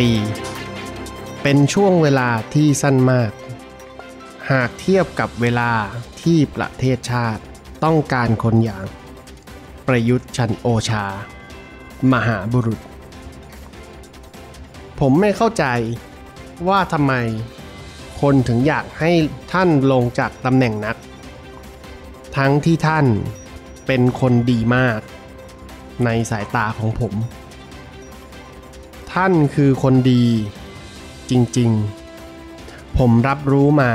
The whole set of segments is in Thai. ปี เป็นช่วงเวลาที่สั้นมาก หากเทียบกับเวลาที่ประเทศชาติต้องการคนอย่าง ประยุทธ์ชันโอชา มหาบุรุษ ผมไม่เข้าใจว่าทำไม คนถึงอยากให้ท่านลงจากตำแหน่งนัก ทั้งที่ท่านเป็นคนดีมาก ในสายตาของผม ท่านคือคนดี จริงๆ ผมรับรู้มา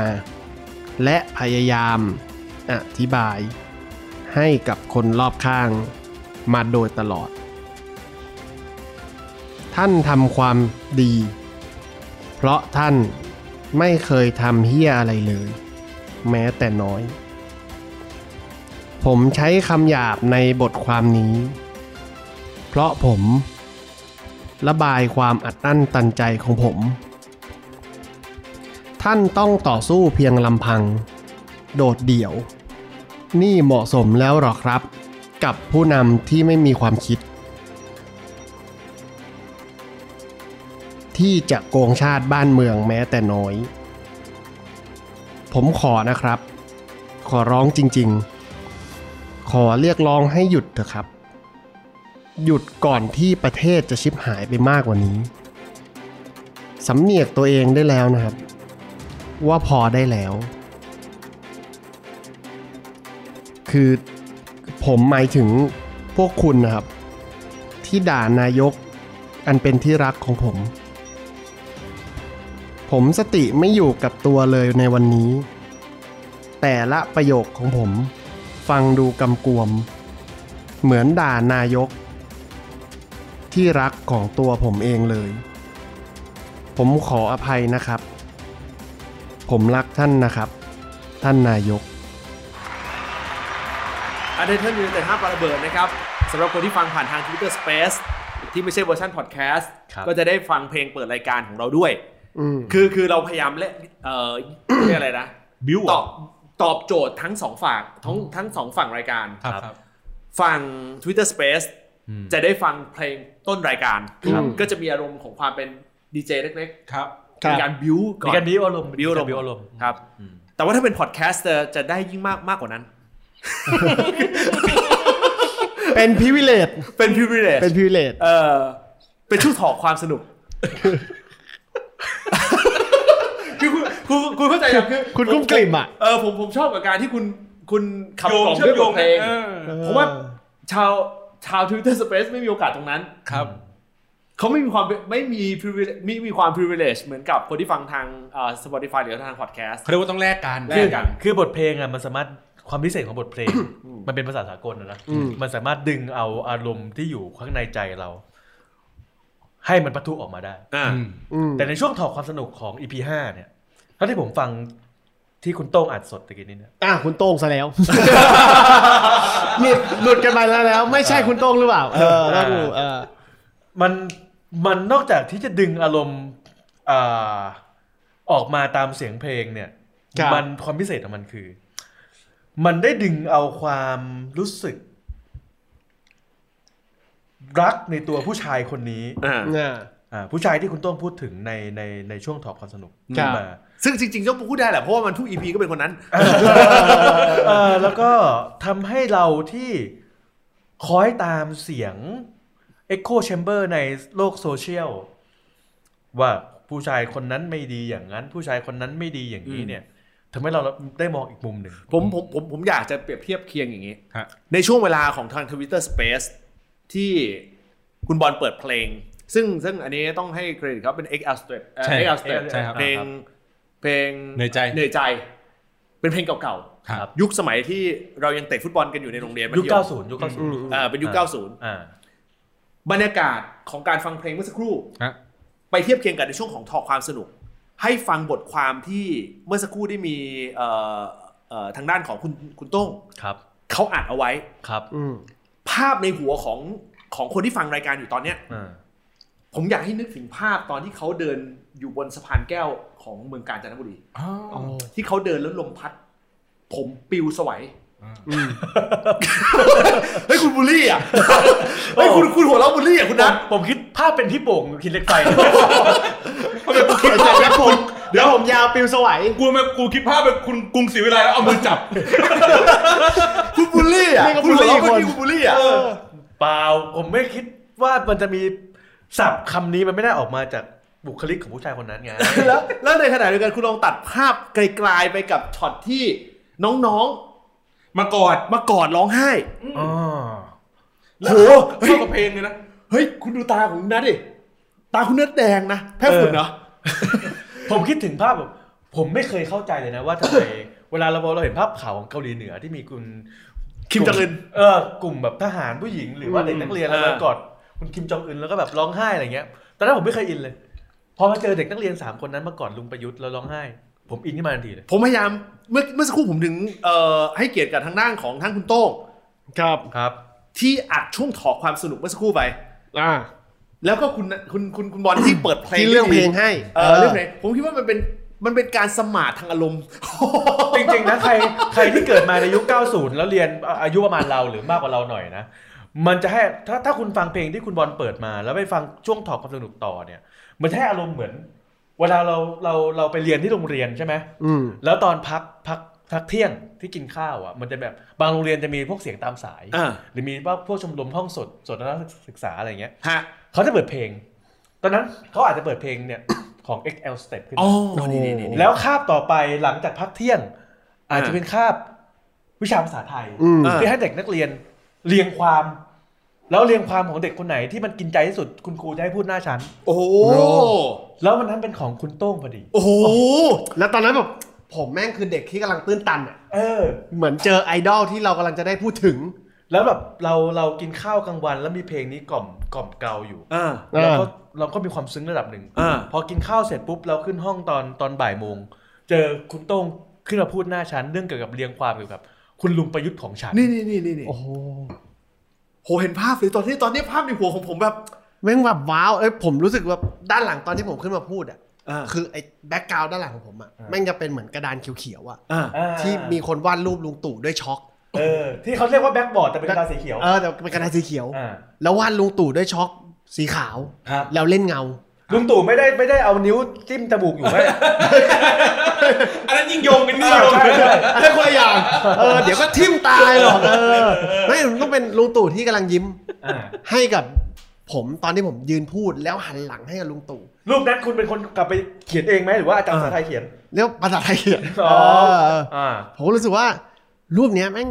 และพยายามอธิบาย ให้กับคนรอบข้างมาโดยตลอด ท่านทำความดี เพราะท่านไม่เคยทำเฮี้ยอะไรเลย แม้แต่น้อย ผมใช้คำหยาบในบทความนี้ เพราะผม ระบายความอัดอั้นตันใจของผม ท่านต้องต่อสู้เพียงลำพัง โดดเดี่ยว นี่เหมาะสมแล้วหรอครับ กับผู้นำที่ไม่มีความคิด ที่จะโกงชาติบ้านเมืองแม้แต่น้อย ผมขอนะครับ ขอร้องจริงๆ ขอเรียกร้องให้หยุดเถอะครับ หยุดก่อนที่ประเทศจะชิบหายไปมากกว่านี้ สำเนียกตัวเองได้แล้วนะครับ ว่าพอได้แล้ว คือผมหมายถึงพวกคุณนะครับ ที่ด่านายกอันเป็นที่รักของผม ผมสติไม่อยู่กับตัวเลยในวันนี้ แต่ละประโยคของผม ฟังดูกำกวม เหมือนด่านายก ที่รักของตัวผมเองเลย ผมขออภัยนะครับ ผมรักท่านนะครับ ท่านนายก อันเดนเทิลยูแต่ห้ามปาระเบิดนะครับสำหรับคนที่ฟังผ่านทาง Twitter Space ที่ไม่ใช่เวอร์ชันพอดแคสต์ ครับ ก็จะได้ฟังเพลงเปิดรายการของเราด้วย อืม คือคือเราพยายามเละเอ่อ เรียกอะไรนะ บิว ตอบตอบโจทย์ทั้งสองฝั่งทั้งทั้งสองฝั่งรายการ ครับครับ ฝั่ง Twitter Space อืม จะได้ฟังเพลงต้นรายการ ครับ ก็จะมีอารมณ์ของความเป็นดีเจเล็ก ครับ ๆ ครับ มีการบิวก่ มี อน การบิวอารมณ์ บิ้วอารมณ์ บิ้วอารมณ์ ครับ อืม แต่ว่าถ้าเป็นพอดแคสต์จะจะได้ยิ่งมากมากกว่านั้น เป็นพิเวเลต เป็น privilege เป็นพิเวเลต เออเป็นช่วงถอกความสนุก คือคุณคุณคุณเข้าใจไหมคือ คุณกุ้มกลิ่มอ่ะ เออผมผมชอบกับการที่คุณคุณขับ โย กล่อง ม เชื่ ด้วยอมบโยท ง เพลง เออ ผมว่า ชาวชาว Twitter Space ไม่มีโอกาสตรงนั้น ครับ เขาไม่มีความไม่มี privilege ไม่มีความ privilege เหมือนกับคนที่ฟังทางเอ่อ Spotify หรือทาง podcast เขาเรียกว่าต้องแลกกัน แล คือก กัน คือบทเพลงอ่ะมันสามารถความพิเศษของบทเพลง มันเป็นภาษาสากลนะนะ อืม มันสามารถดึงเอาอารมณ์ที่อยู่ข้างในใจเรา ให้มันปะทุออกมาได้ อ่า อืม แต่ในช่วงถอดความสนุกของ EP 5เนี่ยเท่าที่ผมฟังที่คุณโต้งอัดสดตะกี้นี้เนี่ย อ่ะคุณโต้งซะแล้ว หลุดหลุดกันไปแล้วแล้ว ไม่ใช่คุณโต้งหรือเปล่า เออต้องดูเออ มันมันนอกจากที่จะดึงอารมณ์อ่าออกมาตามเสียงเพลงเนี่ย ครับ มันความพิเศษของมันคือ มันได้ดึงเอาความรู้สึก รักในตัวผู้ชายคนนี้ อ่า เนี่ย อ่าผู้ชายที่คุณโต้งพูดถึงในในในช่วงถอดความสนุก ครับ มา ซึ่งจริงๆเจ้าพูดได้แหละเพราะว่ามันทุก EP ก็เป็นคนนั้น เออแล้วก็ทำให้เราที่คอยตามเสียง Echo Chamber ในโลกโซเชียล ว่าผู้ชายคนนั้นไม่ดีอย่างนั้น ผู้ชายคนนั้นไม่ดีอย่างนี้เนี่ยทำให้เราได้มองอีกมุมหนึ่ง ผมผมผมผมอยากจะเปรียบเทียบเคียงอย่างนี้ ฮะ ในช่วงเวลาของทาง Twitter Space ที่คุณบอลเปิดเพลง ซึ่งซึ่งอันนี้ต้องให้เครดิตเขาเป็น XL Step เอ่อ ใช่ XL Step ใช่ครับ เพลง ครับ เพลง เหนื่อยใจ เหนื่อยใจ เป็นเพลงเก่า ครับ ๆ ยุคสมัยที่เรายังเตะฟุตบอลกันอยู่ในโรงเรียนมัธ ยุค ยม 90 ยุค 90 อ่าเป็นยุค อ่า 90 อ่า บรรยากาศของการฟังเพลงเมื่อสักครู่ ฮะ ไปเทียบเคียงกันในช่วงของทอความสนุก ให้ฟังบทความที่เมื่อสักครู่ได้มีเอ่อเอ่อทางด้านของคุณคุณโต้ง ครับ เขาอัดเอาไว้ ครับ อืม ภาพในหัวของของคนที่ฟังรายการอยู่ตอนเนี้ย อ่า ผมอยากให้นึกถึงภาพตอนที่เขาเดินอยู่บนสะพานแก้วของเมืองกาญจนบุรี อ๋อ ที่เขาเดินแล้วลมพัด ผมปิวสวัย เฮ้ยคุณบูลลี่อ่ ะ เฮ้ยคุณคุณหัวเราะบูลลี่อ่ะคุณนัท ผมคิดภาพเป็นพี่โป่งคิดเล็กไฟ อาจารย์ครับผมเดี๋ยวผมยาวปิวสวัย กูไม่กูคิดภาพเป็นคุณกรุงศรีวิไลแล้วเอามือจับ คุณบูลลี่อ่ะ นี่ก็ คุณหัวเราะ บูลลี่ เมื่อ คน กี้คุณบูลลี่อ่ะ เปล่าผมไม่คิดว่ามันจะมีศัพท์คำนี้มันไม่ได้ออกมาจากบุคลิกของผู้ชายคนนั้นไง แล้วแล้วในขณะเดียวกันคุณลองตัดภาพไกลๆไปกับช็อตที่น้อง มากอด ๆ มากอดร้องไห้ อ๋อ แล้ว โห เข้ากับเพลงเลยนะ เฮ้ย คุณดูตาของคุณนัทดิ ตาคุณนัทแดงนะแพ้ฝุ่นเหรอ ผมคิดถึงภาพแบบผมไม่เคยเข้าใจเลยนะว่าทำไม เวลาเราเราเห็นภาพข่าวของเกาหลีเหนือที่มีคุณ คิมจองอึน เออกลุ่มแบบทหารผู้หญิงหรือว่าเด็กนักเรียน อืม แล้วเอก็อ กอดคุณคิมจองอึนแล้วก็แบบร้องไห้อะไรเงี้ยตอนนั้นผมไม่เคยอินเลย พอมาเจอเด็กนักเรียนสามคนนั้นมาก่อนลุงประยุทธ์แล้วร้องไห้ ผมอินขึ้นมาทันทีเลย ผมพยายามเมื่อเมื่อสักครู่ผมถึงเอ่อให้เกียรติกับทางด้านของทั้งคุณโต้ง ครับ ครับ ที่อัดช่วงถอดความสนุกเมื่อสักครู่ไป อ่า แล้วก็คุณคุณคุณคุณบอลที่เปิดเพลง ที่เรื่องเพลงให้ เออเรื่องเพลงผมคิดว่ามันเป็นมันเป็นการสมาร์ททางอารมณ์ จริงๆนะใครใครที่เกิดมาในยุค 90 แล้วเรียนอ่ะอายุประมาณเราหรือมากกว่าเราหน่อยนะ มันจะให้ถ้าถ้าคุณฟังเพลงที่คุณบอลเปิดมา แล้วไปฟังช่วงถอดความสนุกต่อเนี่ย มันจะให้อารมณ์เหมือน เวลาเราเราเราไปเรียนที่โรงเรียนใช่ไหม อืม แล้วตอนพักพักพักเที่ยงที่กินข้าวอ่ะมันจะแบบบางโรงเรียนจะมีพวกเสียงตามสาย อ่า หรือมีว่าพวกชมรมห้องสดสดศึกษาอะไรอย่างเงี้ย ฮะ เขาจะเปิดเพลง ตอนนั้นเขาอาจจะเปิดเพลงเนี่ยของ XL Step ขึ้นมา อ๋อ โอ้ นี่นี่นี่ แล้วคาบต่อไปหลังจากพักเที่ยง อาจจะเป็นคาบวิชาภาษาไทย อืม ที่ให้เด็กนักเรียนเรียงความ แล้วเรียงความของเด็กคนไหนที่มันกินใจที่สุดคุณครูจะให้พูดหน้าชั้น โอ้โห แล้ววันนั้นเป็นของคุณโต้งพอดี โอ้โห แล้วตอนนั้นแบบผมแม่งคือเด็กที่กำลังตื้นตันอ่ะ เออ เหมือนเจอไอดอลที่เรากำลังจะได้พูดถึง แล้วแบบเราเรากินข้าวกลางวัน แล้วมีเพลงนี้กล่อมกล่อมเกลาอยู่ อ่า เราก็เราก็มีความซึ้งระดับหนึ่ง อ่า พอกินข้าวเสร็จปุ๊บเราขึ้นห้องตอนตอนบ่ายโมงเจอคุณโต้งขึ้นมาพูดหน้าชั้นเรื่องเกี่ยวกับเรียงความเกี่ยวกับ คุณลุงประยุทธ์ของฉัน นี่นี่นี่นี่นี่ โอ้โห โหเห็นภาพเลยตอนนี้ตอนนี้ภาพในหัวของผมแบบ แม่งแบบว้าวเอ้ยผมรู้สึกว่าด้านหลังตอนที่ผมขึ้นมาพูดอ่ะ อ่า คือไอ้แบ็กกราวด้านหลังของผมอ่ะ แม่งจะเป็นเหมือนกระดานเขียวๆอ่ะ อ่า อ่า ที่มีคนวาดรูปลุงตู่ด้วยช็อก เออที่เขาเรียกว่าแบ็กบอร์ดแต่เป็นตาสีเขียว เออแต่เป็นกระดานสีเขียว อ่า แล้ววาดลุงตู่ด้วยช็อกสีขาว ครับ แล้วเล่นเงา ลุงตู่ไม่ได้ไม่ได้เอานิ้วจิ้มจมูกอยู่ไหม อันนั้นยิ่งยงกันนี่ยง อะไรคนละอย่าง เออ เดี๋ยวก็ทิ่มตายหรอก เออ ไม่มันต้องเป็นลุงตู่ที่กำลังยิ้ม อ่า ให้กับผมตอนที่ผมยืนพูดแล้วหันหลังให้กับลุงตู่ รูปนั้นคุณเป็นคนกลับไปเขียนเองไหมหรือว่าอาจารย์สาไทยเขียน แล้วภาษาไทยเขียน อ๋อ เออ อ่า ผมรู้สึกว่ารูปเนี้ยแม่ง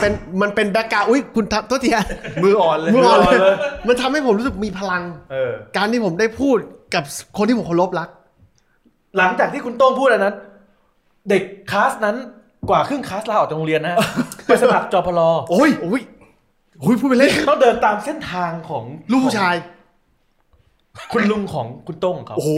เป็นมันเป็นแบ็กกราวอุ้ยคุณทำตัวเทีย มืออ่อนเลย มืออ่อนเลยมันทำให้ผมรู้สึกมีพลัง เออ การที่ผมได้พูดกับคนที่ผมเคารพรัก หลังจากที่คุณโต้งพูดอันนั้น เด็กคลาสนั้นกว่าครึ่งคลาสลาออกจากโรงเรียนนะ ไปสมัครจอพล โอ้ยโอ้ยโอ้ยพูดไปเล่น ต้องเดินตามเส้นทางของ ลูกผู้ชาย คุณลุงของคุณโต้งของเขา โอ้โห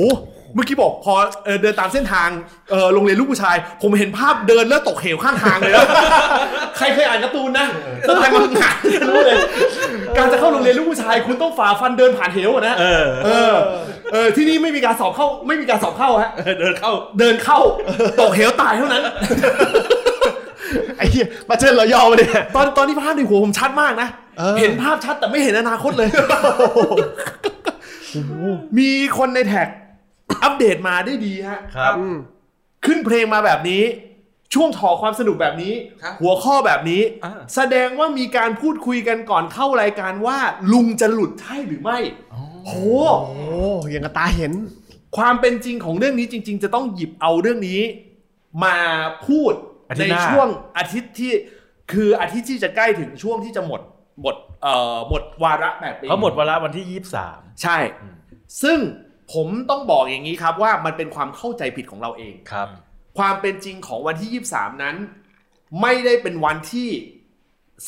เมื่อกี้บอกพอเอ่อเดินตามเส้นทางเอ่อโรงเรียนลูกผู้ชาย ผมเห็นภาพเดินแล้วตกเหวข้างทางเลยนะ ใครเคยอ่านการ์ตูนนะตั้งแต่มังงะรู้เลย การจะเข้าโรงเรียนลูกผู้ชาย คุณต้องฝ่าฟันเดินผ่านเหวอะนะ เออ เออ ที่นี่ไม่มีการสอบเข้าไม่มีการสอบเข้าฮะ เดินเข้า เดินเข้า ตกเหวตายเท่านั้น ไอ้เหี้ยมาเชิญเรายอมาเนี่ย ตอนตอนที่ภาพในหัวผมชัดมากนะ เออ เห็นภาพชัดแต่ไม่เห็นอนาคตเลย มีคนในแท็ก อัปเดตมาได้ดีฮะ ครับ อืม ขึ้นเพลงมาแบบนี้ ช่วงถอความสนุกแบบนี้ ครับ หัวข้อแบบนี้ อ่า แสดงว่ามีการพูดคุยกันก่อนเข้ารายการว่า ลุงจะหลุดใช่หรือไม่โห โอ้อยังกับตาเห็น ความเป็นจริงของเรื่องนี้จริง ๆ จะต้องหยิบเอาเรื่องนี้ มาพูด อาทิ ใน ตย์หน้า ช่วงอาทิตย์ที่คืออาทิตย์ที่จะใกล้ถึงช่วงที่จะหมดหมดเอ่อหมดวาระแบบปี เขาหมดเวลาวันที่ยี่สิบสาม ใช่ อืม ซึ่งผมต้องบอกอย่างนี้ครับว่ามันเป็นความเข้าใจผิดของเราเอง ครับ ความเป็นจริงของวันที่ 23 นั้น ไม่ได้เป็นวันที่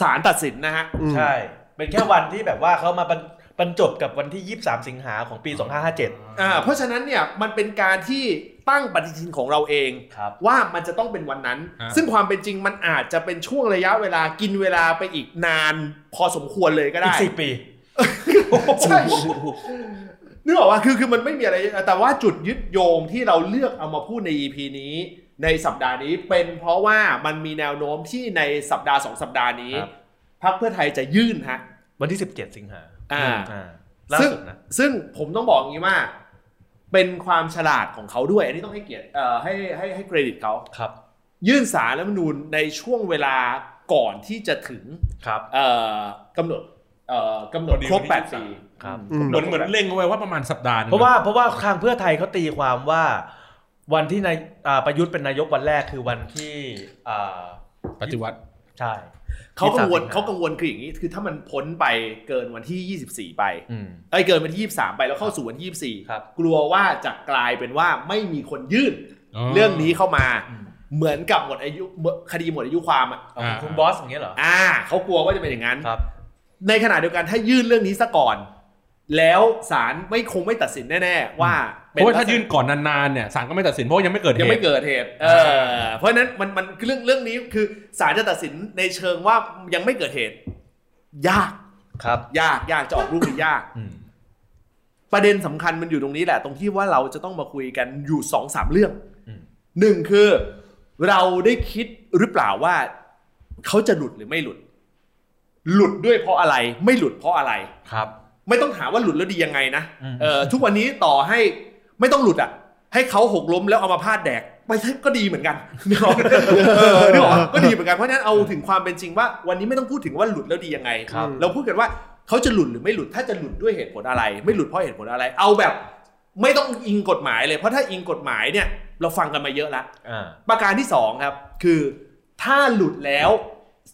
ศาลตัดสินนะฮะ อืม ใช่ เป็นแค่วันที่แบบว่าเขามาบรรบรรจบกับวันที่ 23 สิงหาของปี 2557 อ่า เพราะฉะนั้นเนี่ยมันเป็นการที่ตั้งปฏิทินของเราเอง ครับ ว่ามันจะต้องเป็นวันนั้น อ่า ซึ่งความเป็นจริงมันอาจจะเป็นช่วงระยะเวลากินเวลาไปอีกนานพอสมควรเลยก็ อี ได้ ก 4 ปี ใช่นึกออกว่าคือคือมันไม่มีอะไรแต่ว่าจุดยึดโยงที่เราเลือกเอามาพูดใน EP นี้ ในสัปดาห์นี้เป็นเพราะว่ามันมีแนวโน้มที่ในสัปดาห์สองสัปดาห์นี้ ครับ พักเพื่อไทยจะยื่นฮะ วันที่ 17 สิงหา อ่า ล่า ซึ่ง สุดนะ ซึ่งผมต้องบอกอย่างนี้ว่า เป็นความฉลาดของเขาด้วย อันนี้ต้องให้เกียรติเอ่อให้ให้ให้เครดิตเขา ครับ ยื่นสารรัฐธรรมนูญในช่วงเวลาก่อนที่จะถึง ครับ เอ่อกำหนดเอ่อกำหนด พอดี ครบ วันที่ แปด ยี่สิบสาม ปี ครับ อืม เหมือนเหมือนเล็งเอาไว้ว่าประมาณสัปดาห์หนึ่ง เพราะว่าเพราะว่าทางเพื่อไทยเขาตีความว่าวันที่นายอ่าประยุทธ์เป็นนายกวันแรกคือวันที่อ่า ปฏิวัติ ใช่ เขากังวล 23 เขากังวลคืออย่างนี้คือถ้ามันพ้นไปเกินวันที่ 24 ไป อืม ไอ้ยเกินวันที่ 23 ไปแล้วเข้าสู่วันที่ ครับ 24 กลัวว่าจะกลายเป็นว่าไม่มีคนยื่นเรื่องนี้เข้ามาเหมือนกับหมดอายุคดีหมดอายุความอ่ะ เอาของคุณ อ่า บอสอย่างเงี้ยเหรอ อ่าเขากลัวว่าจะเป็นอย่างนั้น ครับ ในขณะเดียวกันถ้ายื่นเรื่องนี้ซะก่อน แล้วศาลไม่คงไม่ตัดสินแน่ ๆ ว่า เพ ป็น ราะว่าถ้า ลักษณะ ยื่นก่อนนานๆเนี่ยศาลก็ไม่ตัดสินเพราะว่ายังไม่เกิดเห ยังไม่ ตุ เกิดเหตุ เออ เพราะฉะนั้นมันมันเรื่องเรื่องนี้คือศาลจะตัดสินในเชิงว่ายังไม่เกิดเหตุ ยาก ครับ ยากยากจะออกรูปนี่ยาก อืม ประเด็นสำคัญมันอยู่ตรงนี้แหละ ตรงที่ว่าเราจะต้องมาคุยกันอยู่สองสามเรื่อง อืม หนึ่งคือ เราได้คิดหรือเปล่าว่า เขาจะหลุดหรือไม่หลุด หลุดด้วยเพราะอะไร ไม่หลุดเพราะอะไร ครับ ไม่ต้องถามว่าหลุดแล้วดียังไงนะ อืม เออทุกวันนี้ต่อให้ไม่ต้องหลุดอ่ะ ให้เขาหกล้มแล้วเอามาพาดแดก ไปก็ดีเหมือน กันนึกออกเออนึกออกก็ดีเหมือนกันเพราะฉะนั้นเอาถึงความเป็นจริงว่า วันนี้ไม่ต้องพูดถึงว่าหลุดแล้วดียังไง ครับ เราพูดกันว่าเขาจะหลุดหรือไม่หลุดถ้าจะหลุดด้วยเหตุผลอะไร ไม่หลุดเพราะเหตุผลอะไร เอาแบบ ไม่ต้องอิงกฎหมายเลยเพราะถ้าอิงกฎหมายเนี่ย เราฟังกันมาเยอะละ อ่า ประการที่สองครับ คือถ้าหลุดแล้ว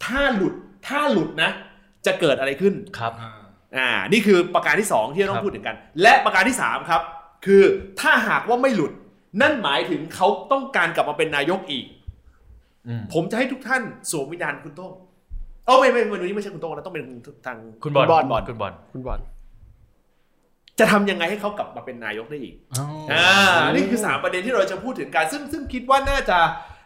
ถ้าหลุดถ้าหลุดนะ จะเกิดอะไรขึ้น ครับ อ่า อ่า นี่คือประการที่ 2 ที่เราต้อ คงรับ พูดถึงกัน และประการที่ 3 ครับ คือถ้าหากว่าไม่หลุด นั่นหมายถึงเขาต้องการกลับมาเป็นนายกอีก อืม ผมจะให้ทุกท่านสวมวิญญาณคุณโต้งเอ้าไม่ไม่วันนี้ไม่ใช่คุณโต้งนะต้องเป็นทาง คุณบอล คุณบอล คุณบอล คุณบอล จะทำยังไงให้เขากลับมาเป็นนายกได้อีก อ๋ออ อ่า นี่คือ 3 ประเด็นที่เราจะพูดถึงกัน ซึ่งซึ่งคิดว่าน่าจะ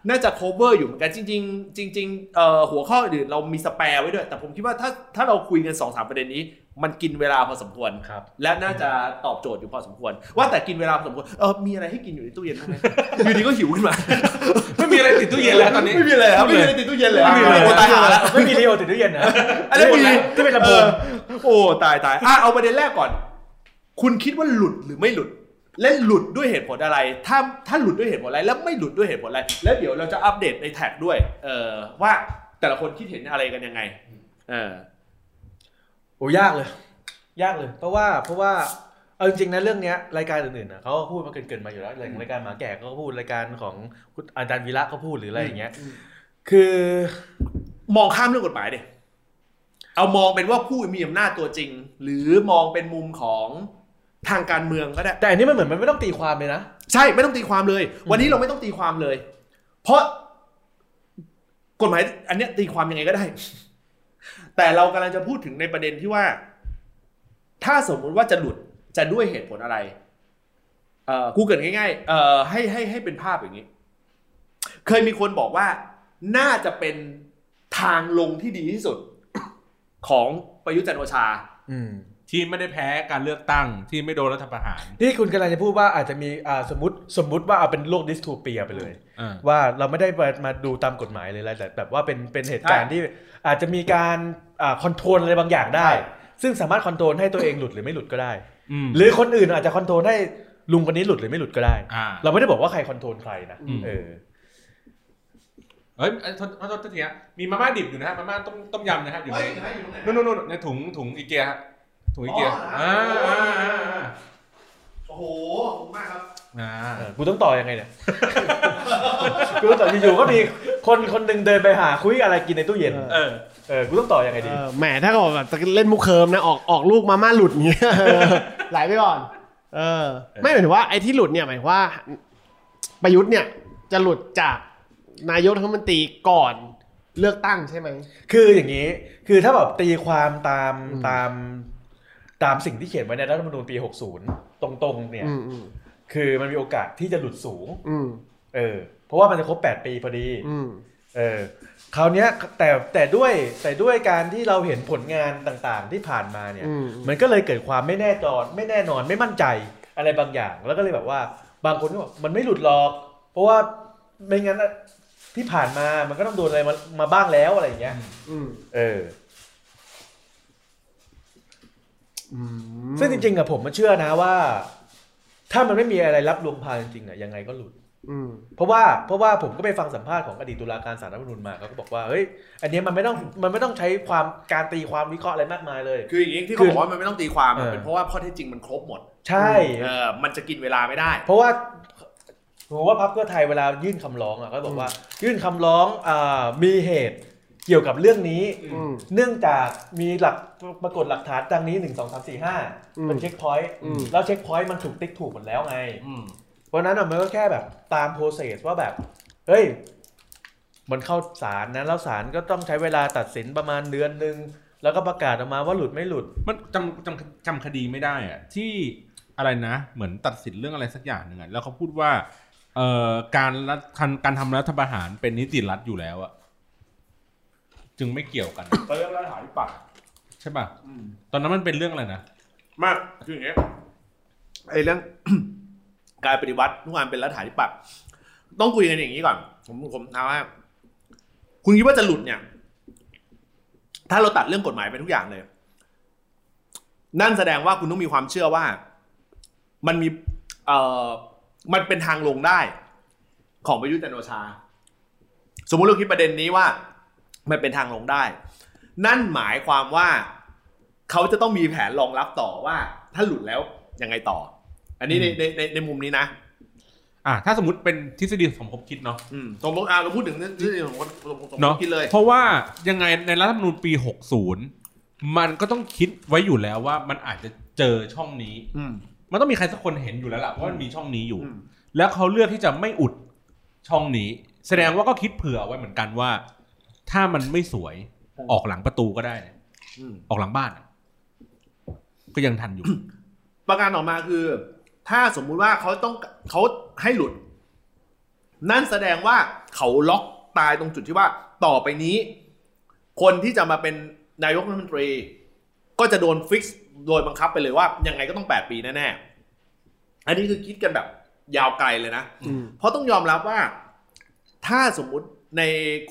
น่าจะ cover อยู่เหมือนกันจริง ๆ จริงๆเอ่อหัวข้ออื่นเรามีสแปร์ไว้ด้วย แต่ผมคิดว่าถ้าถ้าเราคุยกัน2อสประเด็นนี้ มันกินเวลาพอสมควร ครับ และน่าจะตอบโจทย์อยู่พอสมควร ว่าแต่กินเวลาพอสมควรเออมีอะไรให้กินอยู่ในตู้เย็นบ้างไหม อยู่ดีก็หิวขึ้นมา ไม่มีอะไรติดตู้เย็นแล้วตอนนี้ ไม่มีอะไรครับไม่มีอะไรติดตู้เย็นเลย ไม่มีเลย โอ้ตายหาแล้ว ไม่มีเรียวติดตู้เย็นนะ อันนี้มี ที่เป็นลำโพง โอ้ตายตายอ่ะเอาประเด็นแรกก่อน คุณคิดว่าหลุดหรือไม่หลุด และหลุดด้วยเหตุผลอะไร ถ้าถ้าหลุดด้วยเหตุผลอะไร แล้วไม่หลุดด้วยเหตุผลอะไร แล้วเดี๋ยวเราจะอัปเดตในแท็กด้วย เออว่าแต่ละคนคิดเห็นอะไรกันยังไง เออ โอ้ยากเลย ยากเลย เพราะว่าเพราะว่าเอาจริงๆนะเรื่องเนี้ยรายการอื่นๆนะเขาก็พูดมาเกินๆมาอยู่แล้วอย่างรายการหมาแก่เขาก็พูดรายการของคุณอาจารย์วีระเขาพูดหรืออะไรอย่างเงี้ย อืม คือ มองข้ามเรื่องกฎหมายดิเอามองเป็นว่าผู้มีอำนาจตัวจริง หรือมองเป็นมุมของทางการเมืองก็ได้ แต่อันนี้มันเหมือนมันไม่ต้องตีความเลยนะ ใช่ไม่ต้องตีความเลย วันนี้เราไม่ต้องตีความเลย เพราะกฎหมาย อันเนี้ยตีความยังไงก็ได้ แต่เรากำลังจะพูดถึงในประเด็นที่ว่า ถ้าสมมุติว่าจะหลุดจะด้วยเหตุผลอะไร เอ่อกูเกิดง่ายๆ เอ่อให้ให้ให้เป็นภาพอย่างนี้ เคยมีคนบอกว่า น่าจะเป็นทางลงที่ดีที่สุด ของประยุทธ์จันทร์โอชา อืม ที่ไม่ได้แพ้การเลือกตั้งที่ไม่โดนรัฐประหาร นี่คุณกำลังจะพูดว่าอาจจะมีอ่าสมมติสมมติว่าเอาเป็นโลกดิสโทเปียไปเลย อ่า ว่าเราไม่ได้มามาดูตามกฎหมายเลยอะไรแต่แบบว่าเป็นเป็นเหตุการณ์ที่อาจจะมีการคอนโทรลอะไรบางอย่างได้ ใช่ ซึ่งสามารถคอนโทรลให้ตัวเองหลุดหรือไม่หลุดก็ได้ อืม หรือคนอื่นอาจจะคอนโทรลให้ลุงคนนี้หลุดหรือไม่หลุดก็ได้ อ่า เราไม่ได้บอกว่าใครคอนโทรลใครนะ อืม เออ เอ้ยเอ้ยโทษโทษโทษทีฮะมีมาม่าดิบอยู่นะฮะมาม่าต้มต้มยำนะครับอยู่ในนู่นนู่นนู่นในถุงถุงอีเกียฮะถุงอีเกีย อ๋อ อ่า เหรอฮะ อ่าอ่าอ่า โอ้โหขอบคุณมากครับ อ่า เออกูต้องต่อยังไงเนี่ย กูต้องต่ออยู่ๆก็มีคนคนหนึ่งเดินไปหาคุยอะไรกินในตู้เย็น เออ เออ กูต้องต่อยังไงดี เออแหมถ้าเกิดแบบจะเล่นมุกเคิร์มนะออกออกลูกมาม่าหลุดอย่างเงี้ยเออไหลไปก่อน เออ ไม่หมายถึงว่าไอ้ที่หลุดเนี่ยหมายถึงว่า ประยุทธ์เนี่ยจะหลุดจากนายกรัฐมนตรีก่อนเลือกตั้งใช่ไหม คืออย่างนี้ คือถ้าแบบตีความตาม อืม ตามตามสิ่งที่เขียนไว้ในรัฐธรรมนูญปี 60 ตรงๆ เนี่ย อืมอืม คือมันมีโอกาสที่จะหลุดสูง อืม เออ เพราะว่ามันจะครบ 8 ปีพอดี อืม เออคราวเนี้ยแต่แต่ด้วยแต่ด้วยการที่เราเห็นผลงานต่างๆที่ผ่านมาเนี่ย อืม มันก็เลยเกิดความไม่แน่นอนไม่แน่นอนไม่มั่นใจอะไรบางอย่าง แล้วก็เลยแบบว่าบางคนก็บอกมันไม่หลุดหรอก เพราะว่า ไม่งั้นอะที่ผ่านมามันก็ต้องโดนอะไรมามาบ้างแล้วอะไรอย่างเงี้ย อืม เออ อืม ซึ่งจริงๆอะผมมันเชื่อนะว่า ถ้ามันไม่มีอะไรรับลวงพาจริงๆอะยังไงก็หลุด อืม เพราะว่าเพราะว่าผมก็ไปฟังสัมภาษณ์ของอดีตตุลาการสารรัฐธรรมนูญมาเขาก็บอกว่าเฮ้ยอันเนี้ยมันไม่ต้องมันไม่ต้องใช้ความการตีความวิเคราะห์อะไรมากมายเลย คืออย่างนี้ที่เขาบอกว่ามันไม่ต้องตีความอะ เออ เป็นเพราะว่าข้อเท็จจริงมันครบหมด ใช่ เออมันจะกินเวลาไม่ได้ เพราะว่าผมว่าพรรคเพื่อไทยเวลายื่นคำร้องอะก็บอกว่า ยื่นคำร้องอ่ามีเหตุเกี่ยวกับเรื่องนี้ อืม เนื่องจากมีหลักปรากฏหลักฐานดังนี้หนึ่งสองสามสี่ห้า อืม เป็นเช็คพอยต์ อืม แล้วเช็คพอยต์มันถูกติ๊กถูกหมดแล้วไง อืม เพราะฉะนั้นอะมันก็แค่แบบตามโปรเซสว่าแบบ เฮ้ย มันเข้าศาลนะแล้วศาลก็ต้องใช้เวลาตัดสินประมาณเดือนหนึ่งแล้วก็ประกาศออกมาว่าหลุดไม่หลุด มันจำจำจำคดีไม่ได้อะที่อะไรนะ เหมือนตัดสินเรื่องอะไรสักอย่างหนึ่งอะแล้วเขาพูดว่าเอ่อการรัฐการการทำรัฐประหารเป็นนิติรัฐอยู่แล้วอะจึงไม่เกี่ยวกันอะ ไปเรื่องร้านอาหารปัก ใช่ป่ะตอนนั้นมันเป็นเรื่องอะไรนะ มากคืออย่างเงี้ยไอ้เรื่อง การปฏิวัติทุกอันเป็นรัฐาธิปัตย์ต้องคุยกันอย่างนี้ก่อน ผมผมถามว่า คุณคิดว่าจะหลุดเนี่ย ถ้าเราตัดเรื่องกฎหมายไปทุกอย่างเลย นั่นแสดงว่าคุณต้องมีความเชื่อว่า มันมี เอ่อ มันเป็นทางลงได้ ของประยุทธ์จันทร์โอชา สมมุติเราคิดประเด็นนี้ว่า มันเป็นทางลงได้ นั่นหมายความว่า เขาจะต้องมีแผนรองรับต่อว่า ถ้าหลุดแล้วยังไงต่อ อันนี้ในในในในมุมนี้นะ อ่ะถ้าสมมติเป็นทฤษฎีสมคบคิดเนาะ อืมสมมติอ่ะเราพูดถึงเรื่องที่ผมก็ผม เน ก็ อะ คิดเลย เพราะว่ายังไงในรัฐธรรมนูญปี 60 มันก็ต้องคิดไว้อยู่แล้วว่ามันอาจจะเจอช่องนี้ อืม มันต้องมีใครสักคนเห็นอยู่แล้วล่ะเพราะมันมีช่องนี้อยู่ อืม แล้วเขาเลือกที่จะไม่อุดช่องนี้ แสดงว่าก็คิดเผื่อไว้เหมือนกันว่า ถ้ามันไม่สวยออกหลังประตูก็ได้ อืม ออกหลังบ้านอะก็ยังทัน อยู่ ประการออกมาคือ ถ้าสมมุติว่าเขาต้องเขาให้หลุด นั่นแสดงว่าเขาล็อกตายตรงจุดที่ว่า ต่อไปนี้ คนที่จะมาเป็นนายกรัฐมนตรี ก็จะโดนฟิกซ์โดยบังคับไปเลยว่า ยังไงก็ต้อง 8 ปีแน่ๆ อันนี้คือคิดกันแบบยาวไกลเลยนะ อืม เพราะต้องยอมรับว่าถ้าสมมุติใน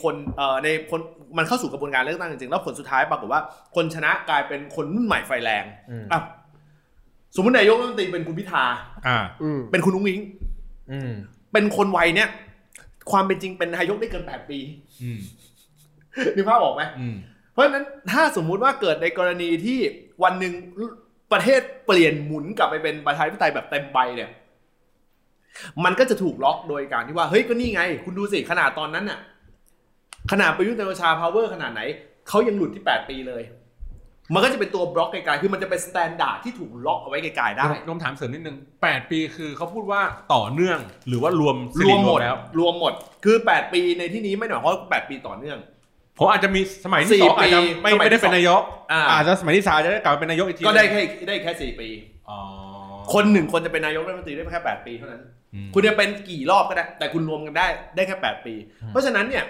คนเอ่อในคนมันเข้าสู่กระบวนการเลือกตั้งจริงๆ แล้วผลสุดท้ายปรากฏว่า คนชนะกลายเป็นคนรุ่นใหม่ไฟแรง อืม อ่ะสมมตินายกรัฐมนตรีเป็นคุณพิธา อ่า อืม เป็นคุณอุ้งอิง อืม เป็นคนวัยเนี้ยความเป็นจริงเป็นนายกได้เกิน 8 ปี อืม นึกภาพออกไหม อืม เพราะฉะนั้นถ้าสมมุติว่าเกิดในกรณีที่วันหนึ่งประเทศเปลี่ยนหมุนกลับไปเป็นประชาธิปไตยแบบเต็มใบเนี่ย มันก็จะถูกล็อกโดยการที่ว่า เฮ้ยก็นี่ไง คุณดูสิขนาดตอนนั้นน่ะ ขนาดประยุทธ์จันทร์โอชาพาวเวอร์ขนาดไหน เขายังหลุดที่ 8 ปีเลย มันก็จะเป็นตัวบล็อกไกลๆคือมันจะเป็นสแตนดาร์ดที่ถูกล็อกเอาไว้ไกลๆได้ นมถามเสริมนิดนึงแปดปีคือเขาพูดว่าต่อเนื่องหรือว่ารวมรสถิ วม ติ หมด แล้ว รวมหมด คือ 8 ปีในที่นี้ไม่หมายความว่า8ปีต่อเนื่อง ผมอาจจะมีสมัย สี่ ที่สองอาจจะ ปี ไม่ สมัยที่ ไม่ได้เป็นนายก อ่า อาจจะสมัยที่สามจะได้กลับมาเป็นนายกอีกที ก็ได้แค่ได้แค่สี่ปี อ๋อ คนหนึ่งคนจะเป็นนายกรัฐมนตรีได้แค่ 8 ปีเท่านั้น อืม คุณจะเป็นกี่รอบก็ได้ แต่คุณรวมกันได้ได้แค่ 8 ปี อืม เพราะฉะนั้นเนี่ย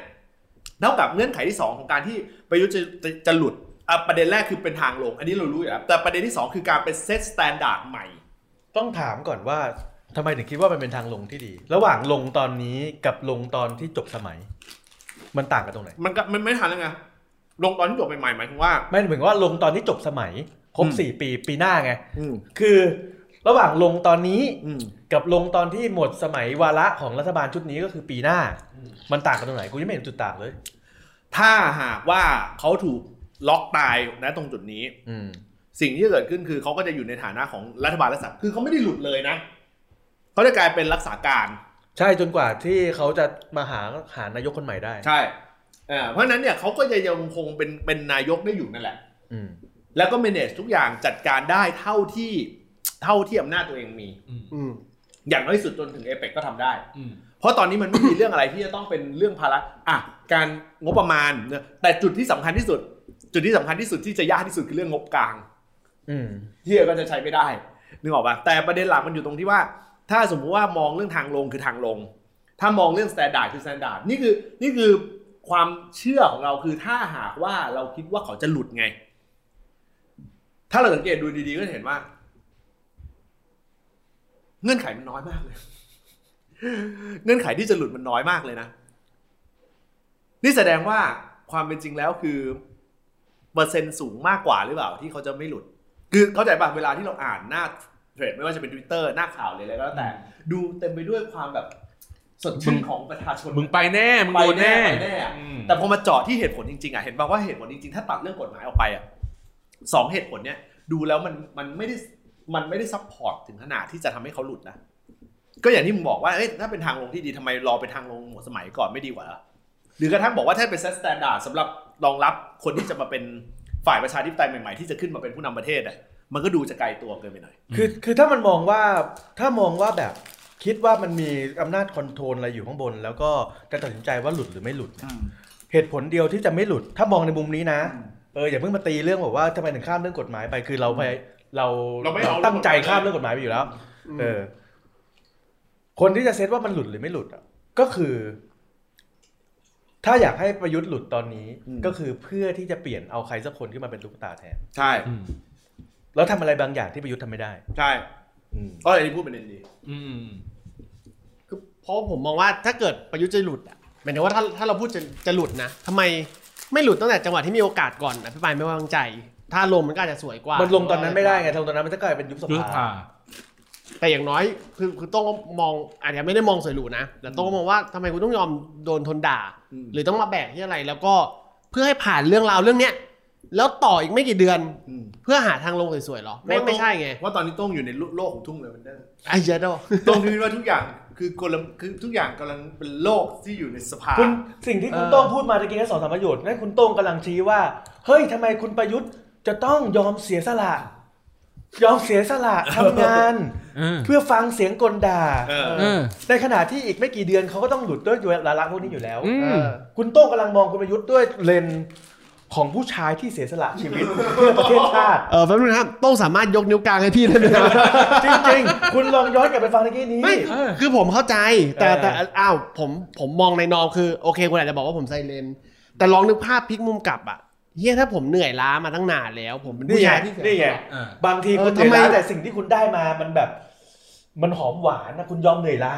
เท่ากับเงื่อนไขที่ 2 ของการที่ประยุทธ์จะจะจะหลุดอ่ะประเด็นแรกคือเป็นทางลง อันนี้เรารู้อยู่แล้วแต่ประเด็นที่ 2 คือการเป็นเซตสแตนดาร์ดใหม่ ต้องถามก่อนว่าทำไมถึงคิดว่ามันเป็นทางลงที่ดี ระหว่างลงตอนนี้กับลงตอนที่จบสมัย มันต่างกันตรงไหน มันก็มันไม่ทันแล้วไงลงตอนที่จบใหม่ๆหมายถึงว่า ไม่เหมือนว่าลงตอนที่จบสมัยครบ อืม สี่ปีปีหน้าไง อืม คือระหว่างลงตอนนี้ อืม กับลงตอนที่หมดสมัยวาระของรัฐบาลชุดนี้ก็คือปีหน้า มันต่างกันตรงไหนกูยังไม่เห็นจุดต่างเลย ถ้าหากว่าเขาถูกล็อกตายนะตรงจุดนี้ อืม สิ่งที่เกิดขึ้นคือเขาก็จะอยู่ในฐานะของรัฐบาลรักษาคือเขาไม่ได้หลุดเลยนะเขาจะกลายเป็นรักษาการ ใช่จนกว่าที่เขาจะมาหาหานายกคนใหม่ได้ ใช่อ่าเพราะฉะนั้นเนี่ยเขาก็จะยังคงเป็นเป็นนายกได้อยู่นั่นแหละ อืม แล้วก็ manage ทุกอย่างจัดการได้เท่าที่เท่าที่อำนาจตัวเองมี อืม อย่างน้อยสุดจนถึงเอเปกก็ทำได้ อืม เพราะตอนนี้มันไม่มีเรื่องอะไรที่จะต้องเป็นเรื่องภาระอ่ะการงบประมาณเนี่ยแต่จุดที่สำคัญที่สุด จุดที่สำคัญที่สุดที่จะยากที่สุดคือเรื่องงบกลาง อืม เฮียก็จะใช้ไม่ได้นึกออกปะแต่ประเด็นหลักมันอยู่ตรงที่ว่า ถ้าสมมุติว่ามองเรื่องทางลงคือทางลง ถ้ามองเรื่องสแตนดาร์ดคือสแตนดาร์ดนี่คือนี่คือความเชื่อของเราคือถ้าหากว่าเราคิดว่าเขาจะหลุดไง ถ้าเราสังเกตดูดีๆก็จะเห็นว่า เงื่อนไขมันน้อยมากเลย เงื่อนไขที่จะหลุดมันน้อยมากเลยนะ นี่แสดงว่าความเป็นจริงแล้วคือ เปอร์เซ็นต์สูงมากกว่าหรือเปล่าที่เขาจะไม่หลุด คือเข้าใจป่ะเวลาที่เราอ่านหน้าเทรดไม่ว่าจะเป็น Twitter หน้าข่าวเลยอะไรก็แล้วแต่ ดูเต็มไปด้วยความแบบสดชื่นของประชาชน มึงไปแน่ มึงโดนแน่ ไปแน่อะ อืม แต่พอมาเจาะที่เหตุผลจริงๆอ่ะเห็นป่าว่าเหตุผลจริงๆ ถ้าตัดเรื่องกฎหมายออกไปอ่ะสองเหตุผลเนี่ย ดูแล้วมันมันไม่ได้มันไม่ได้ซัพพอร์ตถึงขนาดที่จะทำให้เขาหลุดนะก็อย่างที่มึงบอกว่าเอ้ยถ้าเป็นทางลงที่ดีทำไมรอเป็นทางลงหมดสมัยก่อนไม่ดีกว่าเหรอหรือกระทั่งบอกว่าถ้าเป็นเซตสแตนดาร์ดสำหรับรองรับคนที่จะมาเป็นฝ่ายประชาธิปไตยใหม่ๆที่จะขึ้นมาเป็นผู้นำประเทศอ่ะมันก็ดูจะไกลตัวเกินไปหน่อย คือคือถ้ามันมองว่าถ้ามองว่าแบบคิดว่ามันมีอำนาจคอนโทรลอะไรอยู่ข้างบน แล้วก็จะตัดสินใจว่าหลุดหรือไม่หลุดเนี่ยเหตุผลเดียวที่จะไม่หลุด ถ้ามองในมุมนี้นะเอออย่าเพิ่งมาตีเรื่องบอกว่าทำไมถึงข้ามเรื่องกฎหมายไปคือเราไปเรา เราไม่เอา ตั้งใจข้ามเรื่องกฎหมายไปอยู่แล้วเออ คนที่จะเซตว่ามันหลุดหรือไม่หลุดอ่ะก็คือ ถ้าอยากให้ประยุทธ์หลุดตอนนี้ ก็คือเพื่อที่จะเปลี่ยนเอาใครสักคนขึ้นมาเป็นลูกตาแทน ใช่ อืม แล้วทำอะไรบางอย่างที่ประยุทธ์ทำไม่ได้ ใช่ อืม ก็เลยที่พูดเป็นเด็นดี อืม คือเพราะผมมองว่าถ้าเกิดประยุทธ์จะหลุดอ่ะหมายถึงว่าถ้าถ้าเราพูดจะจะหลุดนะทำไมไม่หลุดตั้งแต่จังหวะที่มีโอกาสก่อนอภิปรายไม่ไว้วางใจ ถ้าลงมันก็อาจจะสวยกว่า มั มัน ลงตอนนั้นไม่ได้ไงลงตอนนั้นมันจะกลายเป็นยุบส ยุท ภา ธา แต่อย่างน้อยคือคือต้องมองอาจจะไม่ได้มองสวยหรูนะแต่ต้องมองว่าทำไมคุณต้องยอมโดนทนด่า อืม หรือต้องมาแบกที่อะไร แล้วก็เพื่อให้ผ่านเรื่องราวเรื่องเนี้ยแล้วต่ออีกไม่กี่เดือน อืม เพื่อหาทางลงสวยๆเหรอแม่งไม่ใช่ไง ว่าตอนนี้ต้องอยู่ในโลกของทุ่งเลยมันได้ ไอ้เหี้ยโด ต้องคิดว่าทุกอย่างคือกลคือทุกอย่างกำลังเป็นโลกที่อยู่ในสภา คุณสิ่งที่คุณ เออ โต้งพูดมาตะกี้แค่สองสามประโยชน์นั่นคุณโต้งกำลังชี้ว่า เฮ้ยทำไมคุณประยุทธ์จะต้องยอมเสียสละ ยอมเสียสละทำงาน เออ เพื่อฟังเสียงกลด่า เออ เออ ในขณะที่อีกไม่กี่เดือนเขาก็ต้องหลุดด้วยละละพวกนี้อยู่แล้ว อืม คุณโต้งกำลังมองคุณประยุทธ์ด้วยเลนส์ของผู้ชายที่เสียสละชีวิตเพื่อประเทศชาติ เออแป๊บนึงนะครับโต้องสามารถยกนิ้วกลางให้พี่ได้ไหมครับ จริงๆ คุณลองย้อนกลับไปฟังตะกี้นี้ ไม่ เออ คือผมเข้าใจแต่ เออ แต่อ้าวผมผมมองในนอมคือโอเคคุณอาจจะบอกว่าผมไซเลนแต่ลองนึกภาพพลิกมุมกลับอ่ะเฮียถ้าผมเหนื่อยล้ามาตั้งนานแล้ว ผมเป็น นี่ ผู้ ไง ชายที่เสีย นี่ไง เออบ างทีคุณ เออ เหนื่อย ทำไม ล้าแต่สิ่งที่คุณได้มามันแบบ มันหอมหวานนะคุณยอมเหนื่อยล้า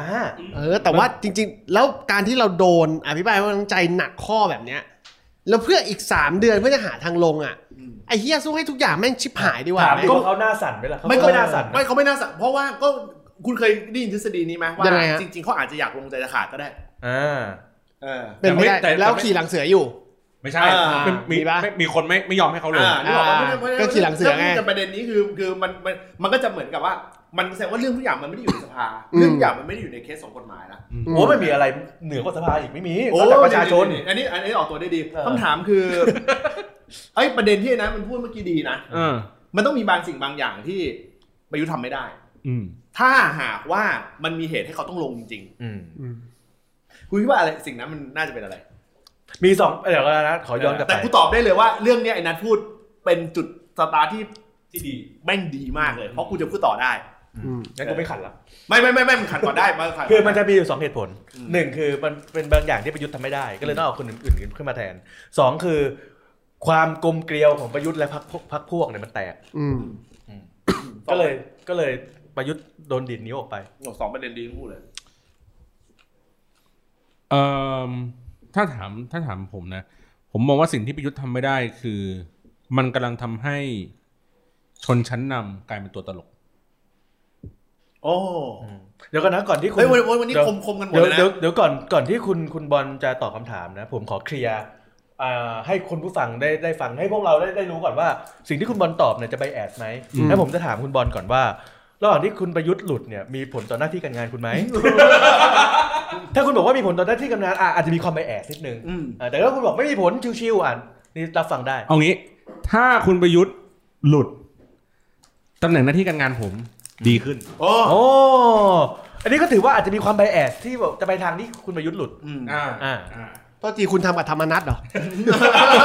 เออ แต่ว่าจริง ๆ แล้วการที่เราโดนอภิปรายไม่ไว้วางใจหนักข้อแบบเนี้ยแล้วเพื่ออีก 3 เดือนเพื่อจะหาทางลงอ่ะ อืม ไอ้เฮียสู้ให้ทุกอย่างแม่งชิบหายดีกว่า ถาม ไหม ดิว่าเขาหน้าสั่นไหมล่ะเขา ไม่ ก็ ก็ ไม่หน้าสั่นนะ ไม่เขาไม่น่าสั่นเพราะว่าก็คุณเคยได้ยินทฤษฎีนี้ไหมว่า ยังไงฮะ จริง ๆเขาอาจจะอยากลงใจจะขาดก็ได้ อ่า เออ เป็นไม่ได้ แต่ไม่แต่ แล้วขี่หลังเสืออยู่ ไม่ใช่ อ่า เป็นมี มีปะ ไม่มีคนไม่ไม่ยอมให้เขาลง อ่านี่บอกว่าไม่ได้ไม่ได้ ก็ขี่หลังเสือไง แล้วประเด็นนี้คือคือมันมันมันก็จะเหมือนกับว่า มันแสดงว่าเรื่องทุกอย่างมันไม่ได้อยู่ในสภา อืม เรื่องทุกอย่างมันไม่ได้อยู่ในเคสของกฎหมายนะ อืม โอ้ไม่มีอะไรเหนือกว่าสภาอีกไม่มีนอกจากประชาชน อันนี้อันนี้ออกตัวได้ดี เออ คำถามคือ ไอ้ประเด็นที่ไอ้นะมันพูดเมื่อกี้ดีนะ เออ มันต้องมีบางสิ่งบางอย่างที่ประยุทธ์ทำไม่ได้ อืม ถ้าหากว่ามันมีเหตุให้เขาต้องลงจริง อืม ๆ คุณคิดว่าอะไรสิ่งนั้นมันน่าจะเป็นอะไร มีสองเดี๋ยวก็นะขอย้อนกลับไป แต่กูตอบได้เลยว่าเรื่องเนี้ยไอ้นัทพูดเป็นจุดสตาร์ทที่ ที่ดี แม่งดีมากเลย เพราะกูจะพูดต่อได้ งั้นก็ไม่ขัดละ ไม่ไม่ไม่ไม่มันขัดก่อนได้มันขัดก่ คือมัน ได้ จะมีอยู่สองเหตุผล อืม หนึ่งคือมันเป็นบางอย่างที่ประยุทธ์ทำไม่ได้ ก็เลยต้องเอาคนอื่นๆขึ้นมาแทนสองคือ ความกลมเกลียวของประยุทธ์และพรรคพวกพรรคพวกเนี่ยมันแตก อืม ก็เลยก็เลยประยุทธ์โดนดีดนิ้วออกไป โอ้สองประเด็นดีทั้งคู่เลย เอ่อถ้าถามถ้าถามผมนะ ผมมองว่าสิ่งที่ประยุทธ์ทำไม่ได้คือ มันกำลังทำให้ชนชั้นนำกลายเป็นตัวตลก โอ้ เดี๋ยวก่อนนะก่อนที่คุณ เฮ้ยวันวันวันนี้ เดี๋ยว คมคมกันหมด เดี๋ยว เลยนะ เดี๋ยวเดี๋ยวก่อนก่อนที่คุณคุณบอลจะตอบคำถามนะ ผมขอเคลียร์อ่าให้คุณผู้ฟังได้ได้ฟังให้พวกเราได้ได้รู้ก่อนว่า สิ่งที่คุณบอลตอบเนี่ยจะไปแอดไหม อืม แล้วผมจะถามคุณบอลก่อนว่าระหว่างที่คุณประยุทธ์หลุดเนี่ยมีผลต่อหน้าที่การงาน คุณไหม ถ้าคุณบอกว่ามีผลต่อหน้าที่การงานอ่ะอาจจะมีความไปแอดนิดนึง อืม อ่าแต่ถ้าคุณบอกไม่มีผลชิวๆอ่านนี่รับฟังได้ เอางี้ ถ้าคุณประยุทธ์หลุดตำแหน่งหน้าที่การงานผมดีขึ้น โอ้ โอ้อันนี้ก็ถือว่าอาจจะมีความไปแอดที่แบบจะไปทางที่คุณประยุทธ์หลุด อืม อ่า อ่า อ่า ตอนทีคุณทำกับธรรมนัตเหรอ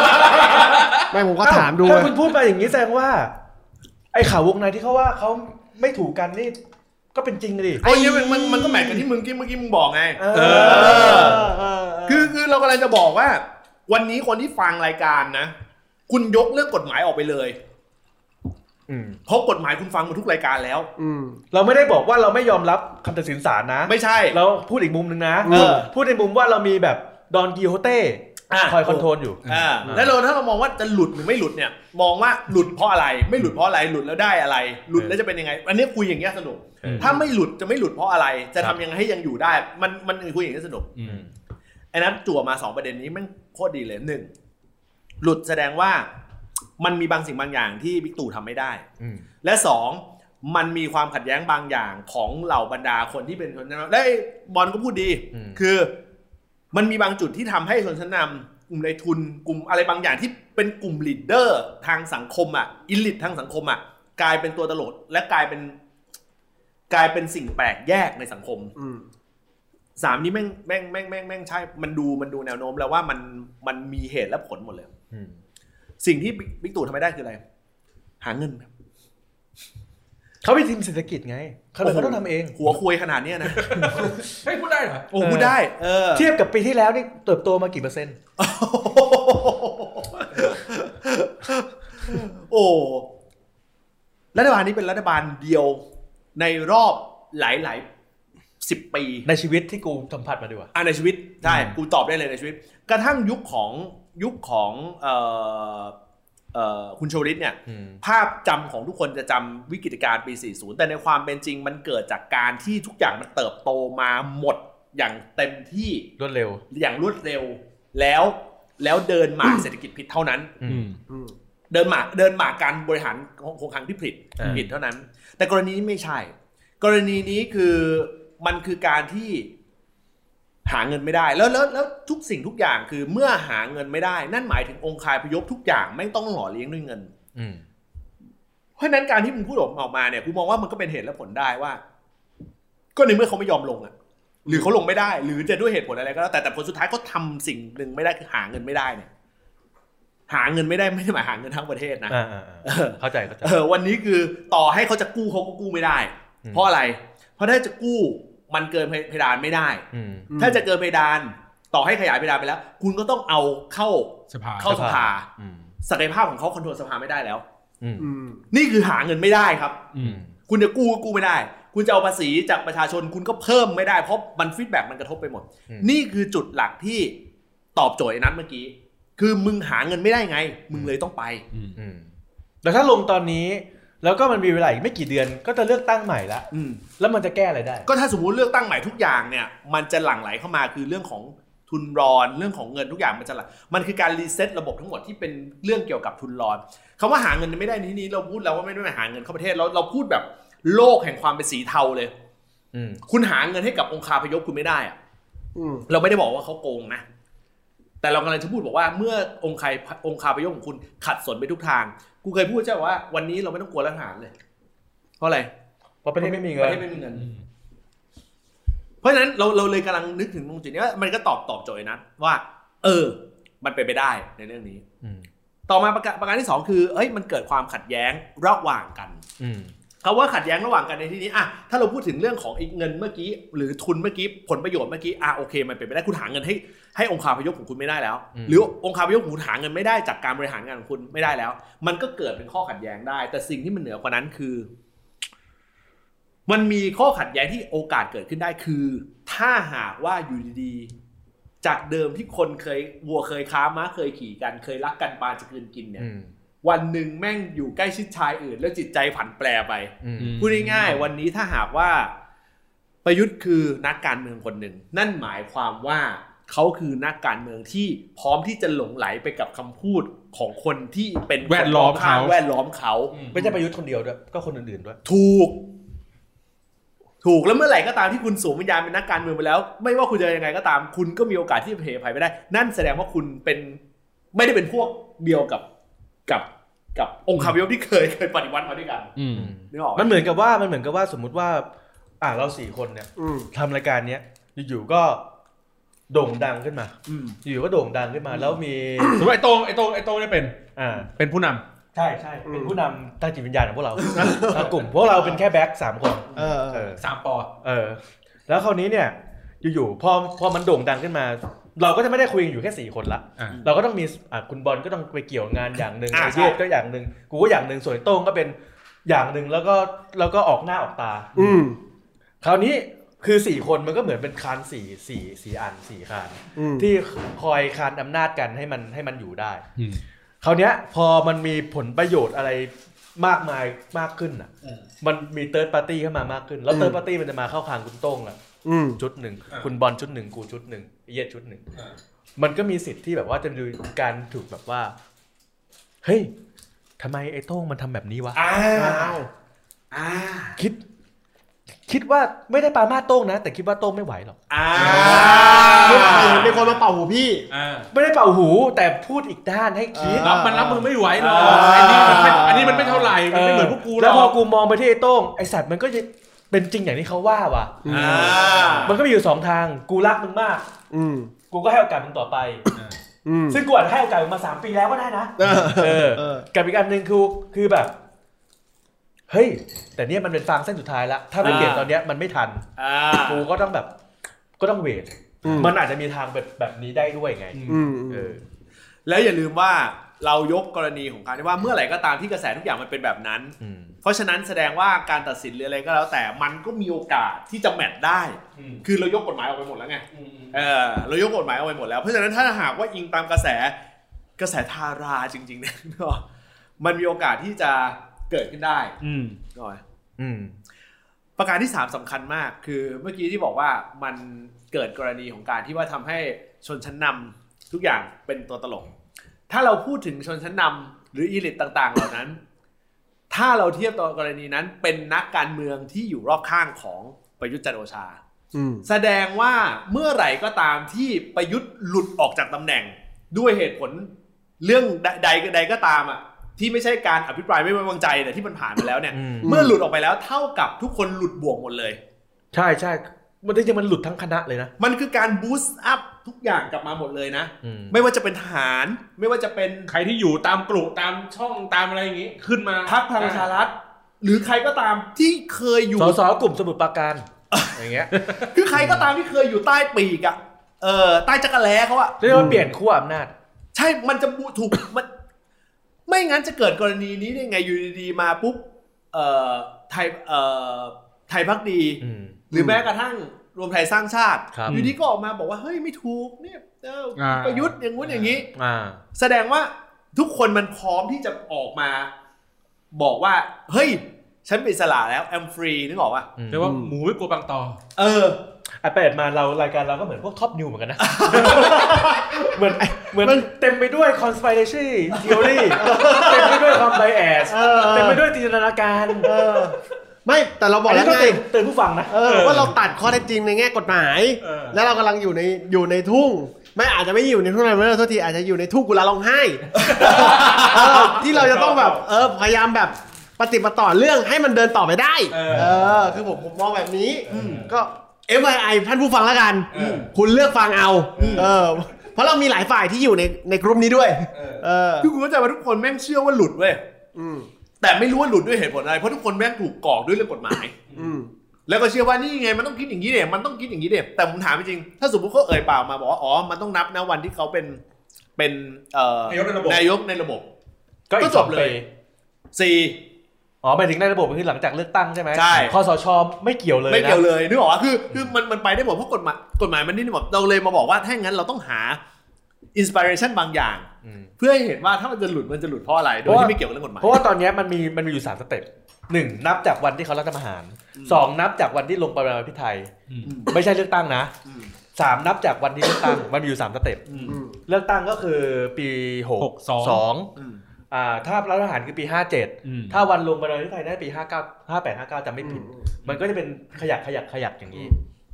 ไม่ผมก็ถามดู ถ้าคุณพูดมาอย่างนี้แสดงว่า ไอ้ข่าววงในที่เขาว่าเขาไม่ถูกกันนี่ก็เป็นจริงดิ ไอ้เนี่ยมันมันมันก็แมทกับที่มึงกี้เมื่อกี้มึงบอกไง เอ อ เเ คือคือเรากำลังจะบอกว่า วันนี้คนที่ฟังรายการนะ คุณยกเรื่องกฎหมายออกไปเลย อืม เพราะกฎหมายคุณฟังมาทุกรายการแล้ว อืม เราไม่ได้บอกว่าเราไม่ยอมรับคำตัดสินศาลนะ ไม่ใช่ เราพูดอีกมุมหนึ่งนะ เออ พูดในมุมว่าเรามีแบบดอนกิโฮเต้ อ่ะ คอยคอนโทรลอยู่ อ่าแล้วเราถ้าเรามองว่าจะหลุดหรือไม่หลุดเนี่ย มองว่าหลุดเพราะอะไร ไม่หลุดเพราะอะไรหลุดแล้วได้อะไร หลุดแล้วจะเป็นยังไง อันนี้คุยอย่างเงี้ยสนุก อืม ถ้าไม่หลุดจะไม่หลุดเพราะอะไร จะทำยังไงให้ยังอยู่ได้ มันมันคุยอย่างเงี้ยสนุก อืม ไอ้นั้นจั่วมาสองประเด็นนี้มันโคตรดีเลยหนึ่งหลุดแสดงว่ามันมีบางสิ่งบางอย่างที่บิ๊กตู่ทำไม่ได้ อืม และสองมันมีความขัดแย้งบางอย่างของเหล่าบรรดาคนที่เป็นชนชั้นนำและไอ้บอลก็พูดดี อืม คือ มันมีบางจุดที่ทำให้ชนชั้นนำกลุ่มในายทุนกลุ่มอะไรบางอย่างที่เป็นกลุ่มลีดเดอร์ทางสังคมอ่ะอิลิททางสังคมอ่ะกลายเป็นตัวตลกและกลายเป็น กลายเป็นสิ่งแปลกแยกในสังคม อืม สามนี้แม่งแม่งแม่งแม่งแม่งใช่ มันดูมันดูแนวโน้มแล้วว่ามันมันมีเหตุและผลหมดเลย อืม สิ่งที่บิ๊กบิ๊กตู่ทำไม่ได้คืออะไร หาเงินครับ เขาเป็นทีมเศรษฐกิจไง เขาเลยเขาต้องทำเอง หัวคุยขนาดเนี้ยนะ เฮ้ยพูดได้เหรอ โอ้พูดได้ เออ เทียบกับปีที่แล้วนี่เติบโตมากี่เปอร์เซ็นต์ โอ้รัฐบาลนี้เป็นรัฐบาลเดียวในรอบหลายหลายสิบปี ในชีวิตที่กูสัมผัสมาดีกว่า อ่ะในชีวิตใช่กูตอบได้เลยในชีวิต กระทั่งยุคของยุคของเอ่อเอ่อคุณชวลิตเนี่ย อืม ภาพจำของทุกคนจะจำวิกฤตการณ์ปี 40 แต่ในความเป็นจริงมันเกิดจากการที่ทุกอย่างมันเติบโตมาหมดอย่างเต็มที่ รวดเร็ว อย่างรวดเร็ว แล้วแล้วเดินหมากเศรษฐกิจผิดเท่านั้น อืม อืม เดินหมากเดินหมากการบริหารของของครั้งที่ผิด อ่า ผิดเท่านั้น แต่กรณีนี้ไม่ใช่ กรณีนี้คือมันคือการที่หาเงินไม่ได้แล้วแล้วแล้วทุกสิ่งทุกอย่างคือเมื่อหาเงินไม่ได้ นั่นหมายถึงองค์คายพยพทุกอย่างไม่ต้องหล่อเลี้ยงด้วยเงิน อืม เพราะฉะนั้นการที่มึงพูดออกมาออกมาเนี่ยกูมองว่ามันก็เป็นเหตุและผลได้ว่า ก็ในเมื่อเขาไม่ยอมลงอ่ะ หรือเขาลงไม่ได้ หรือจะด้วยเหตุผลอะไรก็แล้วแต่แต่ผลสุดท้ายเขาทำสิ่งหนึ่งไม่ได้คือหาเงินไม่ได้เนี่ย หาเงินไม่ได้ไม่ได้หมายหาเงินทั้งประเทศนะ อ่าๆๆ เออ เข้าใจเข้าใจ เออวันนี้คือต่อให้เขาจะกู้เขาก็กู้ไม่ได้ อืม เพราะอะไร เพราะถ้าจะกู้มันเกินเพเพดานไม่ได้ อืม อืม ถ้าจะเกินเพดาน ต่อให้ขยายเพดานไปแล้ว คุณก็ต้องเอาเข้า สภา เข้าสภา อืม ศักยภาพของเขาคอนโทรลสภาไม่ได้แล้ว อืม อืม นี่คือหาเงินไม่ได้ครับ อืม คุณจะกู้ก็กู้ไม่ได้ คุณจะเอาภาษีจากประชาชนคุณก็เพิ่มไม่ได้ เพราะมันฟีดแบ็กมันกระทบไปหมด อืม นี่คือจุดหลักที่ตอบโจทย์ไอ้นัทเมื่อกี้ คือมึงหาเงินไม่ได้ไง มึงเลยต้องไป อืม อืมแล้วถ้าลงตอนนี้ แล้วก็มันมีเวลาอีกไม่กี่เดือนก็จะเลือกตั้งใหม่ละ อืม แล้วมันจะแก้อะไรได้ ก็ถ้าสมมติเลือกตั้งใหม่ทุกอย่างเนี่ย มันจะหลั่งไหลเข้ามาคือเรื่องของทุนรอนเรื่องของเงินทุกอย่างมันจะหลั่งมันคือการรีเซ็ตระบบทั้งหมดที่เป็นเรื่องเกี่ยวกับทุนรอนคำว่าหาเงินไม่ได้ในที่นี้เราพูดแล้วว่าไม่ได้หาเงินเข้าประเทศเราเราพูดแบบโลกแห่งความเป็นสีเทาเลย อืม คุณหาเงินให้กับองค์คาพยพคุณไม่ได้อะ อืม เราไม่ได้บอกว่าเขาโกงนะ แต่เรากำลังจะพูดบอกว่าเมื่อองค์ใครองค์คาพยพของคุณขัดสนไปทุกทาง กูเคยพูดใช่ไหมว่าวันนี้เราไม่ต้องกลัวรัฐทหารเลย เพราะอะไร เพราะประเทศไม่มีเงิ ป น ระเทศไม่มีเงิน เพราะฉะนั้นเราเราเลยกำลังนึกถึงตรงจุดนี้ว่ามันก็ตอบตอบโจทย์นะว่า เออ มันเป็นไปได้ในเรื่องนี้ อืม ต่อมาประการประการที่สองคือเอ้ยมันเกิดความขัดแย้งระหว่างกัน อืม คำว่าขัดแย้งระหว่างกันในที่นี้อะถ้าเราพูดถึงเรื่องของไอ้เงินเมื่อกี้ หรือทุนเมื่อกี้ผลประโยชน์เมื่อกี้อ่ะโอเค มันเป็นไปได้คุณหาเงินให้ให้องค์คาพยพของคุณไม่ได้แล้ว อืม หรือองค์คาพยพของคุณหาเงินไม่ได้จากการบริหารงานของคุณไม่ได้แล้ว มันก็เกิดเป็นข้อขัดแย้งได้ แต่สิ่งที่มันเหนือกว่านั้นคือ มันมีข้อขัดแย้งที่โอกาสเกิดขึ้นได้คือ ถ้าหากว่าอยู่ดีๆ จากเดิมที่คนเคยวัวเคยค้าม้าเคยขี่กันเคยรักกันปลาจะกลืนกินเนี่ย อืม วันหนึ่งแม่งอยู่ใกล้ชิดชายอื่น แล้วจิตใจผันแปรไป อืม พูดง่ายๆวันนี้ถ้าหากว่าประยุทธ์คือนักการเมืองคนหนึ่ง นั่นหมายความว่าเขาคือนักการเมืองที่พร้อมที่จะหลงไหลไปกับคำพูดของคนที่เป็น แวดล้อมเขา คนรบข้งแวดล้อมเขา ไม่ใช่ประยุทธ์คนเดียวด้วย ก็คนอื่นๆด้วย ถูก ถูกแล้วเมื่อไหร่ก็ตามที่คุณสวมวิญญาณเป็นนักการเมืองไปแล้ว ไม่ว่าคุณจะยังไงก็ตาม คุณก็มีโอกาสที่จะเพลภัยไปได้ นั่นแสดงว่าคุณเป็นไม่ได้เป็นพวกเดียวกับกับกับองค์คาพยพที่เคยเคยปฏิวัติมาด้วยกัน อืม นึกออกไหม มันเหมือนกับว่ามันเหมือนกับว่าสมมุติว่า อ่าเราสี่คนเนี่ย อืม ทำรายการเนี้ยอยู่ๆก็โด่งดังขึ้นมา อืม อยู่ๆก็โด่งดังขึ้นมา แล้วมี สมมติไอ้โต้งไอ้โต้งไอ้โต้งได้เป็น อ่า เป็นผู้นำ ใช่ใช่เป็นผู้นำทางจิตวิญญาณของพวกเรา ทั้งกลุ่มพวกเราเป็นแค่แบ็คสามคน เออ เออ สามปอ เออ แล้วคราวนี้เนี่ย อยู่ๆพอพอมันโด่งดังขึ้นมา เราก็จะไม่ได้คุยกันอยู่แค่สี่คนละ อ่า เราก็ต้องมีอ่ะคุณบอลก็ต้องไปเกี่ยวงานอย่างหนึ่ง อ่า ไอ้ ใช่ เยศก็อย่างหนึ่งกูก็อย่างหนึ่งส่วนไอ้โต้งก็เป็น อย่างหนึ่งแล้วก็แล้วก็ออกหน้าออกตา อืม คราวนี้คือสี่คนมันก็เหมือนเป็นคานสี่สี่สี่อันสี่คาน อืม ที่คอยคานอำนาจกันให้มันให้มันอยู่ได้ อืม คราวเนี้ยพอมันมีผลประโยชน์อะไรมากมายมากขึ้นอ่ะ มันมีเติร์ดปาร์ตี้เข้ามามากขึ้น แล้ว อืม เติร์ดปาร์ตี้มันจะมาเข้าคางคุณโต้งอ่ะ อืม ชุดหนึ่ง อ่า คุณบอลชุดหนึ่งกูชุดหนึ่งไอ้เหี้ย็ดชุดหนึ่ง อ่า มันก็มีสิทธิ์ที่แบบว่าจะดูการถูกแบบว่าเฮ้ยทำไมไอ้โต้งมันทำแบบนี้วะ อ้าว อ่า คิด คิดว่าไม่ได้ปรามาสโต้งนะ แต่คิดว่าโต้งไม่ไหวหรอก อ้า เมื่อกี้ ว มีคนมาเป่าหูพี่ อ่า ไม่ได้เป่าหูแต่พูดอีกด้านให้คิด อ่า รับมันรับมือไม่ไหวหรอกอันนี้มันไม่อันนี้มันไม่เท่าไหร่มันไม่เหมือนพวกกูหรอก แล้วพอกูมองไปที่ไอ้โต้งไอสัตว์มันก็จะเป็นจริงอย่างที่เขาว่าว่ะ อ่า มันก็มีอยู่สองทาง กูรักมึงมาก อืม กูก็ให้โอกาสมึง ต่อไป อืม ซึ่งกูอาจให้โอกาสมึงมาสามปีแล้วก็ได้นะ เออ เออ เออ กับอีกอันหนึ่งคือ คือแบบ เฮ้ย แต่เนี่ยมันเป็นฟางเส้นสุดท้ายละ ถ้าไม่ อ่า เปลี่ยนตอนเนี้ยมันไม่ทัน อ่า กูก็ต้องแบบ ก็ต้องเวท อืม มันอาจจะมีทางแบบแบบนี้ได้ด้วยไง อืม เออ แล้วอย่าลืมว่าเรายกกรณีของการที่ว่าเมื่อไหร่ก็ตามที่กระแสทุกอย่างมันเป็นแบบนั้น อืม เพราะฉะนั้นแสดงว่าการตัดสินหรืออะไรก็แล้วแต่มันก็มีโอกาสที่จะแมทได้ อืม คือเรายกกฎหมายออกไปหมดแล้วไง อืม เออเรายกกฎหมายออกไปหมดแล้วเพราะฉะนั้นถ้าหากว่าอิงตามกระแสกระแสทาราจริงๆเนี่ยเนอะมันมีโอกาสที่จะเกิดขึ้นได้ อืม หน่อย อืม ประการที่สามสำคัญมากคือเมื่อกี้ที่บอกว่ามันเกิดกรณีของการที่ว่าทำให้ชนชั้นนำทุกอย่างเป็นตัวตลก ถ้าเราพูดถึงชนชั้นนำหรืออีลิตต่างๆ เหล่านั้น ถ้าเราเทียบตัวกรณีนั้นเป็นนักการเมืองที่อยู่รอบข้างของประยุทธ์จันทร์โอชา อืม แสดงว่าเมื่อไหร่ก็ตามที่ประยุทธ์หลุดออกจากตำแหน่ง ด้วยเหตุผลเรื่องใดใดใดก็ตามอ่ะที่ไม่ใช่การอภิปรายไม่ไว้วางใจแต่ยที่มันผ่านมาแล้วเนี่ย อืม เมื่อหลุดออกไปแล้วเท่ากับทุกคนหลุดบวกหมดเลย ใช่ใช่ มันจริงๆมันหลุดทั้งคณะเลยนะ มันคือการบูสต์อัพทุกอย่างกลับมาหมดเลยนะ อืม ไม่ว่าจะเป็นทหาร ไม่ว่าจะเป็น ใครที่อยู่ตามกลุ่มตามช่องตามอะไรอย่างงี้ ขึ้นมา พรรคพลังประชารัฐหรือใครก็ตามที่เคยอยู่ สสกลุ่มสมุทรปราการ อย่างเงี้ย คือใครก็ตามที่เคยอยู่ใต้ปีกอะเออใต้จักรแล้เขาอะ เรียกว่าเปลี่ยนขั้วอำนาจ ใช่มันจะบูถูก มัน ไม่งั้นจะเกิดกรณีนี้ได้ไงอยู่ดีๆมาปุ๊บเอ่อไทยเอ่อไทยพักดี อืม หรือแม้กระทั่งรวมไทยสร้างชาติ ครับ อยู่ดีก็ออกมาบอกว่าเฮ้ยไม่ถูกเนี่ยเอออา ประยุทธ์อย่างงู้นอย่างนี้ อ่า แสดงว่าทุกคนมันพร้อมที่จะออกมา บอกว่า เฮ้ย ฉันเป็นอิสระแล้ว I'm free นึกออกป่ะ เรียกว่าหมูไม่กลัวบางตอ เออ ไอแปดมาเรารายการเราก็เหมือนพวกท็อปนิวเหมือนกันนะ เหมือนเหมือนเต็มไปด้วย conspiracy theory เต็มไปด้วยความ bias เออ เต็มไปด้วยจินตนาการ เออ ไม่แต่เราบอก อัน แล้ นี้ ว ต้อง ไง เตือนเตือนผู้ฟังนะ เออว่าเราตัดข้อเท็จจริงในแง่กฎหมาย เออ แล้วเรากำลังอยู่ในอยู่ในทุ่ง ไม่อาจจะไม่อยู่ในทุ่งนาเมอร์โทษทีอาจจะอยู่ในทุ่งกุลาร้องไห้ เออที่เราจะต้องแบบ เออพยายามแบบปฏิปต่อเรื่องให้มันเดินต่อไปได้ เออ เออ คือผมผมมองแบบนี้ก็ FII ท่านผู้ฟังแล้วกัน เออ คุณเลือกฟังเอา เออ เพราะเรามีหลายฝ่ายที่อยู่ในในกลุ่มนี้ด้วย เออ คือกูเข้าใจว่าทุกคนแม่งเชื่อว่าหลุดเว้ย อืม แต่ไม่รู้ว่าหลุดด้วยเหตุผลอะไร เพราะทุกคนแม่งถูกกรอกด้วยเรื่องกฎหมาย อืม แล้วก็เชื่อว่านี่ไงมันต้องคิดอย่างนี้เด็มันต้องคิดอย่างนี้เด็แต่ผมถามจริงๆถ้าสมมติเขาเอ่ยปากมาบอกว่าอ๋อมันต้องนับนะวันที่เขาเป็นเป็นเอ่อน ายกในระบบ นายกในระบบ ก็อี ก็ ก จ ส บ อง เลย ปี สี่ อ๋อหมายถึงในระบบคือหลังจากเลือกตั้งใช่ไหม ใช่ คอสชไม่เกี่ยวเลยนะ ไม่เกี่ยวเลยนึกออกว่าคือคือมันมันไปได้หมดเพราะกฎหมายกฎหมายมันนี่หมดเราเลยมาบอกว่าถ้าอย่างนั้นเราต้องหาอินสปิเรชันบางอย่าง อืม เพื่อให้เห็นว่าถ้ามันจะหลุดมันจะหลุดเพราะอะไร โดยที่ไม่เกี่ยวกับเรื่องกฎหมาย เพราะว่าตอนเนี้ยมันมีมันมีอยู่สามสเต็ปหนึ่งนับจากวันที่เขารัฐประหารสองนับจากวันที่ลงประมาพิไทย อืม ไม่ใช่เลือกตั้งนะ อืม สามนับจากวันที่เลือกตั้ง มันมีอยู่สามสเต็ป อืม อืม เลือกตั้งก็คือปีหก หกสอง สอง อืม อ่าถ้ารัฐประหารคือปีห้าเจ็ด อืม ถ้าวันลงประมาพิไทยได้ปีห้าเก้าห้าแปดห้าเก้าจำไม่ผิด มันก็จะเป็นขยักขยักขยักอย่างนี้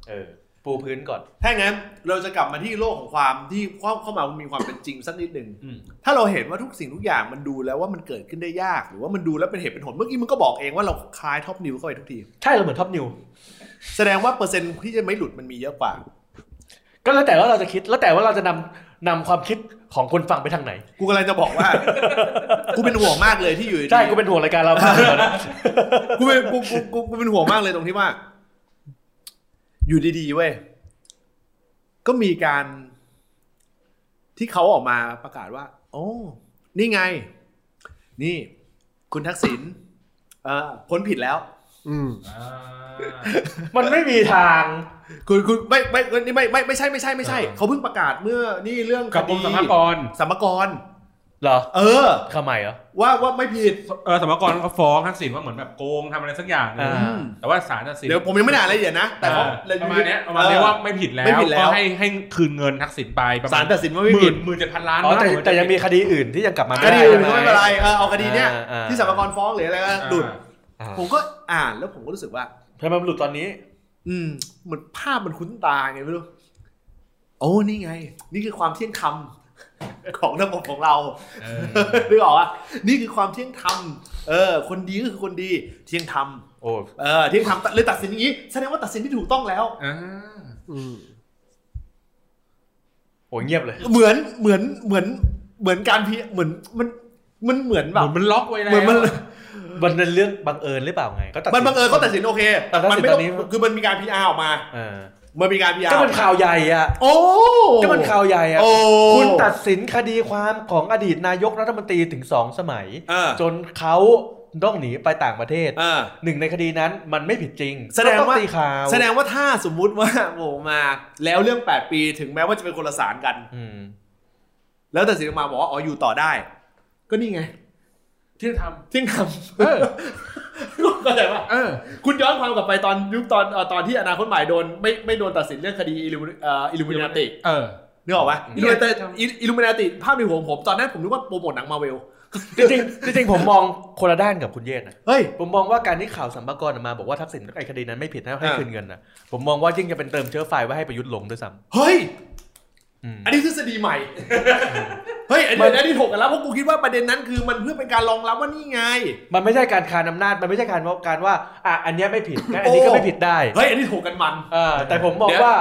เออปูพื้นก่อน ถ้าอย่างนั้นเราจะกลับมาที่โลกของความที่เข้าเข้ามามีความเป็นจริงสักนิดหนึ่ง อืม ถ้าเราเห็นว่าทุกสิ่งทุกอย่างมันดูแล้วว่ามันเกิดขึ้นได้ยาก หรือว่ามันดูแล้วเป็นเหตุเป็นผลเมื่อกี้มันก็บอกเองว่าเราคล้ายท็อปนิวเข้าไปทุกที ใช่เราเหมือนท็อปนิว แสดงว่าเปอร์เซ็นต์ที่จะไม่หลุดมันมีเยอะกว่า ก็แล้วแต่ว่าเราจะคิดแล้วแต่ว่าเราจะนำนำความคิดของคนฟังไปทางไหน กูกำลังจะบอกว่า กูเป็นห่วงมากเลยที่อยู่ดีๆ ใช่กูเป็นห่วงรายกา รเรามากเลยนะ กูเป็นกูกูกูกูเป็นห่วงมากเลยตรงที่ว่า อยู่ดีๆเว้ยก็มีการ ที่เขาออกมาประกาศว่า โอ้ นี่ไง นี่ คุณทักษิณ เออพ้นผิดแล้ว อืม มันไม่มีทาง คุณคุณไม่ไม่นี่ไม่ไม่ไม่ใช่ไม่ใช่ไม่ใช่ อ่า เขาเพิ่งประกาศเมื่อนี่เรื่อง กับกรมสรรพากร สมกร เหรอ เออ ทำไมเหรอ ว่าว่าไม่ผิด เออสรรพากรเขาฟ้องทักษิณว่าเหมือนแบบโกงทำอะไรสักอย่างหนึ่ง อ่า แต่ว่าศาลตัดสิน เดี๋ยวผมยังไม่ได้อ่านรายละเอียดนะ แต่ว่า อ่าประมาณเนี้ยประมาณเนี้ยว่าไม่ผิดแล้ว ไม่ผิดแล้ว ก็ให้ให้คืนเงินทักษิณไปประ ศา มา ล ณ ตัดสินว่าไม่ ห ผิ มื่ ด นหมื่นเจ็ดพันล้าน อ๋อแต่ บาท แต่ยังมีคดีอื่นที่ยังกลับมา ค ไม่ได้ ดีอื่นก็ใช่ห ไม่เป็นไรเออเอาคดีเนี้ย อ่าอ่า ที่สมกรฟ้องหรืออะไรก็ดุด อ่า ผมก็อ่านแล้วผมก็รู้สึกว่า ทำไมมันหลุดตอนนี้ อืมเหมือนภาพมันคุ้นตาไงไม่รู้โอ้นี่ไง นี่คือความเที่ยงธรรม ของระบบของเรา เออ นึกออกอ่ะนี่คือความเที่ยงธรรมเออ คนดีก็คือคนดีเที่ยงธรรม โอ้ เออเที่ยงธรรมเลยตัดสินอย่างนี้แสดงว่าตัดสินที่ถูกต้องแล้ว อ่า อืม โหเงียบเลย เหมือนเหมือนเหมือนเหมือนการพีเหมือนมันมันเหมือน เห แบบ มือนมันล็อกไว้แล้ว เหมือนมัน มันเป็นเรื่องบังเอิญหรือเปล่าไงก็ตัดสิ มันบังเอิญเขาตัดสินโอเค แต่ตัดสิมันไม่ต้อง ตอนนี้ คือมันมีการ PR ออกมา เออ มันมีการ PR ก็มันข่าวใหญ่อะ โอ้ ก็มันข่าวใหญ่อะ โอ้ คุณตัดสินคดีความของอดีตนายกรัฐมนตรีถึงสองสมัย เออ จนเขาต้องหนีไปต่างประเทศ เออ หนึ่งในคดีนั้นมันไม่ผิดจริง แสดง ก็ต้อ ว่า ตีข่าว แสดงว่าถ้าสมมุติว่าโหมาแล้วเรื่อง 8 ปีถึงแม้ว่าจะเป็นคนละสารกัน อืม แล้วตัดสินออกมาบอกว่าอ๋ออยู่ต่อได้ ก็นี่ไง ที่ท เที่ยงธรรม ำเออ เข้าใจปะ เออ คุณย้อนความกลับไปตอนยุคตอนเอ่อตอนที่อนาคตใหม่โดนไม่ไม่โดนตัดสินเรื่องคดีอิลูอิลูมินาติ เออ นึกออกปะ อื อิ ม ลูมินาติอิลูมินาติภาพในหัวของผมตอนนั้นผมนึกว่าโปรโมทหนังมาเวล จริงๆจริงๆผมมองคนละด้านกับคุณเยศนะ เฮ้ย ผมมองว่าการที่ข่าวสัมภากรออกมาบอกว่าทักษิณไอ้คดีนั้นไม่ผิดนะให้ อ่า คืนเงินนะผมมองว่ายิ่งจะเป็นเติมเชื้อไฟไว้ให้ประยุทธ์หลงด้วยซ้ เฮ้ย ำอืม อันนี้ทฤษฎี ใหม่ เฮ้ย อันนี้อันนี้ถกกันแล้วเพราะกูคิดว่าประเด็นนั้นคือมันเพื่อเป็นการรองรับว่านี่ไง มันไม่ใช่การคานอำนาจมันไม่ใช่การว่าการว่าอ่ะอันเนี้ยไม่ผิดงั้นอันนี้ก็ โอ้ ไม่ผิดได้ เฮ้ย อันนี้ถกกันมัน เออแต่ผมมอง เดี๋ยว ว่า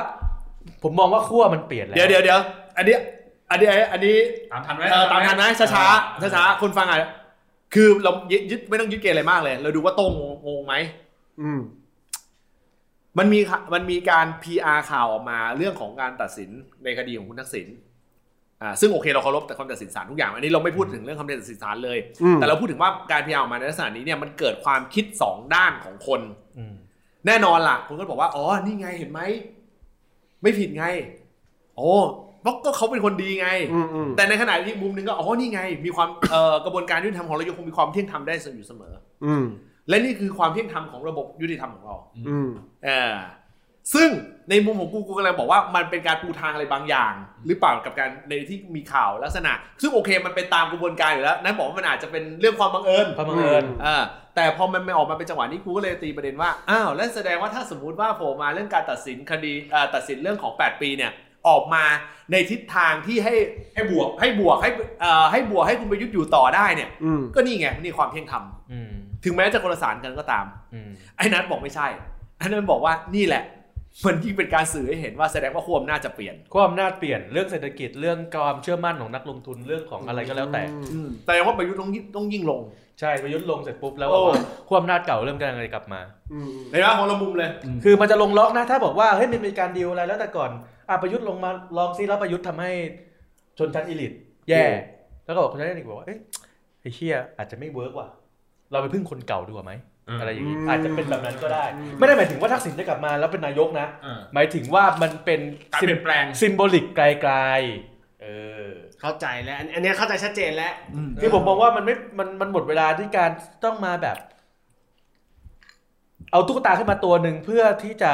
ผมมองว่าขั้วมันเปลี่ยนแล้ว เดี๋ยวเดี๋ยวเดี๋ยวอันนี้ อันนี้ อันนี้ ตามทันไหม เอ่อตามทันไหมช้าช้าช้าช้าๆคนฟังอ่ะ คือเรายึดยึดไม่ต้องยึดเกณฑ์อะไรมากเลย เราดูว่าโต้งงงงไหม อืม มันมีค่ะมันมีการ PR ข่าวออกมาเรื่องของการตัดสินในคดีของคุณทักษิณอ่าซึ่งโอเคเราเคารพแต่ความตัดสินศาลทุกอย่าง อันนี้เราไม่พูดถึงเรื่องคำตัดสินศาลเลย อืม แต่เราพูดถึงว่าการ PR ออกมาในลักษณะนี้เนี่ยมันเกิดความคิดสองด้านของคน อืม แน่นอนล่ะคุณก็บอกว่าอ๋อนี่ไงเห็นไหมไม่ผิดไงโอ้เพราะก็เขาเป็นคนดีไง อืมอืม แต่ในขณะที่มุมหนึงก็อ๋อนี่ไง มีความเอ่อกระบวนการยุติธรรมของเรายังคงมีความเที่ยงธรรมได้อยู่เสมอ อืม และนี่คือความเที่ยงธรรมของระบบยุติธรรมของเรา อืม เออซึ่งในมุมของกูกูกำลังบอกว่ามันเป็นการปูทางอะไรบางอย่าง หรือเปล่ากับการในที่มีข่าวลักษณะ ซึ่งโอเคมันเป็นตามกระบวนการอยู่แล้วนั่นบอกว่ามันอาจจะเป็นเรื่องความบังเอิญ ความบังเอิญ เออแต่พอมันไม่ออกมาเป็นจังหวะนี้กูก็เลยตีประเด็นว่าอ้าวแล้วแสดงว่าถ้าสมมุติว่าโผล่มาเรื่องการตัดสินคดีเอ่อตัดสินเรื่องของ 8 ปีเนี่ยออกมาในทิศทางที่ให้ ให้บวก ให้บวกให้เอ่อให้บวกให้คุณประยุทธ์อยู่ต่อได้เนี่ย อืม ก็นี่ไงนี่ความเที่ยงธรรม อืม ถึงแม้จะคนละสารกันก็ตาม อืม ไอ้นัทบอกไม่ใช่ ไอ้นัทบอกว่านี่แหละ มันยิ่งเป็นการสื่อให้เห็นว่าแสดงว่าขั้วอำนาจจะเปลี่ยน ขั้วอำนาจเปลี่ยนเรื่องเศรษฐกิจเรื่องความเชื่อมั่นของนักลงทุนเรื่องของอะไรก็แล้วแต่ แต่ว่าประยุทธ์ต้องยิ่งต้องยิ่งลง ใช่ประยุทธ์ลงเสร็จปุ๊บแล้ว โอ้ บอกว่าขั้วอำนาจเก่าเริ่มกำลังอะไรกลับมา อืม เห็นไหมคนละมุมเลย คือมันจะลงล็อกนะถ้าบอกว่าเฮ้ยมันมีการดีลอะไรแล้วแต่ก่อนอ่ะประยุทธ์ลงมาลองซิแล้วประยุทธ์ทำให้ชนชั้นอีลิตแย่ อืม แล้วก็บอกคนชั้นอีลิตบอกว่าเอ้ยไอ้เชี่ยอาจจะไม่เวิร์กว่ะเราไปพึ่งคนเก่าดีกว่าไหม อืม อะไรอย่างนี้อาจจะเป็นแบบนั้นก็ได้ ไม่ได้หมายถึงว่าทักษิณจะกลับมาแล้วเป็นนายกนะ เออ หมายถึงว่ามันเป็น การ ซิ เปลี่ยนแปลง มโบลิกไกลๆเออ เข้าใจแล้ว อันอันเนี้ยเข้าใจชัดเจนแล้ว คือผมมองว่ามันไม่มันมันหมดเวลาที่การต้องมาแบบ เอาตุ๊กตาขึ้นมาตัวหนึ่งเพื่อที่จะ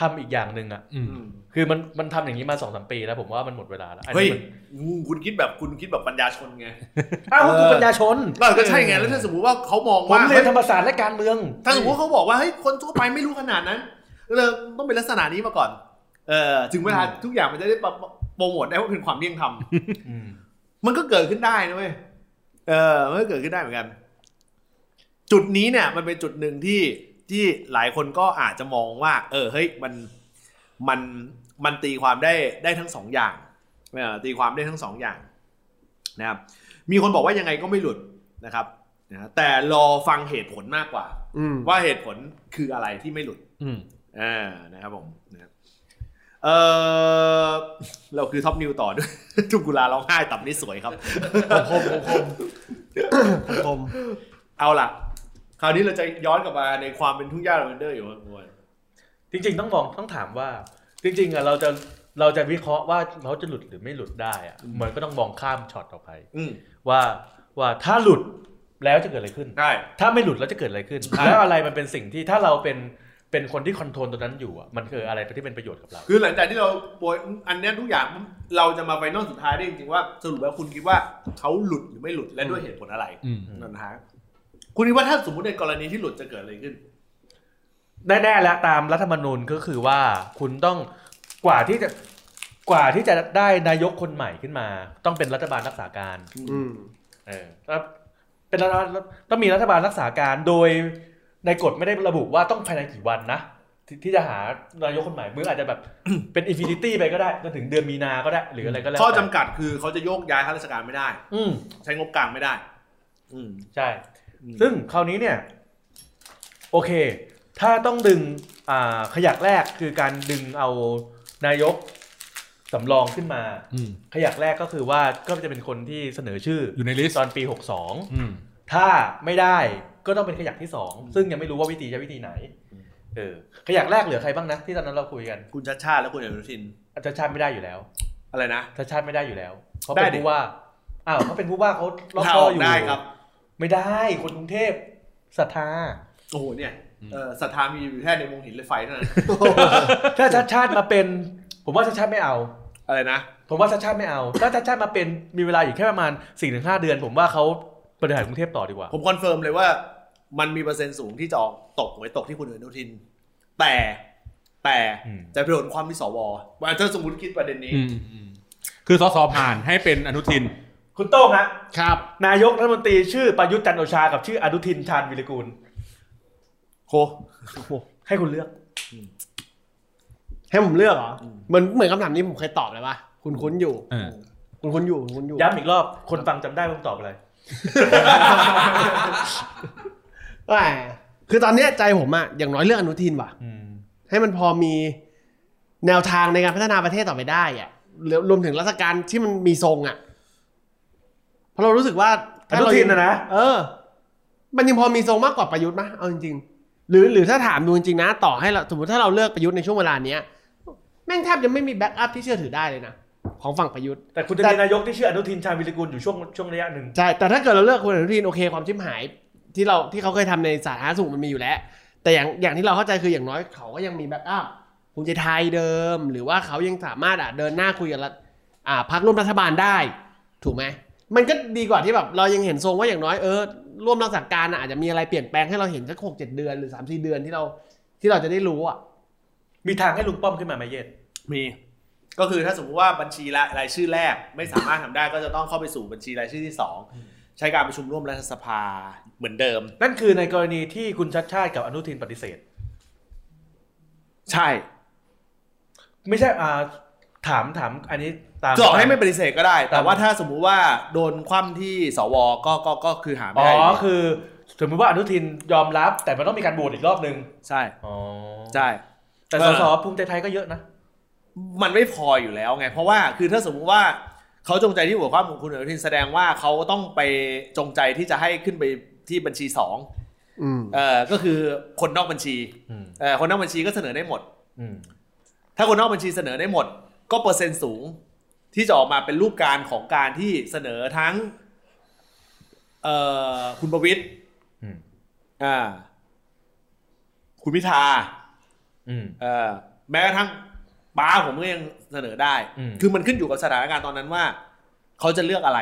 ทำอีกอย่างหนึ่งอะ อืม คือมันมันทำอย่างนี้มาสองสามปีแล้วผมว่ามันหมดเวลาแล้วอัน เฮ้ย นี้มัน งูคุณคิดแบบคุณคิดแบบปัญญาชนไง อ้าวคุณปัญญาชน เราก็ใช่ไง แล้วถ้าสมมติว่าเขามอง ผม ว่า เรียนธรรมศาสตร์และการเมือง ถ้าสมมติว่าเขาบอกว่าเฮ้ยคนทั่วไปไม่รู้ขนาดนั้นเราต้องเป็นลักษณะนี้มาก่อน เออถึงเวลาทุกอย่างมันจะได้โปรโมทได้ว่าเป็นความเลี่ยงธรรม อืม มันก็เกิดขึ้นได้นะเว้ย เออ มันก็เกิดขึ้นได้เหมือนกัน จุดนี้เนี่ย มันเป็นจุดหนึ่งที่ที่หลายคนก็อาจจะมองว่า เออ เฮ้ย มัน มัน มันตีความได้ได้ทั้งสองอย่างเออตีความได้ทั้งสองอย่างนะครับ มีคนบอกว่ายังไงก็ไม่หลุดนะครับนะฮะแต่รอฟังเหตุผลมากกว่า อืม ว่าเหตุผลคืออะไรที่ไม่หลุด อืม อ่า นะครับผมนะครับเออเราคือท็อปนิวต่อด้วย ทุกกุลาร้องไห้ตับนี้สวยครับ คมคม เอาล่ะ คราวนี้เราจะย้อนกลับมาในความเป็นทุ่งหญ้าลาเวนเดอร์อยู่ครับมวย จริงๆต้องมองต้องถามว่า จริงๆอ่ะเราจะเราจะวิเคราะห์ว่าเขาจะหลุดหรือไม่หลุดได้อ่ะมันก็ต้องมองข้ามช็อตออกไป อืม ว่าว่าถ้าหลุดแล้วจะเกิดอะไรขึ้น ได้ ถ้าไม่หลุดแล้วจะเกิดอะไรขึ้น ใช่ แล้วอะไรมันเป็นสิ่งที่ถ้าเราเป็นเป็นคนที่คอนโทรลตัวนั้นอยู่อะมันคืออะไรที่เป็นประโยชน์กับเรา คือหลังจากที่เราปวยอันเนี้ยทุกอย่างเราจะมาไฟนอลสุดท้ายได้จริงๆว่าสรุปแล้วคุณคิดว่าเขาหลุดหรือไม่หลุดและด้วยเหตุผลอะไร อืม นั่นนะฮะคุณคิดว่าถ้าสมมติในกรณีที่หลุดจะเกิดอะไรขึ้น แน่ๆแล้วตามรัฐธรรมนูญก็คือว่าคุณต้องกว่าที่จะกว่าที่จะได้นายกคนใหม่ขึ้นมา ต้องเป็นรัฐบาลรักษาการ อืม เออแล้วเป็นรัฐบาลต้องมีรัฐบาลรักษาการโดยในกฎไม่ได้ระบุว่าต้องภายในกี่วันนะทที่จะหานายกคนใหม่มืออาจจะแบบ เป็นอินฟินิตี้ไปก็ได้จนถึงเดือนมีนาก็ได้ หรืออะไรก็แล้ว ข้อ แต่ จำกัดคือเขาจะโยกย้ายข้าราชการไม่ได้ อืม ใช้งบกลางไม่ได้ อืม ใช่ อืม ซึ่งคราวนี้เนี่ย โอเค ถ้าต้องดึงอ่าขยักแรกคือการดึงเอานายกสำรองขึ้นมา อืม ขยักแรกก็คือว่าก็จะเป็นคนที่เสนอชื่อ อยู่ในลิสต์ ตอนปี อืม 62 ถ้าไม่ได้ก็ต้องเป็นขยักที่ 2 ซึ่งยังไม่รู้ว่าวิธีจะวิธีไหนเออขยักแรกเหลือใครบ้างนะที่ตอนนั้นเราคุยกัน คุณชัดชาติและคุณอนุทิน อาจารย์ชาติไม่ได้อยู่แล้ว อะไรนะ อาจารย์ชาติไม่ได้อยู่แล้วเขา ได้ เป็น ดิ ผู้ว่าอ้าวเขาเป็นผู้ว่าเขาล็อก ลา ข้อ ออก อยู่ ได้ครับ ไม่ได้คนกรุงเทพศรัทธา โอ้โหเนี่ย อืม เอ่อศรัทธามีอยู่แค่ในวงหินและไฟเท่านั้น ถ้าชาติชาติมาเป็น ผมว่าชาติชาติไม่เอา อะไรนะ ผมว่าชาติชาติไม่เอา ถ้าชาติชาติมาเป็นมีเวลาอยู่แค่ประมาณสี่ถึงห้าเดือน ผมว่าเขาบริหารกรุงเทพต่อดีกว่า ผมคอนเฟิร์มเลยว่ามันมีเปอร์เซ็นต์สูงที่จะออกตกหวยตกที่คุณอนุทิน แต่แต่ อืม จะไปโดนความที่สวว่าถ้าสมมติคิดประเด็นนี้ อืมอืมคือสอสอผ่านให้เป็นอนุทิน คุณโต้งฮะ ครับ นายกรัฐมนตรีชื่อประยุทธ์จันทร์โอชากับชื่ออนุทินชาญวิรกูล โค ให้คุณเลือก ให้ผมเลือกเหรอ อืม เหมือนเหมือนคำถามนี้ผมเคยตอบเลยปะคุณคุ้นอยู่ เออ คุณคุ้นอยู่คุณคุ้นอยู่ ย้ำอีกรอบ คนฟังจำได้ว่าผมตอบอะไร แหม่คือตอนเนี้ยใจผมอะอย่างน้อยเลือกอนุทินว่ะ อืม ให้มันพอมีแนวทางในการพัฒนาประเทศต่อไปได้อะแล้วรวมถึงรัฐการที่มันมีทรงอะเพราะเรารู้สึกว่าถ้าเรา อนุทินอะนะ เออ มันยังพอมีทรงมากกว่าประยุทธ์มะเอาจริงๆ หรือหรือถ้าถามดูจริงๆนะ ต่อให้เราสมมติถ้าเราเลือกประยุทธ์ในช่วงเวลาเนี้ยแม่งแทบจะไม่มีแบ็กอัพที่เชื่อถือได้เลยนะของฝั่งประยุทธ์ แต่คุณจะ แต่ มีนายกที่ชื่ออนุทินชาญวิรกูลอยู่ช่วงช่วงระยะหนึ่ง ใช่ แต่ถ้าเกิดเราเลือกคุณอนุทินโอเคความชิมหาย ที่เราที่เขาเคยทำในสาธารณสุขมันมีอยู่แล้ว แต่อย่างอย่างที่เราเข้าใจคืออย่างน้อยเขาก็ยังมีแบ็กอัพภูมิใจไทยเดิม หรือว่าเขายังสามารถอ่ะเดินหน้าคุยกับรัฐอ่าพักร่วมรัฐบาลได้ ถูกไหมมันก็ดีกว่าที่แบบเรายังเห็นทรงว่าอย่างน้อยเออร่วมรักษาการอะอาจจะมีอะไรเปลี่ยนแปลงให้เราเห็นสักหกเจ็ดเดือนหรือสามสี่เดือนที่เราที่เราจะได้รู้อ่ะ มีทางให้ลุงป้อมขึ้นมาไหมเย็ด มี ก็คือถ้าสมมติว่าบัญชีละรายชื่อแรกไม่สามารถทำได้ก็จะต้องเข้าไปสู่บัญชีรายชื่อที่สองใช้การประชุมร่วมรัฐสภาเหมือนเดิม นั่นคือในกรณีที่คุณชัดชาติกับอนุทินปฏิเสธ ใช่ ไม่ใช่อ่าถามถามอันนี้ตาม จะออกให้ไม่ปฏิเสธก็ได้ แต่ ตาม ว่าถ้าสมมุติว่าโดนคว่ำที่สวก็ก็ก็คือหาไม่ อ๋อ ได้ยู่ดี คือสมมติว่าอนุทินยอมรับ แต่มันต้องมีการโหวตอีกรอบนึง ใช่ อ๋อ ใช่ แต่สสภูมิใจไทยก็เยอะนะ มันไม่พออยู่แล้วไง เพราะว่าคือถ้าสมมุติว่าเขาจงใจที่หัวข้อมูลคุณอนุทินแสดงว่าเขาต้องไปจงใจที่จะให้ขึ้นไปที่บัญชีสอง อืม เอ่อก็คือคนนอกบัญชี อืม เอ่อคนนอกบัญชีก็เสนอได้หมด อืม ถ้าคนนอกบัญชีเสนอได้หมด ก็เปอร์เซ็นต์สูง ที่จะออกมาเป็นรูปการของการที่เสนอทั้งเอ่อคุณประวิตย์ อืม อ่าคุณพิธา อืม เอ่อแม้กระทั่งป้าผมก็ยังเสนอได้ อืม คือมันขึ้นอยู่กับสถานการณ์ตอนนั้นว่า เขาจะเลือกอะไร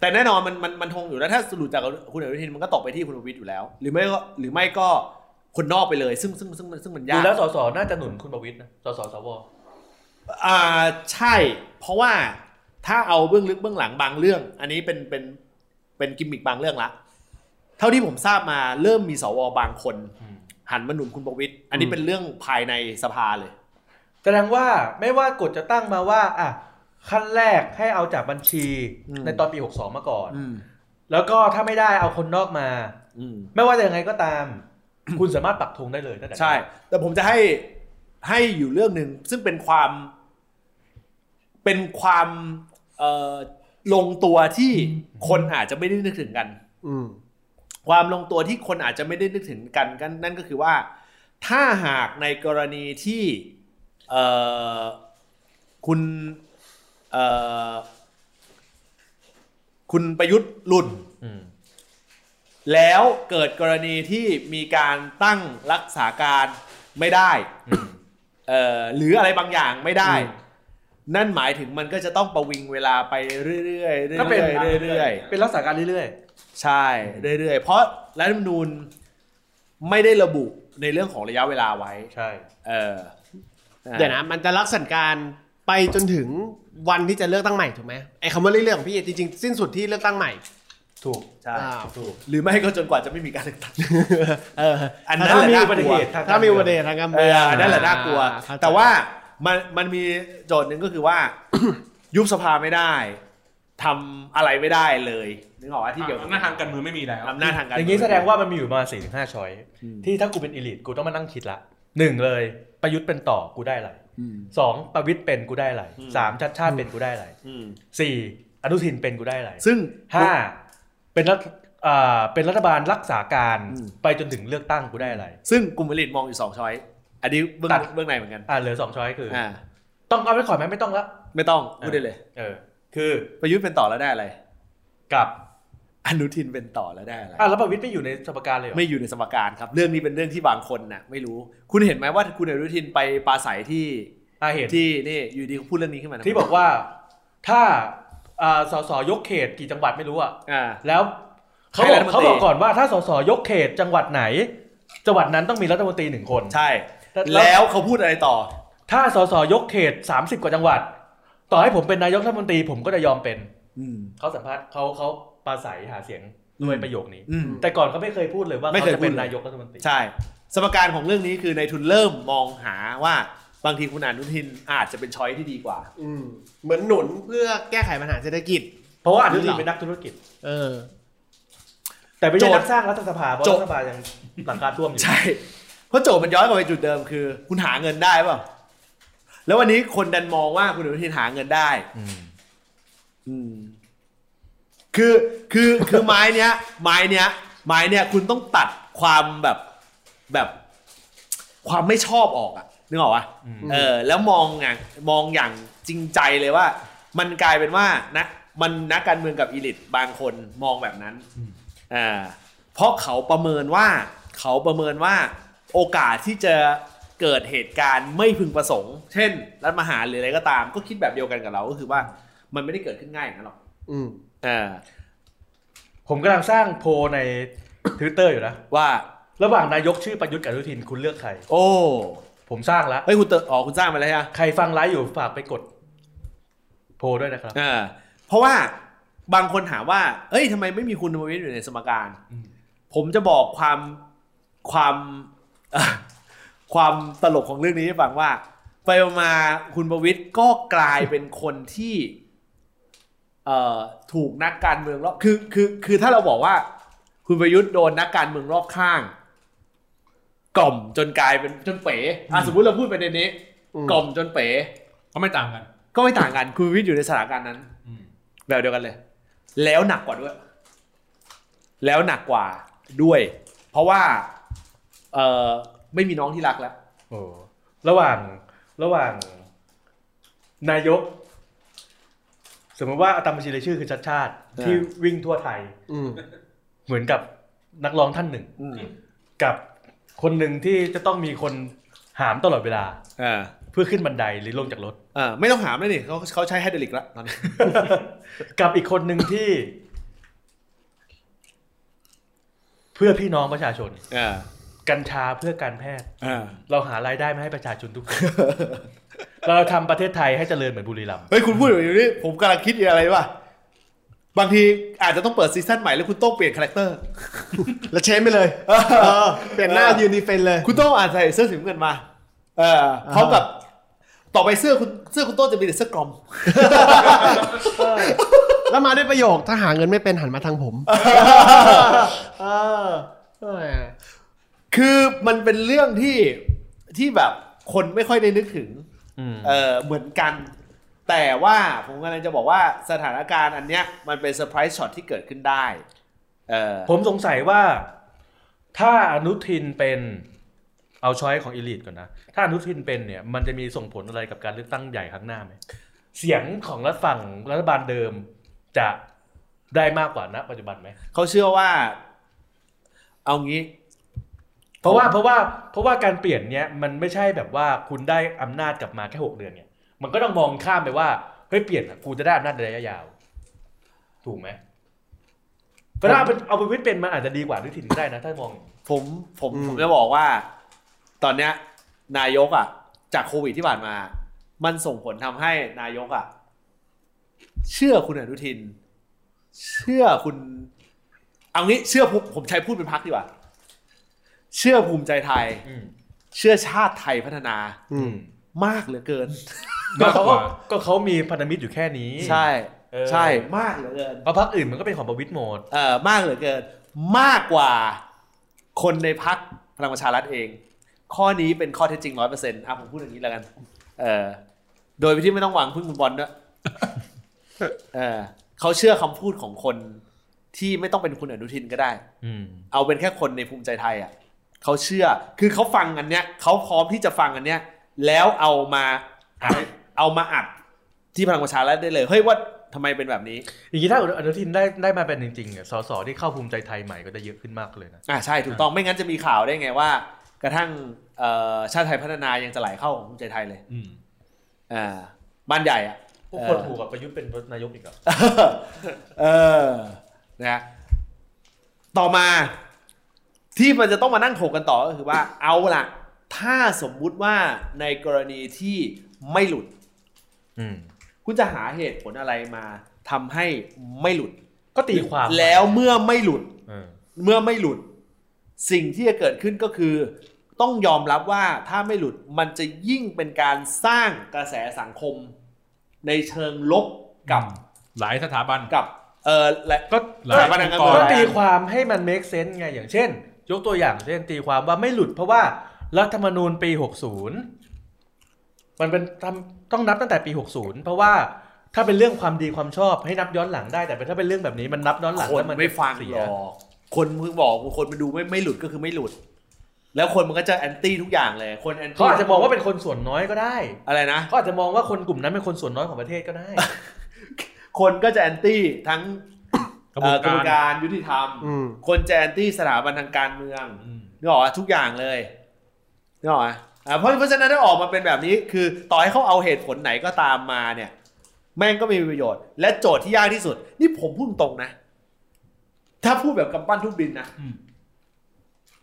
แต่แน่นอนมันมันมันทงอยู่แล้วถ้าหลุดจากคุณอนุทินมันก็ตกไปที่คุณประวิทย์อยู่แล้ว หรือไม่ก็หรือไม่ก็คนนอกไปเลย ซึ่งซึ่งซึ่งซึ่งซึ่งมันยา ดู ก แล้วสสน่าจะหนุนคุณประวิตยนะสสสว อ่าใช่ เพราะว่าถ้าเอาเบื้องลึกเบื้องหลังบางเรื่อง อันนี้เป็นเป็นเป็นกิมมิกบางเรื่องละ เท่าที่ผมทราบมาเริ่มมีสวบางคน หันมาหนุนคุณประวิทย์อันนี้เป็นเรื่องภายในสภาเลย แสดงว่าไม่ว่ากฎจะตั้งมาว่า อ่ะ ขั้นแรกให้เอาจากบัญชี อืม ในตอนปี 62 มาก่อน อืม แล้วก็ถ้าไม่ได้เอาคนนอกมา อืม ไม่ว่าจะยังไงก็ ตาม คุณสามารถปักธงได้เลยตั้งแต่ ใช่ แต่ผมจะให้ให้อยู่เรื่องหนึ่งซึ่งเป็นความเป็นความเอ่อลงตัวที่คนอาจจะไม่ได้นึกถึงกัน อืม ความลงตัวที่คนอาจจะไม่ได้นึกถึงกันกันนั่นก็คือว่า ถ้าหากในกรณีที่เอ่อคุณเอ่อคุณประยุทธ์หลุด อืม แล้วเกิดกรณีที่มีการตั้งรักษาการไม่ได้เอ่อหรืออะไรบางอย่างไม่ได้ อืม นั่นหมายถึงมันก็จะต้องประวิงเวลาไปเรื่อยๆเรื่อย ก็เป็น ๆเรื่อย เป็นรักษาการเรื่อย ๆใช่เรื่อยๆเพราะรัฐธรรมนูญไม่ได้ระบุในเรื่องของระยะเวลาไว้ ๆ ใช่ เออ เดี๋ยวนะมันจะรักสัญการไปจนถึงวันที่จะเลือกตั้งใหม่ถูกไหมไอ้คำว่าเรื่อยๆของพี่จริงๆสิ้นสุดที่เลือกตั้งใหม่ ถูก ใช่ อ้าว ถูก หรือไม่ก็จนกว่าจะไม่มีการเลือกตั้ง เออ อันนั้นแหถ้ามีละน่า อุบั ก ติ ลั เห ว ตุถ้ามีอุบัติเหตุทางการ เอ เมือง อนั่นแหละน่ากลัว เข้ใจ แต่ว่ามันมันมีโจทย์หนึ่งก็คือว่า ยุบสภาไม่ได้ทำอะไรไม่ได้เลยนึกออกว่าที่เกี่ยวกับ อำนาจทางการเมืองไม่มีแล้ว อำนาจทางการ อย่างนี้แสดงว่ามันมีอยู่ประมาสี่ถึงห้าช้อย ที่ถ้ากูเป็นอ l ลิ e กูต้องมานั่งคิดละหนึ่งเลย ประยุทธ์เป็นต่อกูได้อะไร อืม สองประวิทย์เป็นกูได้อะไร อืม สามชัดชาติเป็นกูได้อะไร อืม สี่อนุทินเป็นกูได้อะไร ซึ่ง ห้าเป็นรัฐอ่าเป็นรัฐบาลรักษาการ อืม ไปจนถึงเลือกตั้งกูได้อะไร ซึ่งกลุ่มผลิตมองอยู่สองช้อยอันนี้เบื้อง ตัด เบื้องในเหมือนกัน อ่าเหลือสองช้อยคืออ อ่า ต้องเอาไว้ก่อนไหมไม่ต้องละ ไม่ต้องพูดได้เลย เออ คือ ประยุทธ์เป็นต่อแล้วได้อะไร กับ อนุทินเป็นต่อแล้วได้อะไร อ่าแล้วประวิทย์ไม่อยู่ในสมการเลยเหรอ ไม่อยู่ในสมการครับ เรื่องนี้เป็นเรื่องที่บางคนน่ะ ไม่รู้คุณเห็นไหมว่าคุณอนุทินไปปราศัยที่ อ่าเห็น ที่นี่อยู่ดีเขาพูดเรื่องนี้ขึ้นมาทำไม ที่บอกว่าถ้าอ่าสสยกเขตกี่จังหวัดไม่รู้อ่ะ อ่า แล้ว ให้ เขารัฐมนตรีบอกเขาบอกก่อนว่าถ้าสสยกเขตจังหวัดไหน จังหวัดนั้นต้องมีรัฐมนตรีหนึ่งคน ใช่ แต่ แล้วเขาพูดอะไรต่อ ถ้าสสยกเขต 30 กว่าจังหวัด ต่อให้ผมเป็นนายกรัฐมนตรีผมก็จะยอมเป็น อืม เขาสัมภาษณ์เขาเขาปราศัยหาเสียง อืม ด้วยประโยคนี้ อืม แต่ก่อนเขาไม่เคยพูดเลยว่า ไม่ เขา เคย จะเป็น พูดเลย นายกรัฐมนตรี ใช่ สมการของเรื่องนี้คือในทุนเริ่มมองหาว่าบางทีคุณอนุทินอาจจะเป็นช้อยที่ดีกว่า อืมเหมือนหนุนเพื่อแก้ไขปัญหาเศรษฐกิจ เพราะว่าอนุทินเป็นนักธุรกิจ เออ แต่ไม่ โจ ใช่ ทย์ นักสร้างรัฐสภาเพราะ โจทย์ รัฐสภายังหลังคาท่วมอยู่ ใช่ เพราะโจทย์มันย้อนกลับไปจุดเดิมคือ คุณหาเงินได้เปล่าแล้ววันนี้คนดันมองว่าคุณอนุทินหาเงินได้ อืม อืม คือคือคือ ไม้เนี้ย ไม้เนี้ย ไม้เนี้ยคุณต้องตัดความแบบแบบ ความไม่ชอบออกอะนึกออกปะ อืม อืม เออแล้วมองอย่างมองอย่างจริงใจเลยว่า มันกลายเป็นว่านะมันนักการเมืองกับอีลิตบางคนมองแบบนั้นอ่าเพราะเขาประเมินว่าเขาประเมินว่าโอกาสที่จะเกิดเหตุการณ์ไม่พึงประสงค์ เช่นรัฐประหารหรืออะไรก็ตาม ก็คิดแบบเดียวกันกับเราก็คือว่ามันไม่ได้เกิดขึ้นง่ายอย่างนั้นหรอก อืม เออ ผมกำลังสร้างโพลในทวิตเตอร์อยู่นะ ว่า ระหว่างนายกชื่อประยุทธ์กับอนุทินคุณเลือกใคร โอ้ ผมสร้างละ เฮ้ยคุณเตอร์อ๋อคุณสร้างมาแล้วใช่ไหม ใครฟังไลฟ์อยู่ฝากไปกด โพลด้วยนะครับ เออเพราะว่าบางคนถามว่า เอ้ยทำไมไม่มีคุณธรรมวิทย์อยู่ในสมการ อืม ผมจะบอกความความ เอ่อความตลกของเรื่องนี้ให้ฟังว่า ไปมาคุณประวิทย์ก็กลายเป็นคนที่เอ่อถูกนักการเมืองรอบคือคือคือถ้าเราบอกว่า คุณประยุทธ์โดนนักการเมืองรอบข้าง กล่อมจนกลายเป็นจนเป๋อ่ะสมมุติเราพูดประเด็นนี้ กล่อมจนเป๋ ก็ไม่ต่างกัน ก็ไม่ต่างกันคุณประวิทย์อยู่ในสถานการณ์นั้น อืม แบบเดียวกันเลย แล้วหนักกว่าด้วย แล้วหนักกว่าด้วย เพราะว่า เออไม่มีน้องที่รักแล้ว โอ้ระหว่างระหว่าง นายก สมมติว่าอาตามบัญชีรายชื่อคือชัดชาติ อ่า ที่วิ่งทั่วไทย อืม เหมือนกับนักร้องท่านหนึ่ง อืม กับคนหนึ่งที่จะต้องมีคนหามตลอดเวลา อ่า เพื่อขึ้นบันไดหรือลงจากรถ อ่าไม่ต้องหามเลยนี่เขาเขาใช้ไฮดรอลิกแล้วตอนนี้ กับอีกคนหนึ่งที่ เพื่อพี่น้องประชาชน อ่า กัญชาเพื่อการแพทย์ อ่า เราหารายได้มาให้ประชาชนทุกคน เราทำประเทศไทยให้เจริญเหมือนบุรีรัมย์ เฮ้ยคุณพูดอยู่นี่ผมกำลังคิดอยู่อะไรวะบางทีอาจจะต้องเปิดซีซั่นใหม่แล้วคุณต้องเปลี่ยนคาแรคเตอร์ แล้วเชนไปเลย เออ เปลี่ยนหน้ายืนดีเฟนเลย คุณต้องอาจใส่เสื้อสีน้ำเงินมา เออพร้อมกับ ต่อไปเสื้อคุณเสื้อคุณโต้งจะมีแต่เสื้อกลอม แล้วมาด้วยประโยคถ้าหาเงินไม่เป็นหันมาทางผม เออเออ คือมันเป็นเรื่องที่ที่แบบคนไม่ค่อยได้นึกถึง เออเหมือนกัน แต่ว่าผมกำลังจะบอกว่าสถานการณ์อันเนี้ยมันเป็นเซอร์ไพรส์ช็อตที่เกิดขึ้นได้ เออ ผมสงสัยว่า ถ้าอนุทินเป็นเอาช้อยของอ l ลิทก่อนนะ ถ้าอนุทินเป็นเนี่ย มันจะมีส่งผลอะไรกับการเลือกตั้งใหญ่ครั้งหน้าไหมเสียงของรัฐฝั่งรัฐบาลเดิมจะได้มากกว่าณปัจจุบันไหม เขาเชื่อว่า เอางี้ เพราะว่าเพราะว่าเพราะว่าการเปลี่ยนเนี้ยมันไม่ใช่แบบว่าคุณได้อำนาจกลับมาแค่หกเดือนเนี่ยมันก็ต้องมองข้ามไปว่าเฮ้ยเปลี่ยนอะกูจะได้อำนาจในระยะยาว ถูกไหมก็ถ้าเอาเป็นเอาไปวิทย์เป็นมันอาจจะดีกว่าหรือถิ่นก็ได้นะ ถ้ามอง ผมผม อืม ผมจะบอกว่า ตอนเนี้ย นายกอ่ะ จากโควิดที่ผ่านมา มันส่งผลทำให้นายกอ่ะ เชื่อคุณอนุทิน เชื่อคุณ เอางี้เชื่อผมผมใช้พูดเป็นพักดีกว่า เชื่อภูมิใจไทย อืม เชื่อชาติไทยพัฒนา อืม มากเหลือเกิน ก็ มาก เขา กว่า ก็เขามีพันธมิตรอยู่แค่นี้ ใช่ เออ ใช่มากเหลือเกิน เพราะพรรคอื่นมันก็เป็นของประวิตรหมด เอ่อมากเหลือเกิน มากกว่าคนในพักพลังประชารัฐเอง ข้อนี้เป็นข้อเท็จจริงร้อยเปอร์เซ็นต์อ่ะผมพูดอย่างนี้แล้วกัน เออโดยที่ไม่ต้องหวังพึ่งคุณบอลด้วยเออเขาเชื่อคำพูดของคนที่ไม่ต้องเป็นคุณอนุทินก็ได้ อืม เอาเป็นแค่คนในภูมิใจไทยอ่ะเขาเชื่อคือเขาฟังอันเนี้ยเขาพร้อมที่จะฟังอันเนี้ย แล้วเอามาอัดเอามาอัดที่พลังประชารัฐได้เลยเฮ้ยว่าทำไมเป็นแบบนี้ อย่างนี้ถ้าอนุทินได้ได้มาเป็นจริงๆเนี่ยสสที่เข้าภูมิใจไทยใหม่ก็จะเยอะขึ้นมากเลยนะ อ่าใช่ถูกต้องไม่งั้นจะมีข่าวได้ไงว่า กระทั่งเอ่อชาติไทยพัฒนายังจะไหลเข้าของภูมิใจไทยเลย อืม อ่าบ้านใหญ่อ่ะ พวกคนถูกกับประยุทธ์เป็นนายกอีกเหรอ เออนะต่อมาที่มันจะต้องมานั่งถกกันต่อก็คือว่า เอาล่ะ ถ้าสมมุติว่าในกรณีที่ไม่หลุด อืม คุณจะหาเหตุผลอะไรมาทำให้ไม่หลุด ก็ตีความ แล้วเมื่อไม่หลุด เออ เมื่อไม่หลุด สิ่งที่จะเกิดขึ้นก็คือ ต้องยอมรับว่าถ้าไม่หลุดมันจะยิ่งเป็นการสร้างกระแสสังคม ในเชิงลบกับ หลายสถาบัน กับเออและ ก็ หลาย สถบันทางการเมือง ก็ตีความให้มัน make sense ไงอย่างเช่น ยกตัวอย่างเช่นตีความว่าไม่หลุดเพราะว่ารัฐธรรมนูญปี 60 มันเป็นทำต้องนับตั้งแต่ปี 60 เพราะว่าถ้าเป็นเรื่องความดีความชอบให้นับย้อนหลังได้แต่ถ้าเป็นเรื่องแบบนี้มันนับย้อนหลัง คน แล้วมัน ไม่ฟัง เสี หรอยกคนมึงบอกว่าคนมันดูไม่ไม่หลุดก็คือไม่หลุด แล้วคนมันก็จะแอนตี้ทุกอย่างเลย คนแอนตี้ เขาอาจจะมองว่าเป็นคนส่วนน้อยก็ได้ อะไรนะ เขาอาจจะมองว่าคนกลุ่มนั้นเป็นคนส่วนน้อยของประเทศก็ได้ คนก็จะแอนตี้ทั้ง กระบ เอ่ ว อน กระบวน การ การยุติธรรม อืม คนจะแอนตี้สถาบันทางการเมือง อืม นึกออกอะทุกอย่างเลยนึกออกอะอ่ะเพราะเพราะฉะนั้นถ้าออกมาเป็นแบบนี้ คือต่อให้เขาเอาเหตุผลไหนก็ตามมาเนี่ย แม่งก็ไมมีประโยชน์ และโจทย์ที่ยากที่สุด นี่ผมพูดตรงนะ ถ้าพูดแบบกำปั้นทุบดินนะ อืม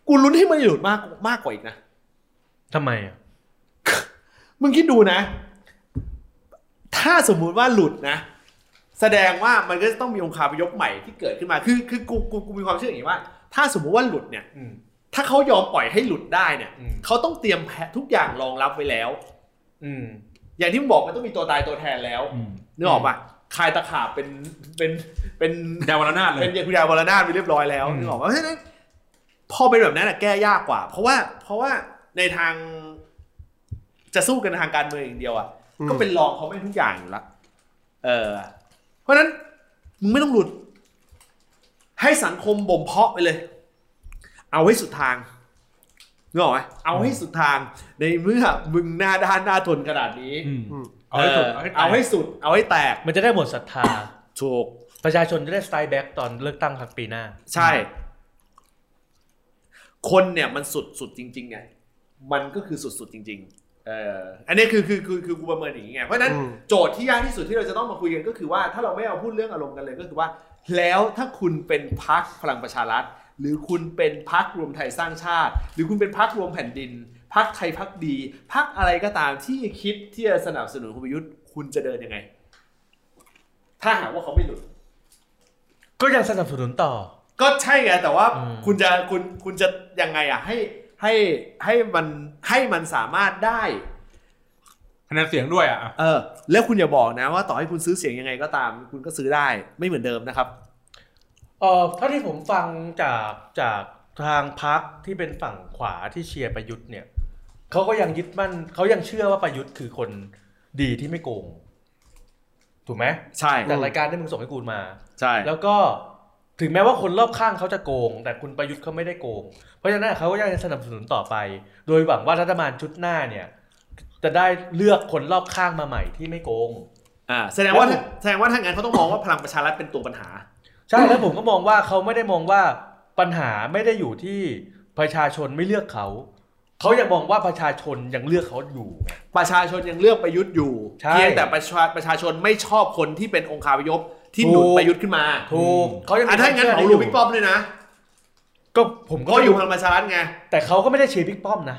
กูลุ้นให้มันหลุดมากมากกว่าอีกนะ ทำไมอ่ะ มึงคิดดูนะ ถ้าสมมุติว่าหลุดนะ แสดงว่ามันก็จะต้องมีองคาพยพใหม่ที่เกิดขึ้นมา คือคือกูกูกูมีความเชื่ออย่างนี้ว่า ถ้าสมมุติว่าหลุดเนี่ย อืม ถ้าเขายอมปล่อยให้หลุดได้เนี่ย อืม เขาต้องเตรียมแผนทุกอย่างรองรับไว้แล้ว อืม อย่างที่ผมบอกมันต้องมีตัวตายตัวแทนแล้ว อืม นึกออกปะคายตะขาบเป็นเป็นเป็น ดาวนาถเล เป็ ย นคุณยายวรนาถไปเรียบร้อยแล้ว อืม นึกออกปะเพราะฉะนั้นพอเป็นแบบนั้นอะแก้ยากกว่า เพราะว่าเพราะว่าในทางจะสู้กันทางการเมืองอย่างเดียวอะ อืม ก็เป็นรองเขาไม่ทุกอย่างอยู่ละเออ เพราะฉะนั้นมึงไม่ต้องหลุด ให้สังคมบ่มเพาะไปเลย เอาให้สุดทางนึกออกไหมเอาให้สุดทาง ในเมื่อมึงหน้าด้านหน้าทนขนาดนี้ อืม อืม เอาให้สุด เออ เอา เอา ให้ ให้สุด เอาให้แตก มันจะได้หมดศรัทธา ถูก ประชาชนจะได้สไตล์แบ็กตอนเลือกตั้งครั้งปีหน้า ใช่ คนเนี่ยมันสุดสุดจริงๆไง มันก็คือสุดสุดจริง ๆ เออ อันนี้คือคือคือคือกูประเมินอย่างนี้ไง เพราะฉะนั้น อืม โจทย์ที่ยากที่สุดที่เราจะต้องมาคุยกันก็คือว่าถ้าเราไม่เอาพูดเรื่องอารมณ์กันเลยก็คือว่า แล้วถ้าคุณเป็นพักพลังประชารัฐ หรือคุณเป็นพักรวมไทยสร้างชาติ หรือคุณเป็นพักรวมแผ่นดิน พักไทยพักดีพักอะไรก็ตามที่คิดที่จะสนับสนุนคุณประยุทธ์คุณจะเดินยังไง ถ้าหากว่าเขาไม่หลุด ก็ยังสนับสนุนต่อ ก็ใช่ไงแต่ว่า อืม คุณจะคุณคุณจะยังไงอ่ะ ให้ให้ให้มันให้มันสามารถได้ คะแนนเสียงด้วยอ่ะ เออ แล้วคุณอย่าบอกนะว่าต่อให้คุณซื้อเสียงยังไงก็ตาม คุณก็ซื้อได้ไม่เหมือนเดิมนะครับ เออเท่าที่ผมฟังจากจากทางพักที่เป็นฝั่งขวาที่เชียร์ประยุทธ์เนี่ยเขาก็ยังยึดมั่นเขายังเชื่อว่าประยุทธ์คือคนดีที่ไม่โกง ถูกไหม ใช่ จากรายการที่มึงส่งให้กูมา ใช่ แล้วก็ ถึงแม้ว่าคนรอบข้างเขาจะโกง แต่คุณประยุทธ์เขาไม่ได้โกง เพราะฉะนั้นเขาก็ยังจะสนับสนุนต่อไป โดยหวังว่ารัฐบาลชุดหน้าเนี่ย จะได้เลือกคนรอบข้างมาใหม่ที่ไม่โกง อ่าแสดงว่าแสดงว่าทางงานเขาต้องมองว่าพลังประชารัฐเป็นตัวปัญหา ใช่แล้วผมก็มองว่าเขาไม่ได้มองว่าปัญหาไม่ได้อยู่ที่ประชาชนไม่เลือกเขา เขายังมองว่าประชาชนยังเลือกเขาอยู่ไง ประชาชนยังเลือกประยุทธ์อยู่ ใช่ เพียงแต่ประชาประชาชนไม่ชอบคนที่เป็นองคาพยพที่หนุน ถูก ประยุทธ์ขึ้นมา ถูกเขายัง อ่ะถ้าอย่างนั้น ควม เอาลูชื่ยู่ กบิ๊กป้อมด้วยนะ ก็ผมก็ ก็อยู่พลังประชารัฐไง แต่เขาก็ไม่ได้เชียร์บิ๊กป้อมนะ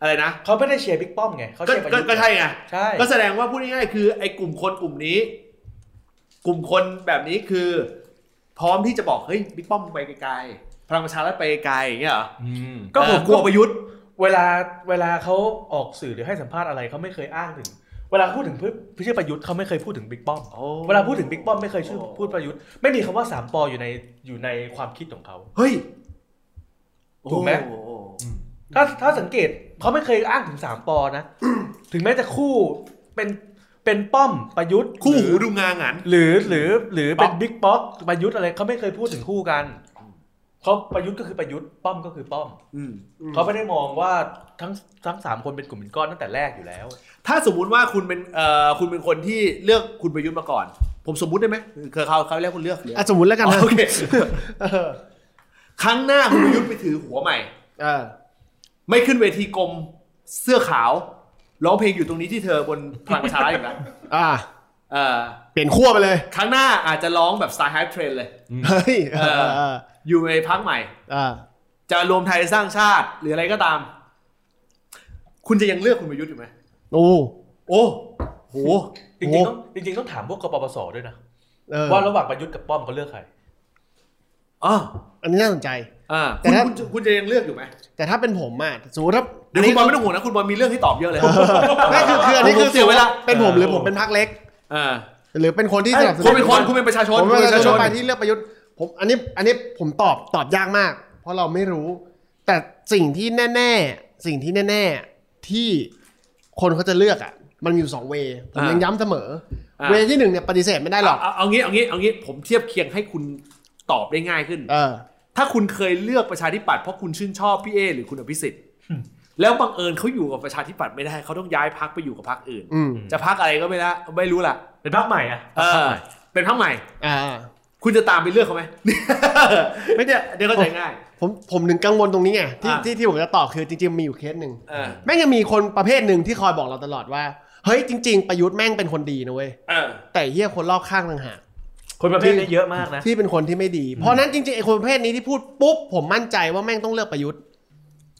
อะไรนะ เขาไม่ได้เชียร์บิ๊กป้อมไงเขา ก็ เชียร์ประ ก็ ยุทธ์ ก็ใช่ไง ใช่ ก็แสดงว่าพูดง่ายๆคือไอ้กลุ่มคนกลุ่มนี้ กลุ่มคนแบบนี้คือ พร้อมที่จะบอกเฮ้ยบิ๊กป้อมไปไกลๆพลังประชารัฐไปไกลๆอย่างเงี้ยเหรอ อืม ก็ผม เออก ลัวประยุทธ์ เวลาเวลาเขาออกสื่อหรือให้สัมภาษณ์อะไรเขาไม่เคยอ้างถึง เวลาพูดถึงพพิชื่อประยุทธ์เขาไม่เคยพูดถึงบิ๊กป้อมเวลาพูดถึงบิ๊กป้อมไม่เคยชื่อพูดประยุทธ์ไม่มีคำว่าสามปออยู่ในอยู่ในความคิดของเขา เฮ้ย ถูกไหม โอ้โ ถ้าถ้าสังเกตเขาไม่เคยอ้างถึงสามปอ นะ ถึงแม้จะคู่เป็นเป็นป้อมประยุทธ์ คู่ ห หู รือ ดูงางาน หรือหรือหรือเป็นบิ๊กป๊อกประยุทธ์อะไรเขาไม่เคยพูดถึงคู่กันเขาประยุทธ์ก็คือประยุทธ์ป้อมก็คือป้อม อืม เขาไม่ได้มองว่าทั้งทั้งสามคนเป็นกลุ่มเป็นก้อนตั้งแต่แรกอยู่แล้ว ถ้าสมมุติว่าคุณเป็นเอ่อคุณเป็นคนที่เลือกคุณประยุทธ์มาก่อน ผมสมมุติได้ไหมเคยเขาเขาเรียกคุณเลือกหรือ อ่ะสมมติแล้วกัน อ๋อ นะ โอเคครั้งหน้าคุณประยุทธ์ไปถือหัวใหม่ เออ ไม่ขึ้นเวทีกลมเสื้อขาวร้องเพลงอยู่ตรงนี้ที่เธอบน พลังประชารัฐอีกแล้ว อ่ะ เอ่อ เปลี่ยนขั้วไปเลย ครั้งหน้าอาจจะร้องแบบ Star Hype Train เลย เฮ้ยเออเออ อยู่ในพักใหม่ เออ จะรวมไทยสร้างชาติ หรืออะไรก็ตาม คุณจะยังเลือกคุณประยุทธ์อยู่ไหม โอ้ โอ้โห จริงๆต้องจริงๆต้องถามพวกกปปสด้วยนะ เออ ว่าระหว่างประยุทธ์กับป้อมเขาเลือกใคร อ่า อันนี้น่าสนใจ อ่า แต่ คุณ ถ้า คุณคุณจะยังเลือกอยู่ไหม แต่ถ้าเป็นผมอ่ะสมมติถ้า เดี๋ยวคุณบอลไม่ต้องห่วงนะคุณบอลมีเรื่องให้ตอบเยอะเลย ไม่คือคืออันนี้คือ ผมเสียเวลา เป็นผมหรือผมเป็นพักเล็ก อ่า หรือเป็นคนที่สนับสนุน คุณเป็นคนคุณเป็นประชาชน ผมเป็นประชาชน คุณ ไป เป็น ที่เลือกประยุทธ์ผมอันนี้อันนี้ผมตอบตอบยากมาก เพราะเราไม่รู้ แต่สิ่งที่แน่ ๆ สิ่งที่แน่ ๆ ที่คนเขาจะเลือกอ่ะ มันมีอยู่สองเวย์ผมยังย้ำเสมอ อ่า เวย์ที่หนึ่งเนี่ยปฏิเสธไม่ได้หรอก เอาเอางี้เอางี้เอางี้ผมเทียบเคียงให้คุณตอบได้ง่ายขึ้น เออ ถ้าคุณเคยเลือกประชาธิปัตย์เพราะคุณชื่นชอบพี่เอหรือคุณอภิสิทธิ์ แล้วบังเอิญเขาอยู่กับประชาธิปัตย์ไม่ได้เขาต้องย้ายพักไปอยู่กับพักอื่น อืม จะพักอะไรก็ไม่ละไม่รู้ล่ะ เป็นพรรคใหม่อะ เออ เป็นพักใหม่ อ่า คุณจะตามไปเลือกเขาไหม ไม่เนี่ยเดี๋ยวเข้าใจง่าย ผมผมถึงกังวลตรงนี้ไงที่ อ่า ที่ที่ผมจะตอบคือจริง ๆ มีอยู่เคสหนึ่ง เออ แม่งยังมีคนประเภทหนึ่งที่คอยบอกเราตลอดว่า เฮ้ยจริง ๆ ประยุทธ์แม่งเป็นคนดีนะเว้ย เออ แต่เฮียคนรอบข้างต่างหาก คนประเภทนี้เยอะมากนะ ที่เป็นคนที่ไม่ดี เพราะฉะนั้นจริงๆไอ้คนประเภทนี้ที่พูดปุ๊บผมมั่นใจว่าแม่งต้องเลือกประยุทธ์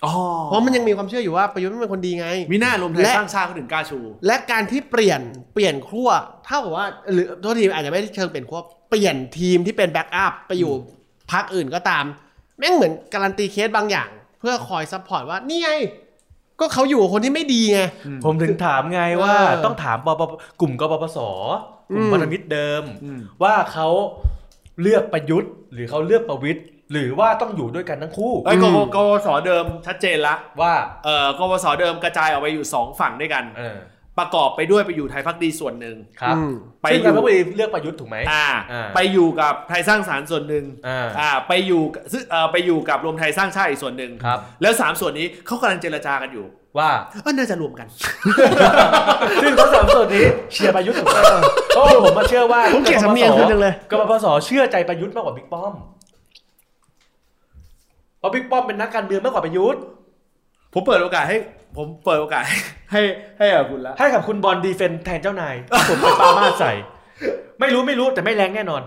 อ๋อ เพราะมันยังมีความเชื่ออยู่ว่าประยุทธ์ไม่เป็นคนดีไง มีหน้ารวมไทย และ สร้างชาติเขาถึงกล้าชู และการที่เปลี่ยนเปลี่ยนขั้วเท่ากับว่าหรือโทษทีอาจจะไม่ได้เชิงเปลี่ยนขั้วเปลี่ยนทีมที่เป็นแบ็กอัพไปอยู่พักอื่นก็ตาม แม่งเหมือนการันตีเคสบางอย่าง เพื่อคอยซัพพอร์ตว่านี่ไง ก็เขาอยู่กับคนที่ไม่ดีไง ผมถึงถามไงว่า เออ ต้องถามปปกลุ่มกปปสกลุ่ม อืม พันธมิตรเดิม อืม ว่าเขาเลือกประยุทธ์ หรือเขาเลือกประวิทย์หรือว่าต้องอยู่ด้วยกันทั้งคู่ ไอ้ยกกกวสเดิมชัดเจนละ ว่า เอ่อกวสเดิมกระจายออกไปอยู่ 2 ฝั่งด้วยกัน เออ ประกอบไปด้วยไปอยู่ไทยพักดีส่วนหนึ่ง ครับ อืม ไป ซึ่ง อ การ ยู่ พบุรีเลือกประยุทธ์ถูกไหม อ่า อ่า ไปอยู่กับไทยสร้างสารค์ส่วนหนึ่ง อ่า อ่าไปอยู่กับซึ่งเอ่อไปอยู่กับรวมไทยสร้างชาติอีกส่วนหนึ่ง ครับ แล้ว 3 ส่วนนี้เขากำลังเจรจากันอยู่ ว่า เออน่าจะรวมกัน ซึ่งทั้งสามส่วนนี้เชียร์ประยุทธ์ถูกไหมเพราะว่าผมมาเชื่อว่า ผมเกลียดสำเนียงคุณจังเลย กปปสเชื่อใจประยุทธ์มากกว่าบิ๊กป้อมเพราะบิ๊กป้อมเป็นนักการเมืองมากกว่าประยุทธ์ ผมเปิดโอกาสให้ผมเปิดโอกาส ให้ให้กับคุณละ ให้กับคุณบอลดีเฟนแทนเจ้านายผมไปปามาสใส่ ไม่รู้ไม่รู้แต่ไม่แรงแน่นอน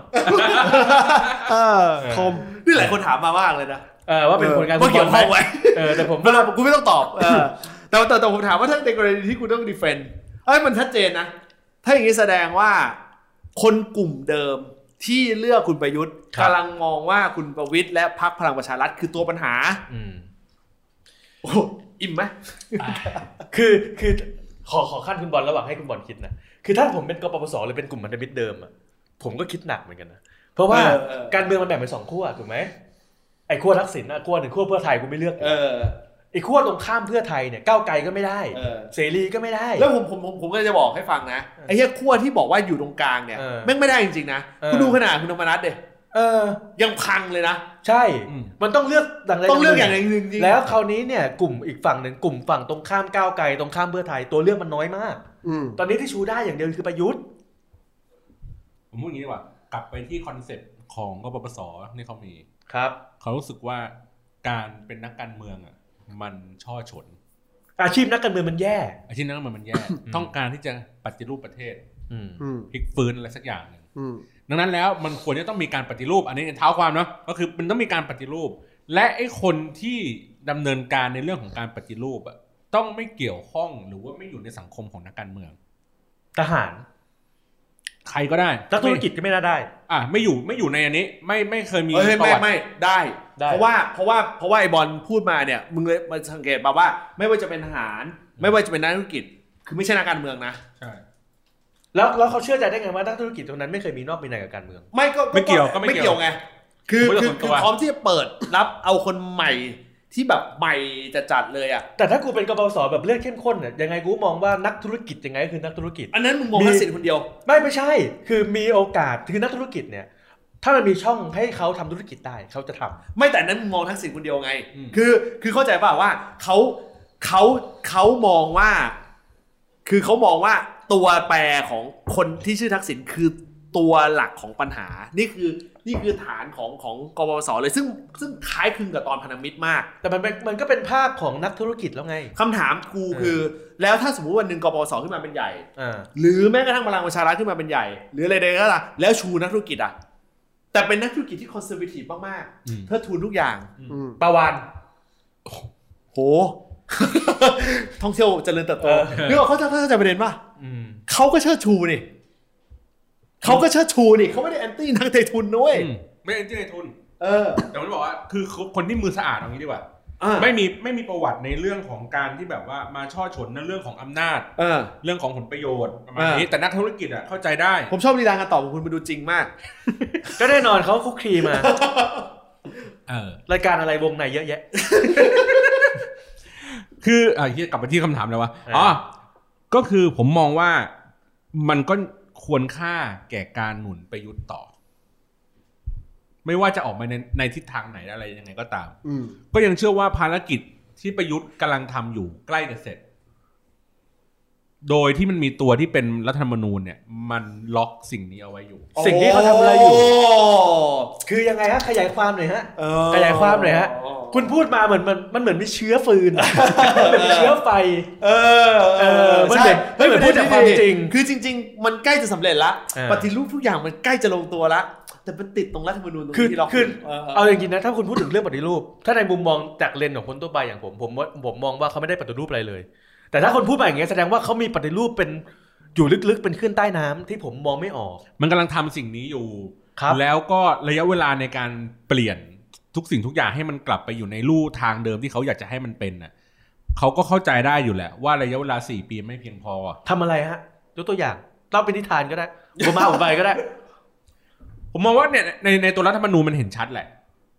เออคม นี่หลายคนถามมามากเลยนะ เออว่าเป็นผลงาน ว่าเกี่ยวข้องไว้ เออแต่ผม เวลากูไม่ต้องตอบเออแต่แต่แต่ผมถามว่าถ้าในกรณีที่คุณต้องดีเฟนต์เอ้ยมันชัดเจนนะ ถ้าอย่างนี้แสดงว่า คนกลุ่มเดิมที่เลือกคุณประยุทธ์กำลังมองว่าคุณประวิทย์และพรรคพลังประชารัฐคือตัวปัญหา อืม โอ้โหอิ่มไหม คือคือขอขอขั้นคุณบอลระหว่างให้คุณบอลคิดนะคือถ้าผมเป็นกปปสหรือเป็นกลุ่มพันธมิตรเดิมอะผมก็คิดหนักเหมือนกันนะเพราะว่าการเมืองมันแบ่งเป็นสองขั้วถูกไหมไอ้ขั้วทักษิณอะขั้วหนึ่งขั้วเพื่อไทยกูไม่เลือก เออ ไอ้ขั้วตรงข้ามเพื่อไทยเนี่ยก้าวไกลก็ไม่ได้ เออ เสรีก็ไม่ได้ แล้วผมผมผมผมก็จะบอกให้ฟังนะไอ้เหี้ยขั้วที่บอกว่าอยู่ตรงกลางเนี่ย เออ แม่งไม่ได้จริงๆนะ เออ คุณดูขนาดคุณธรรมนัฐเดย เออ ยังพังเลยนะ ใช่ อืม มันต้องเลือกอย่างใด ต้องเลือกอย่าง ห ไร นึ่ หนึ่งจริงๆ แล้วคราวนี้เนี่ยกลุ่มอีกฝั่งหนึ่งกลุ่มฝั่งตรงข้ามก้าวไกลตรงข้ามเพื่อไทยตัวเลือกมันน้อยมาก อืม ตอนนี้ที่ชูได้อย่างเดียวคือประยุทธ์ ผมพูดอย่างนี้ดีกว่ากลับไปที่คอนเซ็ปต์ของกบปสนี่เขามี ครับ เขารู้สึกว่าการเป็นนักการเมืองอ่ะมันช่อฉน อาชีพนักการเมืองมันแย่ อาชีพนักการเมืองมันแย่ ต้องการที่จะปฏิรูปประเทศ อืม อืม พลิกฟื้นอะไรสักอย่างหนึ่ง อืม ดังนั้นแล้วมันควรจะต้องมีการปฏิรูป อันนี้เท้าความเนาะก็คือมันต้องมีการปฏิรูป และไอ้คนที่ดำเนินการในเรื่องของการปฏิรูปอะต้องไม่เกี่ยวข้องหรือว่าไม่อยู่ในสังคมของนักการเมือง ทหาร ใครก็ได้ นักธุรกิจก็ไม่น่าได้ อ่ะไม่อยู่ไม่อยู่ในอันนี้ ไม่ไม่เคยมี เอ้ย ประ ไม่ วัติ ไม่ได้ ได้ เพราะว่าเพราะว่าเพราะว่าไอ้บอลพูดมาเนี่ยมึงเลยมาสังเกตมาว่า ไม่ว่าจะเป็นทหาร ไม่ว่าจะเป็นนักธุรกิจ คือไม่ใช่นักการเมืองนะ ใช่ แล้วแล้วเขาเชื่อใจได้ไงว่านักธุรกิจตรงนั้นไม่เคยมีนอกมีในกับการเมือง ไม่ก็ ไม่เกี่ยวก็ไม่ ไม่ เกี่ เกี่ยยว วไง คือ ไม่เกี่คือยวส่วนตั คือ ว พร้อมที่จะเปิดรับเอาคนใหม่ที่แบบใหม่จะจัดๆเลยอ่ะ แต่ถ้ากูเป็นกบสแบบเลือกเข้มข้นเนี่ยยังไงกูมองว่านักธุรกิจยังไงก็คือนักธุรกิจ อันนั้นมึงมอง มี ทักษิณคนเดียว ไม่ไม่ใช่ คือมีโอกาสคือนักธุรกิจเนี่ย ถ้ามันมีช่องให้เขาทำธุรกิจได้เขาจะทำ ไม่แต่อันนั้นมึงมองทักษิณคนเดียวไง อืม คือคือเข้าใจป่าวว่าเขาเขาเขามองว่า คือเขามองว่าตัวแปรของคนที่ชื่อทักษิณคือตัวหลักของปัญหา นี่คือนี่คือฐานของของกบสเลยซึ่งซึ่งคล้ายคลึงกับตอนพันธมิตรมาก แต่มันเป็นมันก็เป็นภาพของนักธุรกิจแล้วไง คำถามกูคือ แล้วถ้าสมมติวันหนึ่งกบสขึ้นมาเป็นใหญ่ อ่า หรือแม้กระทั่งพลังประชารัฐขึ้นมาเป็นใหญ่ หรืออะไรใดก็ตามแล้วชูนักธุรกิจอ่ะ แต่เป็นนักธุรกิจที่คอนเซอร์วทีฟมาก อืม ๆเธอทุนทุกอย่าง อืม ประวัน โห ท่องเที่ยวเจริญเติบโต เออ นึกออกเขาจะเข้าใจประเด็นป่ะ อืม เขาก็เชิดชูนี่เขาก็เชิดชูนี่เขาไม่ได้แอนตี้นักเตะทุนนะเว้ย อืมไม่ใช่ที่ในทุน เออ แต่ผมจะบอกว่าคือคนที่มือสะอาดเอางี้ดีกว่า อ่ะ ไม่มีไม่มีประวัติในเรื่องของการที่แบบว่ามาช่อฉนในเรื่องของอำนาจ เออ เรื่องของผลประโยชน์ประมาณ อ่านี้ นี้แต่นักธุรกิจอ่ะเข้าใจได้ ผมชอบลีลาการตอบของคุณมันดูจริงมาก ก็แน่นอนเขาคุกคลีมา เออ รายการอะไรวงในเยอะแยะ คืออ่ะเฮียกลับมาที่คำถามเลยวะ เอออ๋ อ๋อ ก็คือผมมองว่ามันก็ควรค่าแก่การหนุนประยุทธ์ต่อ ไม่ว่าจะออกมาในในทิศทางไหนอะไรยังไงก็ตาม อืม ก็ยังเชื่อว่าภารกิจที่ประยุทธ์กำลังทำอยู่ใกล้จะเสร็จ โดยที่มันมีตัวที่เป็นรัฐธรรมนูญเนี่ย มันล็อกสิ่งนี้เอาไว้อยู่ สิ่งที่เขาทำอะไรอยู่ โ คือยังไงฮะขยายความหน่อยฮะ เออ ขยายความหน่อยฮะ คุณพูดมาเหมือนมันมันเหมือนมีเชื้อฟื นอะมันเป็นเชื้อไฟ เออเออ มัน ใช่ เหมือน เฮ้ย มันเหมือนพูดจาก น ความจริง คือจริง ๆ มันใกล้จะสำเร็จละ เออ ปฏิรูปทุกอย่างมันใกล้จะลงตัวละ แต่มันติดตรงรัฐธรรมนูญตรง คือ นี้ที่ล็อก คือ เออ เอาอย่างนี้นะ ถ้าคุณพูดถึงเรื่องปฏิรูป ถ้าในมุมมองจากเลนส์ของคนทั่วไปอย่างผมผมว่าผมมองว่าเขาไม่ได้ปฏิรูปอะไรเลย แต่ถ้าคนพูดมาอย่างเงี้ยแสดงว่าเขามีปฏิรูปเป็นอยู่ลึกๆเป็นขึ้นใต้น้ำที่ผมมองไม่ออก มันกำลังทำสิ่งนี้อยู่ ครับ แล้วก็ระยะเวลาในการเปลี่ยนทุกสิ่งทุกอย่างให้มันกลับไปอยู่ในลู่ทางเดิมที่เขาอยากจะให้มันเป็นน่ะเขาก็เข้าใจได้อยู่แหละ ว่าระยะเวลาสี่ปีไม่เพียงพอ ทำอะไรฮะยกตัวอย่างเล่าเป็นนิทานก็ได้อุปมาอุปไม ยก็ได้ ผมมองว่าเนี่ยในในตัวรัฐธรรมนูญมันเห็นชัดแหละ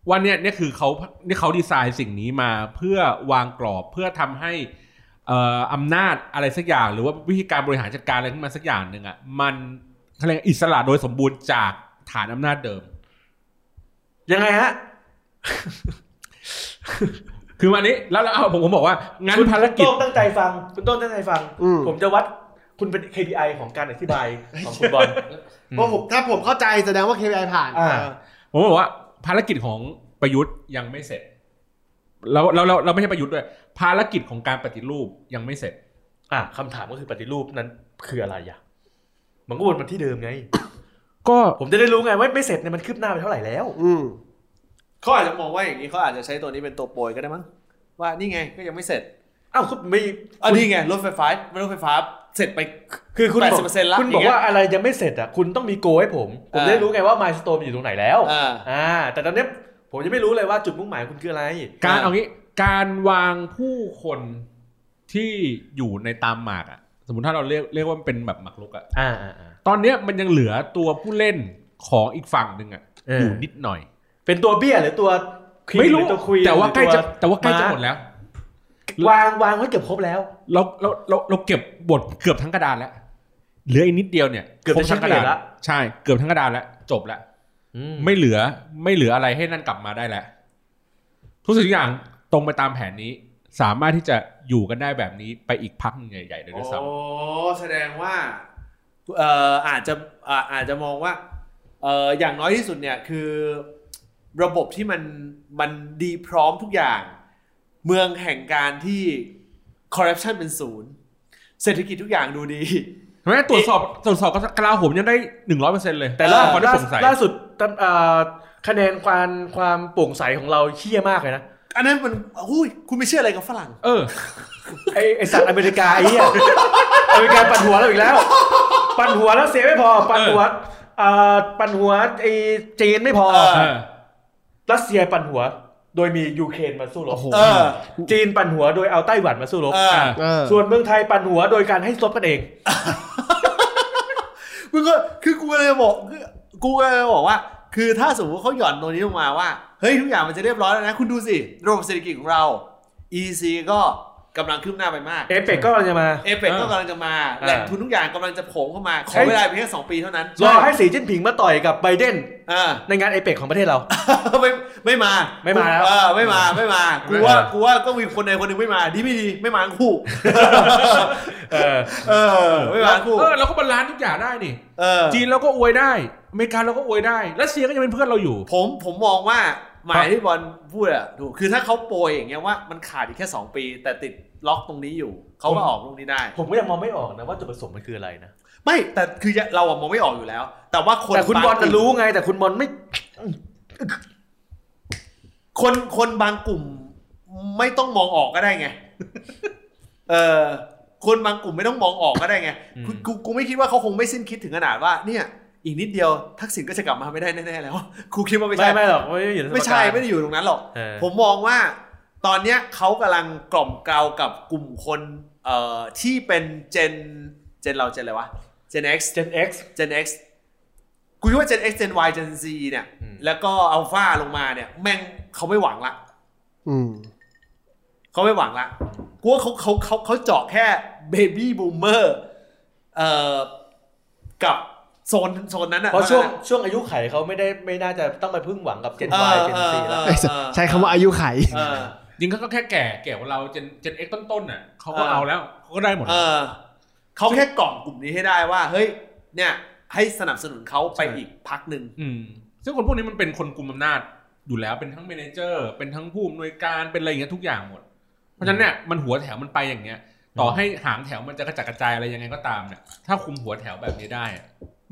ว่าเนี่ยเนี่ยคือเขาเนี่ยเขาดีไซน์สิ่งนี้มาเพื่อวางกรอบเพื่อทำให้เอ่ออำนาจอะไรสักอย่าง หรือว่าวิธีการบริหารจัดการอะไรขึ้นมาสักอย่างหนึ่งอ่ะมันเขาเรียกอิสระโดยสมบูรณ์จากฐานอำนาจเดิม ยังไงฮะ คือวันนี้แล้วแล้วเอาผมผมบอกว่างั้นภารกิจ คุณต้นตั้งใจฟังคุณต้นตั้งใจฟัง อืม ผมจะวัดคุณเป็น KPI ของการอธิบายของคุณบอล เพราะผมถ้าผมเข้าใจแสดงว่า KPI ผ่าน อ่า เออ ผมบอกว่าภารกิจของประยุทธ์ยังไม่เสร็จแล้วเราเราเราไม่ใช่ประยุทธ์ด้วย ภารกิจของการปฏิรูปยังไม่เสร็จ อ่ะคำถามก็คือปฏิรูปนั้นคืออะไรอ่ะ มันก็วนมาที่เดิมไง ก็ ผมจะได้รู้ไงว่าไม่เสร็จเนี่ยมันคืบหน้าไปเท่าไหร่แล้ว อืม เขาอาจจะมองว่าอย่างนี้เขาอาจจะใช้ตัวนี้เป็นตัวโปรยก็ได้มั้งว่านี่ไงก็ยังไม่เสร็จ อ้าวคุณไม่ อันนี้ไงรถไฟฟ้าไม่รถไฟฟ้าเสร็จไป คือคุณบอก 80%ละ คุณบอกว่าอะไรยังไม่เสร็จอ่ะคุณต้องมีโกให้ผม ผม อ่า จะได้รู้ไงว่า milestone อยู่ตรงไหนแล้ว อ่า อ่า แต่ตอนเนี้ยผมยังไม่รู้เลยว่าจุดมุ่งหมายคุณคืออะไร การเอางี้การวางผู้คนที่อยู่ในตามหมากอะสมมติถ้าเราเรียกเรียกว่ามันเป็นแบบหมากรุกอะ อ่าอ่าอ่า ตอนเนี้ยมันยังเหลือตัวผู้เล่นของอีกฝั่งหนึ่งอะ เอออ อยู่นิดหน่อย เป็นตัวเบี้ยหรือตัวควีน ไม่รู้ หอตัวคุย แต่ว่าใกล้จะ หรือ แต่ว่าใกล้จะ ม้ หมดแล้ว วางวางไว้เกือบครบแล้ว เราเราเราเราเก็บบทเกือบทั้งกระดานแล้วเหลืออีกนิดเดียวเนี่ย เกือบจะ ครทั้งกระดาน ชิ้นเดียวละ ใช่เกือบทั้งกระดานแล้วจบแล้ว อืม ไม่เหลือไม่เหลืออะไรให้นั่นกลับมาได้แล้วทุกสิ่งทุกอย่างตรงไปตามแผนนี้ สามารถที่จะอยู่กันได้แบบนี้ไปอีกพักหนึ่งใหญ่ๆเลย อ๋ ด้วยซ้ อแสดงว่าเอ่ออาจจะอ่าอาจจะมองว่าเอ่ออย่างน้อยที่สุดเนี่ยคือระบบที่มันมันดีพร้อมทุกอย่าง เมืองแห่งการที่คอร์รัปชันเป็นศูนย์เศรษฐกิจทุกอย่างดูดี ำใช่ไหมตรวจสอบตรวจสอบกลาโหมยังได้หนึ่งร้อยเปอร์เซ็นต์เลย แต่ละคนได้สงสัย ล่าสุดตอนอ่าคะแนนความความโปร่งใสของเราเชี่ยมากเลยนะ อันนั้นมันอุ้ยคุณไม่เชื่ออะไรกับฝรั่ง เออ ไอไอสัตว์อเมริกาไอ้เหี้ยอเมริกาปั่นหัวเราอีกแล้ว ปั่นหัวแล้วเสียไม่พอ ปั่นหัวเอ่อปั่นหัวไอจีนไม่พอ เอ เออ รัสเซียปั่นหัว โดยมียูเครนมาสู้รบ เออ จีนปั่นหัวโดยเอาไต้หวันมาสู้รบ เออ เออ ส่วนเมืองไทยปั่นหัวโดยการให้รบกันเอง มึงก็คือกูเลยบอกคือกูเลยบอกว่า คือถ้าสมมติเขาหย่อนตรงนี้ลงมาว่า เฮ้ยทุกอย่างมันจะเรียบร้อยแล้วนะ คุณดูสิระบบเศรษฐกิจของเรา EC ก็กำลังคืบหน้าไปมาก เอเปกก็กำลังจะมา เอเปกก็กำลังจะมา เออ แหล่งทุนทุกอย่างกำลังจะโผงเข้ามา ข ใช่ อเวลาเพียงแค่สองปีเท่านั้น รอให้สีจิ้นผิงมาต่อยกับไบเดน เออ ในงานเอเปกของประเทศเรา ไม่ไม่มา ไม่มาแล้ว เออไม่มาไม่มากู ไม่มา ว่ากูว่าก็มีคนใดคนหนึ่งไม่มาดีไม่ดีไม่มาทั้งคู่ เออ เออไม่มาทั้งคู่ เออเราก็บาลานซ์ทุกอย่างได้นี่ เออ จีนเราก็อวยได้อเมริกาเราก็อวยได้รัสเซียก็ยังเป็นเพื่อนเราอยู่ ผมผมมองว่าหมา ครั ย บ ที่บอลพูดอะถูกคือถ้าเขาโปรยอย่างเงี้ยว่ามันขาดอีกแค่ 2 ปี แต่ติดล็อกตรงนี้อยู่ เขาก็ออกตรงนี้ได้ ผมก็ยังมองไม่ออกนะว่าจุดประสงค์มันคืออะไรนะ ไม่แต่คือเราอะมองไม่ออกอยู่แล้ว แต่ว่าคน แต่คุณบอลน่ะ างก รู้ไง แต่คุณบอลไม่ คนคนบางกลุ่มไม่ต้องมองออกก็ได้ไง เออคนบางกลุ่มไม่ต้องมองออกก็ได้ไงกูกูกูไม่คิดว่าเขาคงไม่สิ้นคิดถึงขนาดว่า เนี่ย อีกนิดเดียวทักษิณก็จะกลับมาไม่ได้แน่ๆแล้ว กูคิดว่าไม่ ไม่ ใช่ ไม่หรอกไม่อยู่ในส ไม่ใช่ การ ไม่ได้อยู่ตรงนั้นหรอก เออ ผมมองว่าตอนเนี้ยเขากำลังกล่อมเกลากับกลุ่มคนเอ่อที่เป็นเจนเจนเราเจนอะไรวะเจน X เจนเอ็กซ์ เจน X กูคิดว่า Gen X Gen Y Gen Z เนี่ย อืม แล้วก็อัลฟาลงมาเนี่ย แม่งเขาไม่หวังละ อืม เขาไม่หวังละกูว่าเขาเขาเขาเขาเจาะแค่เบบี้บูมเมอร์เอ่อกับโซนโซนนั้นอะ เพราะช่วงช่วงอายุไขเขาไม่ได้ไม่น่าจะต้องไปพึ่งหวังกับเจน เอ วาย อ เจน เออ ซี เอ แล้ว อเออ ใช้คำว่าอายุไข เออ จริงเขาก็แค่แก่แก่กว่าเราเจนเจนเอ็กต้นๆน่ะเขาก็ เออ เอาแล้วเขาก็ได้หมด เออเขาแค่กล่อมกลุ่มนี้ให้ได้ว่า เฮ้ย เนี่ย ให้สนับสนุนเขาไป ใช่ อีกพักหนึ่ง อืมซึ่งคนพวกนี้มันเป็นคนกลุ่มอำนาจอยู่แล้วเป็นทั้งเมเนเจอร์ เป็นทั้งผู้อำนวยการเป็นอะไรอย่างเงี้ยทุกอย่างหมด เพราะฉะนั้นเนี่ยมันหัวแถวมันไปอย่างเงี้ย ต่อให้หางแถวมันจะกระจัดกระจายอะไรยังไงก็ตามเนี่ยถ้าคุมหัวแถวแบบนี้ได้อะ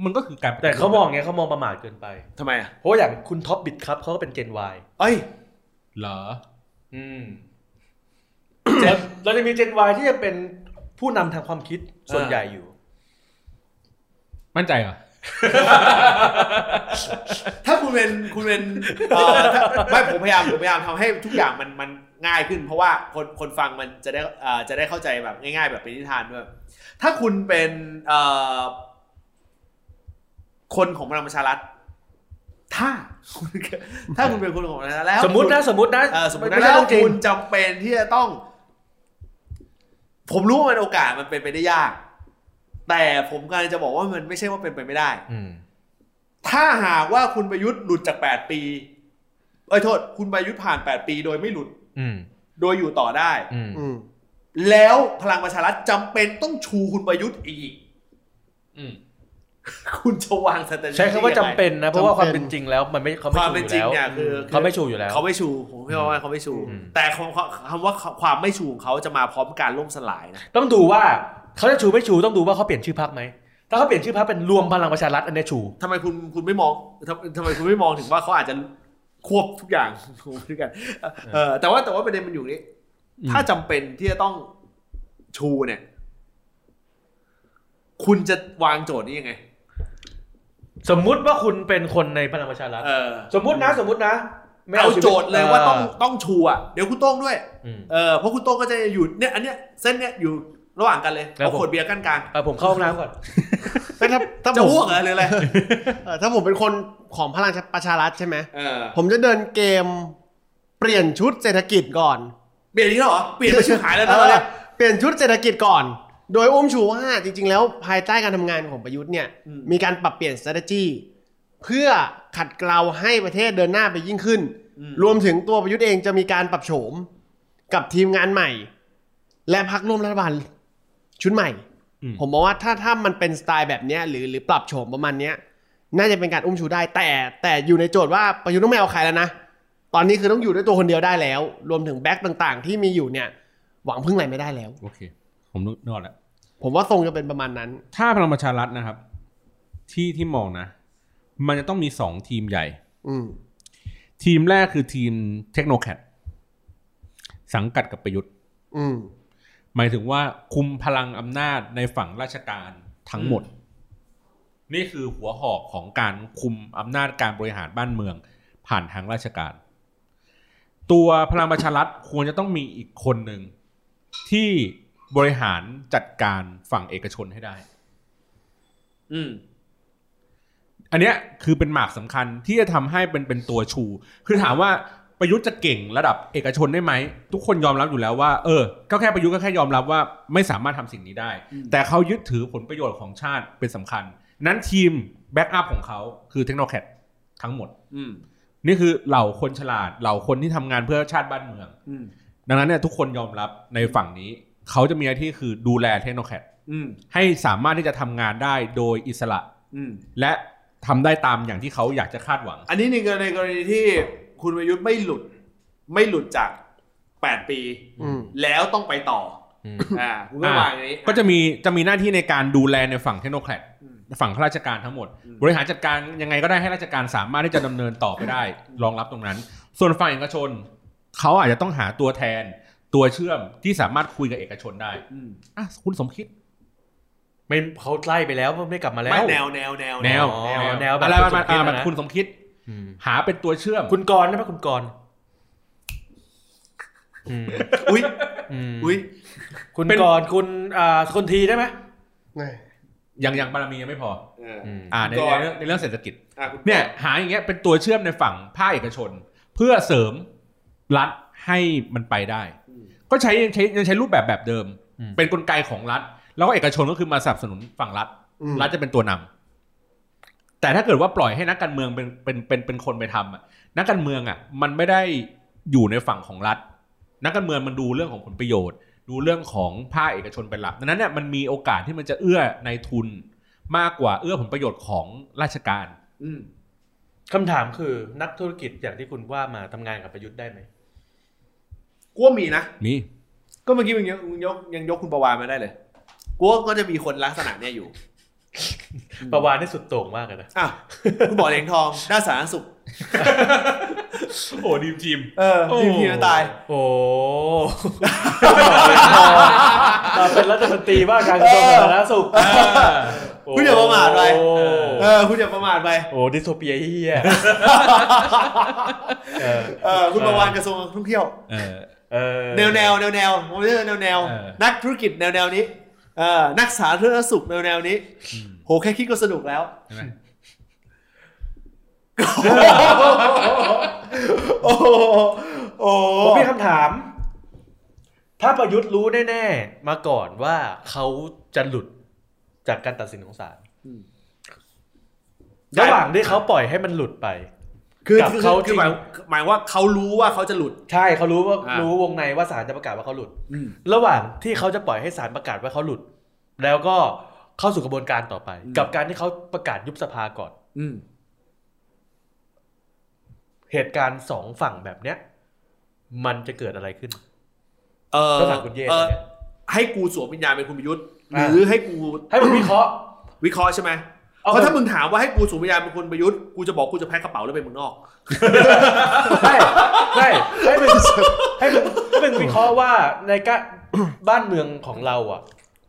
มันก็คือการปฏิรูป แต่เขามองไงเขามองประมาทเกินไป ทำไมอ่ะ เพราะว่าอย่างคุณท็อปบิดครับเขาก็เป็นเจนวาย เอ้ย เหรอ อืมเราจะมีเจนวายที่จะเป็นผู้นำทางความคิดส่วน เออ ใหญ่อยู่ มั่นใจเหรอ ถ้าคุณเป็นคุณเป็นเอ่อ ถ้าไม่ผมพยายามผมพยายามทำให้ทุกอย่างมันมันง่ายขึ้น เพราะว่าคนคนฟังมันจะได้เอ่อจะได้เข้าใจแบบง่าย ๆ แบบเป็นนิทานด้วยถ้าคุณเป็นเอ่อคนของพลังประชารัฐถ้า คุณถ้าคุณเป็นคนของพลังประชารัฐแล้ว สมมตินะสมมตินะ เออสมมตินะ ไใช่ แล้ว เรื่องจริง คุณจำเป็นที่จะต้อง ผมรู้ว่ามันโอกาสมันเป็นไปได้ยาก แต่ผมกำลังจะบอกว่ามันไม่ใช่ว่าเป็นไปไม่ได้ อืม ถ้าหากว่าคุณประยุทธ์หลุดจาก 8 ปี เอ้ยโทษ คุณประยุทธ์ผ่าน 8 ปีโดยไม่หลุด อืม โดยอยู่ต่อได้ อืม อืม แล้วพลังประชารัฐจำเป็นต้องชูคุณประยุทธ์อีก อืม คุณจะวางสเตน ใช้คำว่าจำเป็นนะ เพราะว่า จำเป็น ความเป็นจริงแล้วมันไม่เขา ค ไม่ วาม ชูอ เป็น ยู่ จริง แล้ว เนี่ยคือ เขาไม่ชูอยู่แล้ว เขาไม่ชูผมเชื่อว่าเขาไม่ชู อืม แต่คำว่าคำว่าความไม่ชูของเขาจะมาพร้อมการล่มสลายนะ ต้องดูว่าเขาจะชูไม่ชูต้องดูว่าเขาเปลี่ยนชื่อพรรคไหมถ้าเขาเปลี่ยนชื่อพรรคเป็นรวมพลังประชารัฐอันเนี้ยชู ทำไมคุณคุณไม่มองทำทำไมคุณไม่มองถึงว่าเขาอาจจะควบทุกอย่าง ควบทุกอย่างเออแต่ว่าแต่ว่าประเด็นมันอยู่นี้ อืม ถ้าจำเป็นที่จะต้องชูเนี่ย คุณจะวางโจทย์นี้ยังไง สมมุติว่าคุณเป็นคนในพลังประชารัฐ เออ สมมุตินะสมมุตินะไม่ เอา ชีวิ โจทย์เลยว่าต้องต้องชูอ่ะเดี๋ยวคุณโต้งด้วย อืม เออเพราะคุณโต้งก็จะอยู่เนี่ย อันเนี้ยเส้นเนี้ยอยู่ระหว่างกันเลย ครับ เอา ผม ขวดเบียร์กั้นกลาง เออผมเข้าห้องน้ำก่อน เป็นถ้าถ้า จะ ผม อ้วกเหรอหรืออะไร เออถ้าผมเป็นคนของพลังประชารัฐใช่ไหม เออ ผมจะเดินเกมเปลี่ยนชุดเศรษฐกิจก่อน เปลี่ยนนี้แล้วเหรอเปลี่ยนไปชื่อหายแล้วนะ เอ ตอน อ เนี้ย เปลี่ยนชุดเศรษฐกิจก่อน โดยอุ้มชูว่าจริง ๆ แล้วภายใต้การทำงานของประยุทธ์เนี่ย มีการปรับเปลี่ยน strategy พ เพื่อขัดเกลาให้ประเทศเดินหน้าไปยิ่งขึ้น รวมถึงตัวประยุทธ์เองจะมีการปรับโฉมกับทีมงานใหม่ และพักร่วมรัฐบาลชุดใหม่ อืม ผมมองว่าถ้าถ้ามันเป็นสไตล์แบบเนี้ยหรือหรือปรับโฉมประมาณเนี้ย น่าจะเป็นการอุ้มชูได้แต่แต่อยู่ในโจทย์ว่าประยุทธ์ต้องไม่เอาใครแล้วนะ ตอนนี้คือต้องอยู่ด้วยตัวคนเดียวได้แล้ว รวมถึงแบ็คต่างๆ ที่มีอยู่เนี่ย หวังพึ่งอะไรไม่ได้แล้ว โอเค ผมนึกนอกแล้ว ผมว่าทรงจะเป็นประมาณนั้น ถ้าพลังประชารัฐนะครับ ที่ที่มองนะ มันจะต้องมีสองทีมใหญ่ อืม ทีมแรกคือทีมเทคโนแคดสังกัดกับประยุทธ์ อืม หมายถึงว่าคุมพลังอำนาจในฝั่งราชการทั้งหมด นี่คือหัวหอกของการคุมอำนาจการบริหารบ้านเมือง ผ่านทางราชการ ตัวพลังประชารัฐควรจะต้องมีอีกคนหนึ่ง ที่บริหารจัดการฝั่งเอกชนให้ได้ อืม อันเนี้ยคือเป็นหมากสำคัญที่จะทำให้เป็นเป็นตัวชู คือถามว่าประยุทธ์จะเก่งระดับเอกชนได้ไหม ทุกคนยอมรับอยู่แล้วว่า เออ ก็แค่ประยุทธ์ก็แค่ยอมรับว่าไม่สามารถทำสิ่งนี้ได้ แต่เขายึดถือผลประโยชน์ของชาติเป็นสำคัญ นั้นทีมแบ็กอัพของเขาคือเทคโนแคดทั้งหมด อืม นี่คือเหล่าคนฉลาด เหล่าคนที่ทำงานเพื่อชาติบ้านเมือง อืม ดังนั้นเนี่ยทุกคนยอมรับในฝั่งนี้ เขาจะมีหน้าที่คือดูแลเทคโนแคด อืม ให้สามารถที่จะทำงานได้โดยอิสระ อืม และทำได้ตามอย่างที่เขาอยากจะคาดหวัง อันนี้ในกรณีกรณีที่คุณประยุทธ์ไม่หลุด ไม่หลุดจาก 8 ปี อืม แล้วต้องไปต่ออ ม อ่าคุณก็วางอย่างนี้ ก็จะมีจะมีหน้าที่ในการดูแลในฝั่งเทคโนแครด อืม ฝั่งข้าราชการทั้งหมด อืม บริหารจัดการยังไงก็ได้ให้ราชการสามารถที่จะดำเนินต่อไปได้ รองรับตรงนั้น ส่วนฝั่งเอกชน เขาอาจจะต้องหาตัวแทน ตัวเชื่อมที่สามารถคุยกับเอกชนได้ อืม อ่ะคุณสมคิด ไม่เขาไล่ไปแล้วว่าไม่กลับมาแล้ว ไม่แนวแนวแนว แนว แนวแนวแบบ อะไรประมาณ คุณสมคิดนะอ่ะแบบคุณสมคิด อืม หาเป็นตัวเชื่อม คุณกรณ์ได้ไหมคุณกรณ์อืม อุ้ย อืม อุ้ย คุณกรณ์คุณอ่าคนทีได้ไหม ยังยังบารมียังไม่พอ เออ อืม อ่าใน ก่อน ในเรื่องในเรื่องเศรษฐกิจ อ่ะคุณ เนี่ยหาอย่างเงี้ยเป็นตัวเชื่อมในฝั่งภาคเอกชน เพื่อเสริมรัฐให้มันไปได้ ก็ใช้ยังใช้ยังใช้รูปแบบแบบเดิม อืม เป็นกลไกของรัฐ แล้วก็เอกชนก็คือมาสนับสนุนฝั่งรัฐ อืม รัฐจะเป็นตัวนำแต่ถ้าเกิดว่าปล่อยให้นักการเมืองเป็นเป็นเป็นเป็นคนไปทำอะนักการเมืองอ่ะ มันไม่ได้อยู่ในฝั่งของรัฐ นักการเมืองมันดูเรื่องของผลประโยชน์ ดูเรื่องของภาคเอกชนเป็นหลักดังนั้นเนี่ยมันมีโอกาสที่มันจะเอื้อในทุนมากกว่าเอื้อผลประโยชน์ของราชการ อืม คำถามคือนักธุรกิจอย่างที่คุณว่ามาทำงานกับประยุทธ์ได้ไหม กูว่ามีนะ นี่ ก็เมื่อกี้มึงยังมึงยกยังยกคุณประวานมาได้เลยกูว่าก็จะมีคนลักษณะเนี่ยอยู่ ประวานที่สุดโต่งมากเลยนะ อ่ะคุณบอกเหรียญทองด้านสาธารณสุข โอ้ดีมทีม เออทีมทีมตาย โอ้เราเป็นรัฐมนตรีว่าการกระทรวงสาธารณสุข คุณอย่าประมาทไป โอ้ เออคุณอย่าประมาทไป โอ้ดิสโทเปียเฮียเออ เออคุณประวานกระทรวงท่องเที่ยว เออ เออ แนวแนวแนวแนวผมเรียกว่าแนวแนว เออ นักธุรกิจแนวแนวนี้เออนักสาธารณสุขแนวแนวนี้ โหแค่คิดก็สนุกแล้ว ใช่ไหม โอ้โหโอ้โห ผมมีคำถาม ถ้าประยุทธ์รู้แน่ๆ มาก่อนว่าเขาจะหลุดจากการตัดสินของศาลระหว่างที่เขาปล่อยให้มันหลุดไป คือ กับ คือ เขา คือหมาย จริ หมายว่าเขารู้ว่าเขาจะหลุด ใช่เขารู้ว่า อ่ารู้ รู้วงในว่าศาลจะประกาศว่าเขาหลุด อืม ระหว่างที่เขาจะปล่อยให้ศาลประกาศว่าเขาหลุด แล้วก็เข้าสู่กระบวนการต่อไป อืม กับการที่เขาประกาศยุบสภาก่อน อืม เหตุการณ์สองฝั่งแบบเนี้ย มันจะเกิดอะไรขึ้น เออ ก็ถามคุณเย่ เออ เนี่ย ให้กูสวมวิญญาณเป็นคุณประยุทธ์ห อ่า รือให้กู ให้ผมวิเคราะห์ วิเคราะห์ใช่ไหม เอา เพราะถ้ามึงถามว่าให้กูสวมวิญญาณเป็นคุณประยุทธ์กูจะบอกกูจะแพ็คกระเป๋าแล้วไปเมืองนอก ใช่ใช่ให้เป็นให้เป็นให้เป็นวิเคราะห์ว่าในกะ บ้านเมืองของเราอ่ะ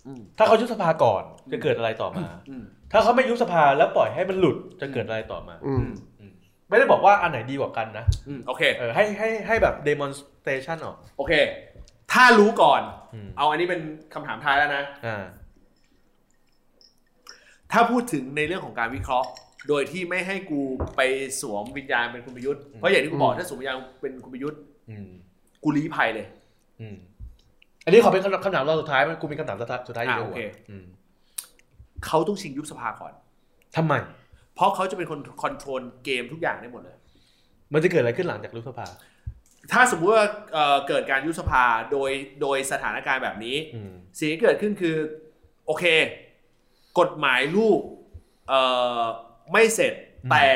อืม ถ้าเขายุบสภาก่อนจะเกิดอะไรต่อมา อืม ถ้าเขาไม่ยุบสภาแล้วปล่อยให้มันหลุดจะเกิดอะไรต่อมา อื อื ม ม ไม่ได้บอกว่าอันไหนดีกว่ากันนะ อืมโอเค เออให้ให้ให้แบบ demonstration ออก โอเค ถ้ารู้ก่อน อืม เอาอันนี้เป็นคำถามท้ายแล้วนะ อ่า ถ้าพูดถึงในเรื่องของการวิเคราะห์ โดยที่ไม่ให้กูไปสวมวิญญาณเป็นคุณประยุทธ์ อืม เพราะอย่างที่กูบอก อืม ถ้าสวมวิญญาณเป็นคุณประยุทธ์ อืม กูลี้ภัยเลย อืมอันนี้ขอเป็นคำคำถามรอบสุดท้ายมันกูมีคำถามสุดท้ายอยู่ใน อ่ะ หั โอ ว เค อืม เขาต้องชิงยุบสภาก่อน ทำไม เพราะเขาจะเป็นคนคอนโทรลเกมทุกอย่างได้หมดเลย มันจะเกิดอะไรขึ้นหลังจากรัฐสภา ถ้าสมมุติว่าเอ่อเกิดการยุบสภาโดยโดยสถานการณ์แบบนี้ อืม สิ่งที่เกิดขึ้นคือโอเค กฎหมายลูกเอ่อไม่เสร็จ อืม แต่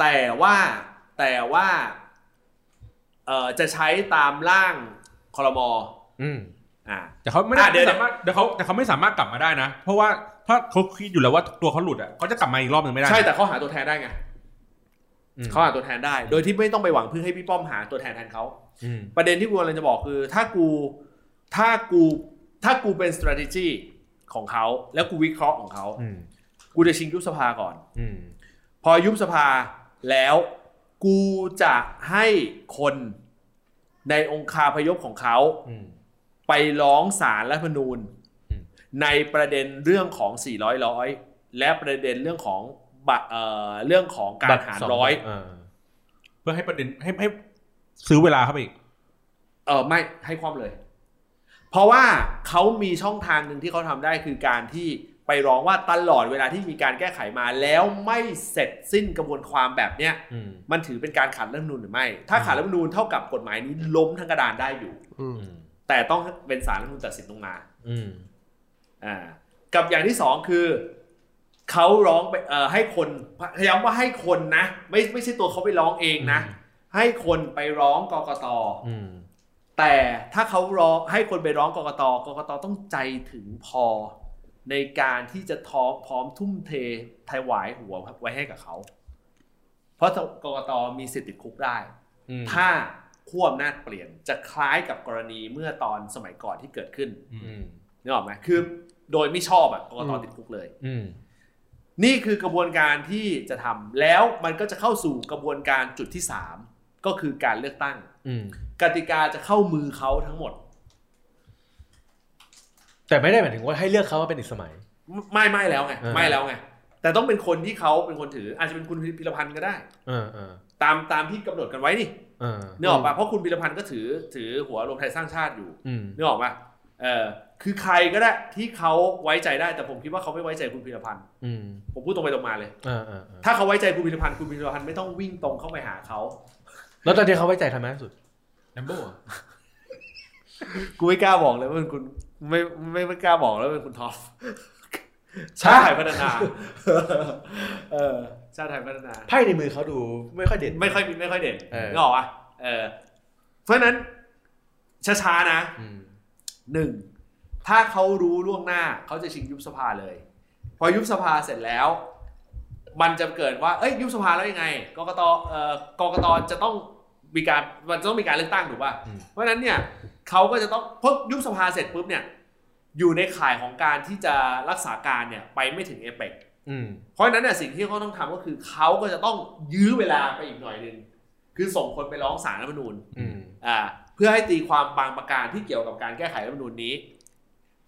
แต่ว่าแต่ว่าเอ่อจะใช้ตามร่างคอรมอ อืม อ่า แต่เขาไม่ อ่ะเดี๋ ได้ ยว สามารถเดี๋ยวเขาแต่เขาไม่สามารถกลับมาได้นะ เพราะว่าถ้าเขาคิดอยู่แล้วว่าตัวเขาหลุดอ่ะเขาจะกลับมาอีกรอบหนึ่งไม่ได้ ใช่แต่เขาหาตัวแทนได้ไง อืม เขาหาตัวแทนได้ โดยที่ไม่ต้องไปหวังพึ่งให้พี่ป้อมหาตัวแทนแทนเขา อืม ประเด็นที่กูกำลังจะบอกคือ ถ้ากูถ้ากูถ้ากูเป็น strategy ของเขาแล้วกูวิเคราะห์ของเขา อืม กูจะชิงยุบสภาก่อน อืม พอยุบสภาแล้วกูจะให้คนในองคาพยพของเขา อืม ไปร้องศาลรัฐธรรมนูญ อืม ในประเด็นเรื่องของ 400ร้อยและประเด็นเรื่องของบัตรเอ่อเรื่องของการหารร้อย เ เพื่อให้ประเด็นให้ให้ซื้อเวลาเข้าไปอีก เออไม่ให้ความเลย เพราะว่าเขามีช่องทางหนึ่งที่เขาทำได้คือการที่ไปร้องว่าตลอดเวลาที่มีการแก้ไขมาแล้วไม่เสร็จสิ้นกระบวนความแบบเนี้ย อืม มันถือเป็นการขัดรัฐธรรมนูญหรือไม่ ถ้าขัดรัฐธรรมนูญเท่ากับกฎหมายนี้ล้มทั้งกระดานได้อยู่ อืม อืม แต่ต้องเป็นศาลรัฐธรรมนูญตัดสินลงมา อืม อ่า กับอย่างที่สองคือเขาร้องไปเอ่อให้คนพยายามว่าให้คนนะ ไม่ไม่ใช่ตัวเขาไปร้องเองนะ ให้คนไปร้องกกต อืม แต่ถ้าเขาร้องให้คนไปร้องกกตกกตต้องใจถึงพอ ในการที่จะท้อพร้อมทุ่มเทถวายหัวไว้ให้กับเขา เพราะกกตมีสิทธิ์ติดคุกได้ อืม ถ้าขั้วอำนาจเปลี่ยนจะคล้ายกับกรณีเมื่อตอนสมัยก่อนที่เกิดขึ้น อืม นึกออกไหมคือโดยไม่ชอบอะกกตติดคุกเลย อืม นี่คือกระบวนการที่จะทำแล้วมันก็จะเข้าสู่กระบวนการจุดที่สามก็คือการเลือกตั้ง อืม กติกาจะเข้ามือเขาทั้งหมด แต่ไม่ได้หมายถึงว่าให้เลือกเขาว่าเป็นอีกสมัย ไม่ไม่แล้วไง เออ ไม่แล้วไงแต่ต้องเป็นคนที่เขาเป็นคนถือ อาจจะเป็นคุณพิรพันธ์ก็ได้ เออเออ ตามตามที่กำหนดกันไว้นี่ เออ เนื้อออกปะเพราะคุณพิรพันธ์ก็ถือถือหัวรวมไทยสร้างชาติอยู่ อืม เนื้อออกปะเออคือใครก็ได้ที่เขาไว้ใจได้แต่ผมคิดว่าเขาไม่ไว้ใจคุณพิรพันธ์ อืม ผมพูดตรงไปตรงมาเลย เออเออเออ ถ้าเขาไว้ใจคุณพิรพันธ์คุณพิรพันธ์ไม่ต้องวิ่งตรงเข้าไปหาเขา แล้วตอนที่เขาไว้ใจทำไมล่าสุด กูไม่กล้าบอกเลยว่าเป็นคุณไม่ไม่ไม่กล้าบอกแล้วเป็นคุณท็อป ใช่ชาติไทยพัฒนา เออชาติไทยพัฒนา ไพ่ในมือเขาดูไม่ค่อยเด่น ไม่ค่อยมีไม่ค่อยเด่น เออ นึกออกปะเออ เพราะฉะนั้นช้าๆนะ อืม หนึ่งถ้าเขารู้ล่วงหน้าเขาจะชิงยุบสภาเลย พอยุบสภาเสร็จแล้ว มันจะเกิดว่า เอ้ยยุบสภาแล้วยังไงกกตเอ่อกกตจะต้องมีการมันจะต้องมีการเลือกตั้งถูกป่ะเพราะฉะนั้นเนี่ยเขาก็จะต้องพบยุบสภาเสร็จปุ๊บเนี่ย อยู่ในข่ายของการที่จะรักษาการเนี่ยไปไม่ถึงเอเปก อืม เพราะฉะนั้นเนี่ยสิ่งที่เขาต้องทำก็คือเขาก็จะต้องยื้อเวลาไปอีกหน่อยหนึ่งคือส่งคนไปร้องศาลรัฐธรรมนูญ อืม อ่าเพื่อให้ตีความบางประการที่เกี่ยวกับการแก้ไขรัฐธรรมนูญนี้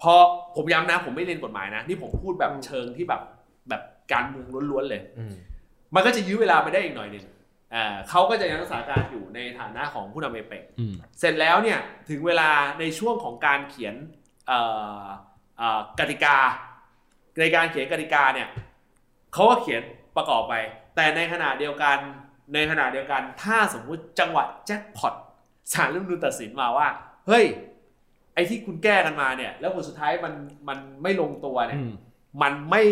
พอผมย้ำนะผมไม่เรียนกฎหมายนะนี่ผมพูดแบบ อืม เชิงที่แบบแบบการเมืองล้วนๆเลย อืม มันก็จะยื้อเวลาไปได้อีกหน่อยหนึ่งอ่าเขาก็จะยังรักษาการอยู่ในฐานะของผู้นำเอเปก อืม เสร็จแล้วเนี่ยถึงเวลาในช่วงของการเขียนเอ่อเอ่อกติกา ในการเขียนกติกาเนี่ยเขาก็เขียนประกอบไป แต่ในขณะเดียวกันในขณะเดียวกันถ้าสมมุติจังหวะแจ็คพอตศาลรัฐธรรมนูญตัดสินมาว่า เฮ้ย ไอ้ที่คุณแก้กันมาเนี่ย แล้วผลสุดท้ายมันมันไม่ลงตัวเนี่ย มันไม่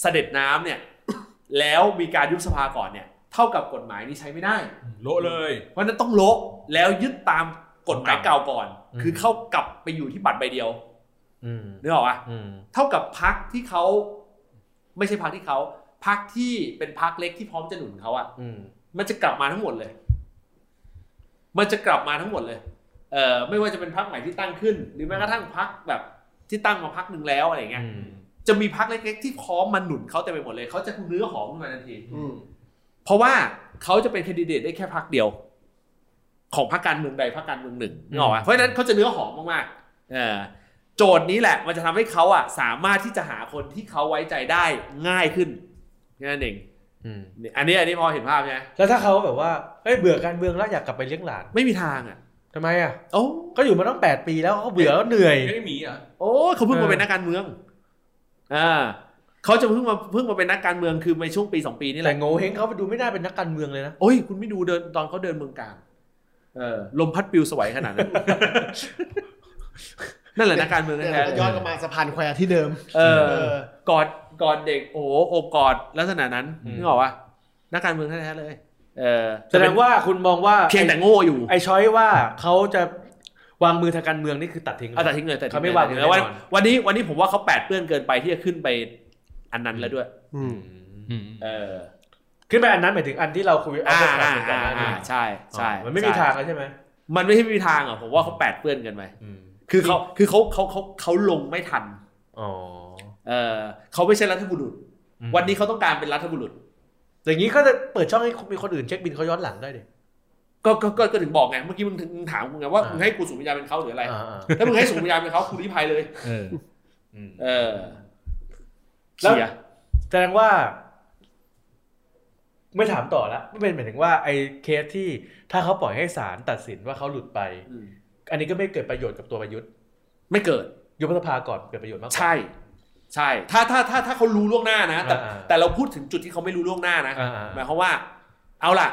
เสด็จน้ำเนี่ย แล้วมีการยุบสภาก่อนเนี่ย เท่ากับกฎหมายนี้ใช้ไม่ได้ โละเลย เพราะฉะนั้นต้องโละแล้วยึดตามกฎหมายเก่าก่อน คือเข้ากลับไปอยู่ที่บัตรใบเดียว อืม นึกออกปะ อืม เท่ากับพักที่เขาไม่ใช่พักที่เขาพักที่เป็นพักเล็กที่พร้อมจะหนุนเขาอะ อืม มันจะกลับมาทั้งหมดเลย มันจะกลับมาทั้งหมดเลยเอ่อไม่ว่าจะเป็นพักใหม่ที่ตั้งขึ้น หรือแม้กระทั่งพักแบบที่ตั้งมาพักหนึ่งแล้วอะไรอย่างเงี้ย อืม จะมีพักเล็ก ๆ ที่พร้อมมาหนุนเขาเต็มไปหมดเลยเขาจะเนื้อหอมขึ้นมาทันที อืม เพราะว่าเขาจะเป็นแคนดิเดตได้แค่พักเดียว ของพรรคการเมืองใดพรรคการเมืองหนึ่งนึกออกปะเพราะฉะนั้นเขาจะเนื้อหอมมากๆเออโจทย์นี้แหละ มันจะทำให้เขาอ่ะสามารถที่จะหาคนที่เขาไว้ใจได้ง่ายขึ้นแค่นั่นเอง อืม นี่อันนี้อันนี้พอเห็นภาพใช่ไหม แล้วถ้าเขาแบบว่าเฮ้ยเบื่อการเมืองแล้วอยากกลับไปเลี้ยงหลาน ไม่มีทางอ่ะ ทำไมอ่ะ โอ้ ก็อยู่มาตั้งแปดปีแล้วเขาเบื่อแล้วเหนื่อย ไม่ได้มีอ่ะ โอ้เขาเพิ่ง เอ มา อ เป็นนักการเมืองอ่า เขาจะเพิ่งมาเพิ่งมาเป็นนักการเมืองคือในช่วงปีสองปีนี่แห แต่ ละ โง่เฮงเขาดูไม่ได้เป็นนักการเมืองเลยนะ โอ้ยคุณไม่ดูเดินตอนเขาเดินเมืองการเออลมพัดปลิวสวยขนาด นั้น นั่นแหละนักการเมือง แต่ แท้ เราก็ๆย้อนกลับมาสะพานแควที่เดิม เออ เออ กอดกอดเด็กโอ้โหโอบกอดลักษณะนั้น อืม นึกออกปะนักการเมืองแท้ๆเลยเออ แสดงว่าคุณมองว่า เพียงแต่โง่อยู่ ไอ้ช้อยว่าเขาจะวางมือทางการเมืองนี่คือตัดทิ้งเลย เอาแต่ทิ้งเลยแต่ทิ้ เขาไม่วาง ลย มือ แล้ววัน แน่นอน วันนี้วันนี้ผมว่าเขาแปดเปื้อนเกินไปที่จะขึ้นไปอันนั้นแล้วด้วย อืม อืม เออ ขึ้นไปอันนั้นหมายถึงอันที่เราคุย อ่า เอาไป อ่า ก่อนหน้านี้ อ่าใช่ใช่ อ๋อมันไม่มี ใช่ ทางแล้วใช่ไหม มันไม่ใช่ไม่มีทางอ่ะผมว่าเขาแปดเปื้อนเกินไปคือเขาคือเขาเขาเขาเขาลงไม่ทัน อ๋อ เออเขาไม่ใช่รัฐบุรุษ วันนี้เขาต้องการเป็นรัฐบุรุษ อย่างนี้ก็จะเปิดช่องให้มีคนอื่นเช็คบินเขาย้อนหลังได้ดิ ก็ก็ก็ก็ถึงบอกไงเมื่อกี้มึงถึงมึงถามกูไงว่า อ่ามึ มึงให้กูสูงวิญญาณเป็นเขาหรืออะไร อ่า ถ้ามึงให้สูงวิญญาณเป็นเขากูรีภัยเลย เออ ๆอืม เออ แล้ว เชียร์ แสดงว่า ไม่ถามต่อละไม่เป็นหมายถึงว่าไอ้เคสที่ถ้าเขาปล่อยให้ศาลตัดสินว่าเขาหลุดไป อันนี้ก็ไม่เกิดประโยชน์กับตัวประยุทธ์ ไม่เกิด ยุบสภาก่อนเกิดประโยชน์มากกว่า ใช่ ใช่ ถ้าถ้าถ้าถ้าเขารู้ล่วงหน้านะแต่ อ่าอ่า แต่เราพูดถึงจุดที่เขาไม่รู้ล่วงหน้านะ อ่าอ่า หมายความว่า เอาล่ะ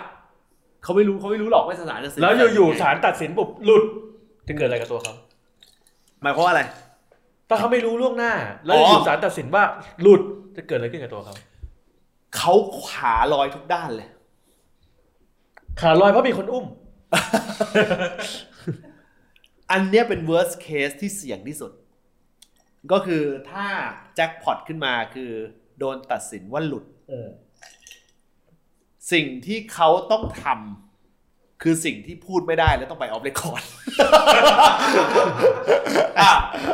เขาไม่รู้เขาไม่รู้หรอกว่าศาลจะตัดสิน แล้วอยู่ๆศาลตัดสินปุ๊บหลุดจะเกิดอะไรกับตัวเขา หมายความว่าอะไร ถ้าเขาไม่รู้ล่วงหน้า แล้ว อ๋อ อยู่ศาลตัดสินว่าหลุดจะเกิดอะไรขึ้นกับตัวเขา เขาหาลอยทุกด้านเลย ขาลอยเพราะมีคนอุ้ม อันเนี้ยเป็น worst case ที่เสี่ยงที่สุด ก็คือถ้าแจ็คพอตขึ้นมาคือโดนตัดสินว่าหลุด สิ่งที่เขาต้องทำคือสิ่งที่พูดไม่ได้แล้วต้องไปออฟเรคคอร์ด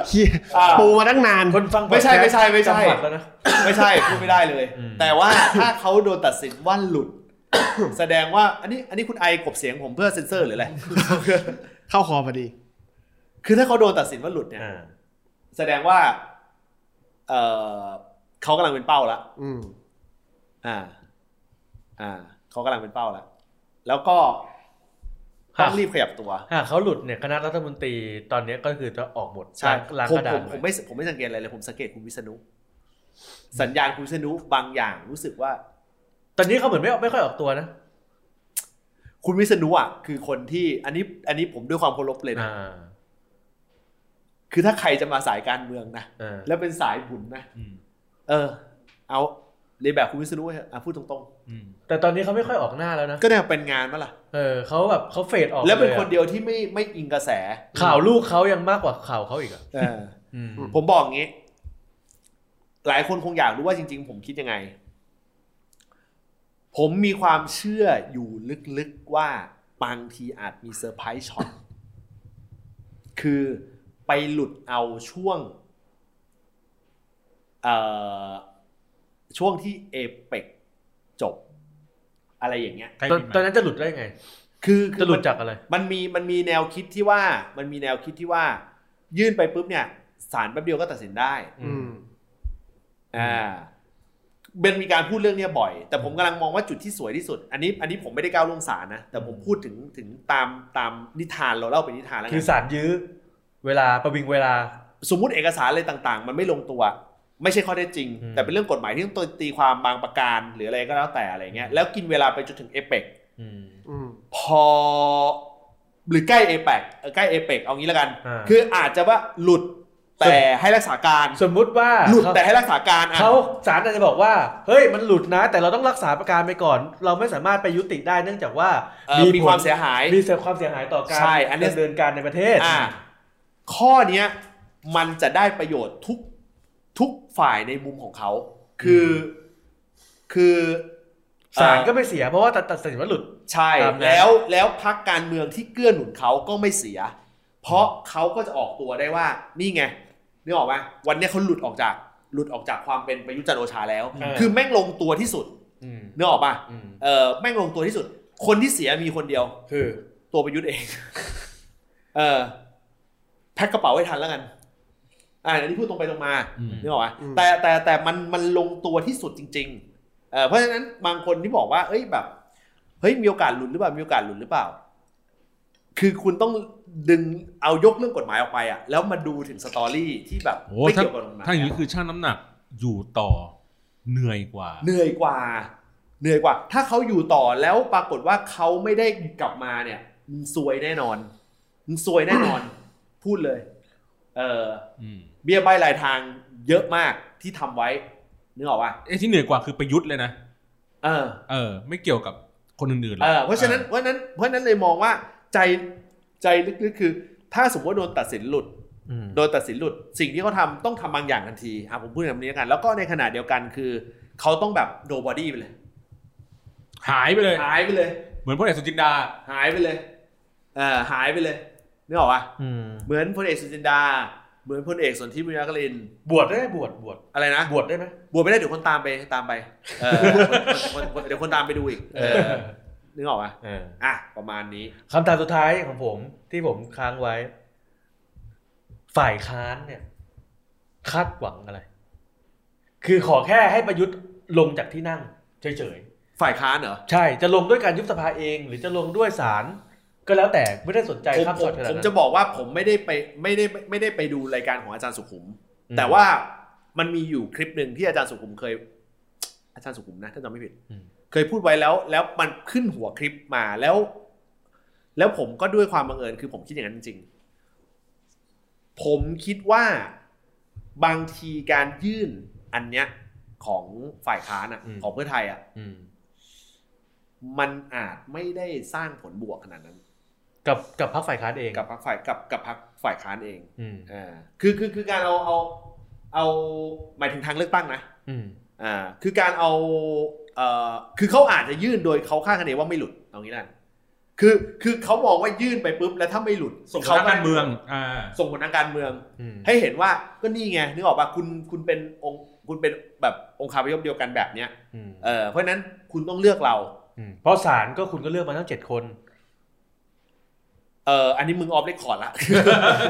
เหี้ย อ่า ปูมาตั้งนาน คนฟัง ไม่ใช่ พอดแคสต์ ไม่ใช่ไม่ใช่ จำหวัดแล้วนะ ไม่ใช่ พูดไม่ได้เลย อืม แต่ว่าถ้าเขาโดนตัดสินว่าหลุด แสดงว่า อันนี้อันนี้คุณไอกบเสียงผมเพื่อเซ็นเซอร์หรืออะไร เข้าคอพอดี คือถ้าเขาโดนตัดสินว่าหลุดเนี่ย อ่า แสดงว่า เออเขากำลังเป็นเป้าละ อืม อ่า อ่าเขากำลังเป็นเป้าละแล้วก็ หา ต้องรีบขยับตัว หากเขาหลุดเนี่ยคณะรัฐมนตรีตอนเนี้ยก็คือจะออกหมด ใช่ ล้าง ผม กระดา ผ ษ มผมไม่ผมไม่สังเกตอะไรเลยผมสังเกตคุณวิษณุสัญญาณคุณวิษณุบางอย่างรู้สึกว่า ตอนนี้เขาเหมือนไม่ไม่ค่อยออกตัวนะ คุณวิษณุอ่ะคือคนที่อันนี้อันนี้ผมด้วยความเคารพเลยนะ อ่า คือถ้าใครจะมาสายการเมืองนะ อ่า แล้วเป็นสายบุญนะ อืม เออ เอาเรียนแบบคุณวิษณุเถอะอ่ะพูดตรง อืม แต่ตอนนี้เขาไม่ค่อยออกหน้าแล้วนะ ๆ ก็เนี่ยเป็นงานมาล่ะ เออเขาแบบเขาเฟดออก แล้วเป็น ยอะ คนเดียวที่ไม่ไม่อิงกระแส ข่าวลูกเขายังมากกว่าข่าวเขาอีกอ่ะ เออ อืม ผมบอกงี้ หลายคนคงอยากรู้ว่าจริง ๆ ผมคิดยังไง ผมมีความเชื่ออยู่ลึกๆว่าบางทีอาจมีเซอร์ไพรส์ช็อต คือไปหลุดเอาช่วงเอ่อช่วงที่เอเปกจบ อะไรอย่างเงี้ย ใกล้ ตอน ปีใหม่ ตอนนั้นจะหลุดได้ไง คือคื จะ อ หลุ มั ด น จากอะไร มันมีมันมีแนวคิดที่ว่า มันมีแนวคิดที่ว่า ยื่นไปปุ๊บเนี่ยศาลแป๊บเดียวก็ตัดสินได้ อืม อ่าเบนมีการพูดเรื่องเนี้ยบ่อย แต่ผมกำลังมองว่าจุดที่สวยที่สุด อันนี้อันนี้ผมไม่ได้ก้าวล่วงศาลนะ แต่ผมพูดถึงถึงตามตามนิทานเราเล่าเป็นนิทานแล้ว คือ ไง สารยื้อ เวลาประวิงเวลา สมมติเอกสารอะไรต่างๆ มันไม่ลงตัว ไม่ใช่ข้อเท็จจริง อืม แต่เป็นเรื่องกฎหมายที่ต้องตีความบางประการ หรืออะไรก็แล้วแต่อะไรเงี้ยแล้วกินเวลาไปจนถึงเอเปก อืม อืม พอ หรือใกล้เอเปกใกล้เอเปกเอางี้แล้วกัน อ่า คืออาจจะว่าหลุดแต่ให้รักษาการ สมมุติว่า หลุด เขา แต่ให้รักษาการอ่ะ เขาศาลอาจจะบอกว่า เฮ้ยมันหลุดนะ แต่เราต้องรักษาประการไปก่อน เราไม่สามารถไปยุติได้เนื่องจากว่า เอ่อมีความเสียหาย มีเสียความเสียหายต่อการ ใช่อันเนี้ย ดำเนินการในประเทศ อ่าข้อเนี้ยมันจะได้ประโยชน์ทุกทุกฝ่ายในมุมของเขา คืออคือ ศาล เอ่อ ก็ไม่เสียเพราะว่าตัดตัดสินว่าหลุด ใช่ ตามนั้น แล้วแล้วพักการเมืองที่เกื้อหนุนเขาก็ไม่เสีย เพราะเขาก็จะออกตัวได้ว่านี่ไงนึกออกไหมวันเนี้ยเขาหลุดออกจากหลุดออกจากความเป็นประยุทธ์จันทร์โอชาแล้ว เออ คือแม่งลงตัวที่สุด อืม นึกออกป่ะ อืม เออแม่งลงตัวที่สุด คนที่เสียมีคนเดียว คือ ตัวประยุทธ์เอง เออแพ็คกระเป๋าให้ทันแล้วกัน อ่าอันนี้พูดตรงไปตรงมา อืม นึกออกไหม อืม แต่แต่แต่มันมันลงตัวที่สุดจริง ๆ เออเพราะฉะนั้นบางคนที่บอกว่า เอ้ยแบบ เฮ้ยมีโอกาสหลุดหรือเปล่ามีโอกาสหลุดหรือเปล่า คือคุณต้องดึงเอายกเรื่องกฎหมายออกไปอ่ะ แล้วมาดูถึงสตอรี่ที่แบบ โอ้ ไม่ ถ้า เกี่ยวกับกฎหมาย ถ้าอย่างนี้คือช่างน้ำหนักอยู่ต่อ เหนื่อยกว่า เหนื่อยกว่า เหนื่อยกว่า ถ้าเขาอยู่ต่อแล้วปรากฏว่าเขาไม่ได้กลับมาเนี่ยมึงซวยแน่นอนมึงซวยแน่นอน พูดเลย เออ อืม เบี้ยใบรายทางเยอะมากที่ทำไว้นึกออกป่ะ ไอ้ที่เหนื่อยกว่าคือประยุทธ์เลยนะ เออ เออ ไม่เกี่ยวกับคนอื่นๆหร เอ อก อเพราะฉะนั้นเพราะฉะนั้นเพราะฉะนั้นเลยมองว่าใจใจลึกๆคือ ถ้าสมมติว่าโดนตัดสินหลุด อืม โดนตัดสินหลุดสิ่งที่เขาทำต้องทำบางอย่างทันทีอ่ะผมพูดแบบนี้แล้วกัน แล้วก็ในขณะเดียวกันคือ เขาต้องแบบโดบอดี้ไปเลย หายไปเลย หายไปเลย เหมือนพลเอกสุจินดา หายไปเลยเออหายไปเลยนึกออกปะ อืม เหมือนพลเอกสุจินดา เหมือนพลเอกสนธิบุญยกลิน บวชได้ไหมบวชบวช อะไรนะ บวชได้ไหม บวชไม่ได้เดี๋ยวคนตามไปตามไปเออคนคนคน เดี๋ยวคนตามไปดูอีกเออนึกออกปะ เออ อ่ะประมาณนี้ คำถามสุดท้ายของผมที่ผมค้างไว้ ฝ่ายค้านเนี่ย คาดหวังอะไร คือขอแค่ให้ประยุทธ์ลงจากที่นั่งเฉย ฝ่ายค้านเหรอ ๆใช่จะลงด้วยการยุบสภาเอง หรือจะลงด้วยสารก็แล้วแต่ไม่ได้สนใจ ผม ข้าม ผ สอ ม ดขนาด ผม นั้น จะบอกว่าผมไม่ได้ไปไม่ได้ไม่ได้ไปดูรายการของอาจารย์สุขุม อืม แต่ว่ามันมีอยู่คลิปหนึ่งที่อาจารย์สุขุมเคย อาจารย์สุขุมนะถ้าจำไม่ผิด อืม เคยพูดไว้แล้ว แล้วมันขึ้นหัวคลิปมาแล้ว แล้วผมก็ด้วยความบังเอิญคือผมคิดอย่างนั้นจริงๆผมคิดว่าบางทีการยื่นอันเนี้ยของฝ่ายค้านอะ อืม ของเพื่อไทยอะ อืม มันอาจไม่ได้สร้างผลบวกขนาดนั้น กับกับพรรคฝ่ายค้านเอง กับพรรคฝ่ายกับกับพรรคฝ่ายค้านเอง อืม อ่าคือคือคือการเอาเอาเอาหมายถึงทางเลือกตั้งนะ อืม อ่าคือการเอาเอ่อคือเขาอาจจะยื่นโดยเขาคาดคะเนว่าไม่หลุดเอางี้นั่นคือคือเขามองว่ายื่นไปปุ๊บแล้วถ้าไม่หลุด ส่งเข้าการเมือง อ่า ส่งผลทางการเมือง อืม ให้เห็นว่าก็นี่ไงนึกออกป่ะคุณคุณเป็นองค์คุณเป็นแบบองค์คาพยพเดียวกันแบบเนี้ย อืม เออเพราะฉะนั้นคุณต้องเลือกเรา อืมเพราะศาลก็คุณก็เลือกมาทั้งเจ็ดคน เอออันนี้มึงออฟเรคคอร์ดละ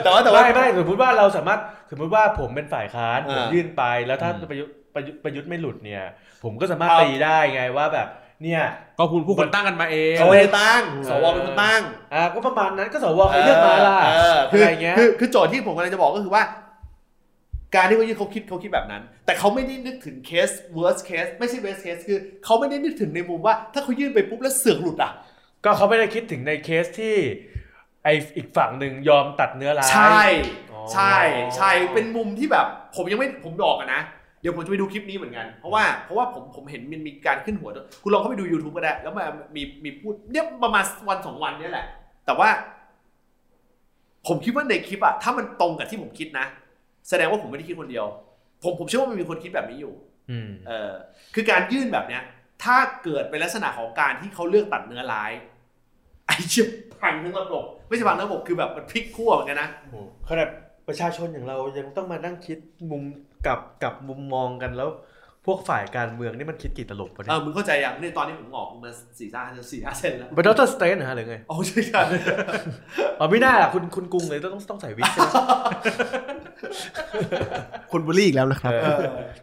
แต่ว่าแต่ว่า ไม่ไม่สมมติว่าเราสามารถสมมติว่าผมเป็นฝ่ายค้าน อ่า ผมยื่นไปแล้วถ้า อืม ประยุทธ์ประยุทธ์ประยุทธ์ไม่หลุดเนี่ย ผมก็สามารถ เอา ตีได้ไงว่าแบบ เนี่ย ก็คุณผู้คนตั้งกันมาเอง เขาไม่ได้ตั้งสวเป็นคนตั้ง อ่าก็ประมาณนั้นก็สวเขาเลือกมาล่ะ เออ อะไรเงี้ย คือคือคือโจทย์ที่ผมกำลังจะบอกก็คือว่า การที่เขาคิดเขาคิดเขาคิดแบบนั้น แต่เขาไม่ได้นึกถึงเคส worst case ไม่ใช่ worst case คือเขาไม่ได้นึกถึงในมุมว่า ถ้าเขายื่นไปปุ๊บแล้วเสือกหลุดอ่ะ ก็เขาไม่ได้คิดถึงในเคสที่ ไออีกฝั่งหนึ่งยอมตัดเนื้อร้าย ใช่ อ๋อ ใช่ใช่เป็นมุมที่แบบ ผมยังไม่ผมบอกอะนะ เดี๋ยวผมจะไปดูคลิปนี้เหมือนกัน เพราะว่าเพราะว่าผมผมเห็นมันมีการขึ้นหัวด้วยคุณลองเข้าไปดู YouTube ก็ได้ แล้วมันมีมีพูดเนี่ยประมาณวันสองวันเนี่ยแหละ แต่ว่า ผมคิดว่าในคลิปอะถ้ามันตรงกับที่ผมคิดนะ แสดงว่าผมไม่ได้คิดคนเดียว ผมผมเชื่อว่ามันมีคนคิดแบบนี้อยู่ อืม เออคือการยื่นแบบเนี้ย ถ้าเกิดเป็นลักษณะของการที่เขาเลือกตัดเนื้อร้ายไอ้เชี่ยพังทั้งระบบไม่ใช่พังทั้งระบบคือแบบมันพลิกขั้วเหมือนกันนะ โอ้โหขนาดประชาชนอย่างเรายังต้องมานั่งคิดมุมกับกับมุมมองกันแล้ว พวกฝ่ายการเมืองนี่มันคิดกี่ตลบวะ เอ เนี่ อย มึงเข้าใจยังเนี่ยตอนนี้ผมงอกมาสี่ห้าสี่ห้าเซนแล้ว เป็นดรสเตนเหรอฮะหรือไง โอ้ใช่ครับ อ๋อไม่น่าล่ะคุณคุณกรุงเลยต้องต้องใส่วิกใช่ไหม คุณบุลลี่อีกแล้วนะครับ เออ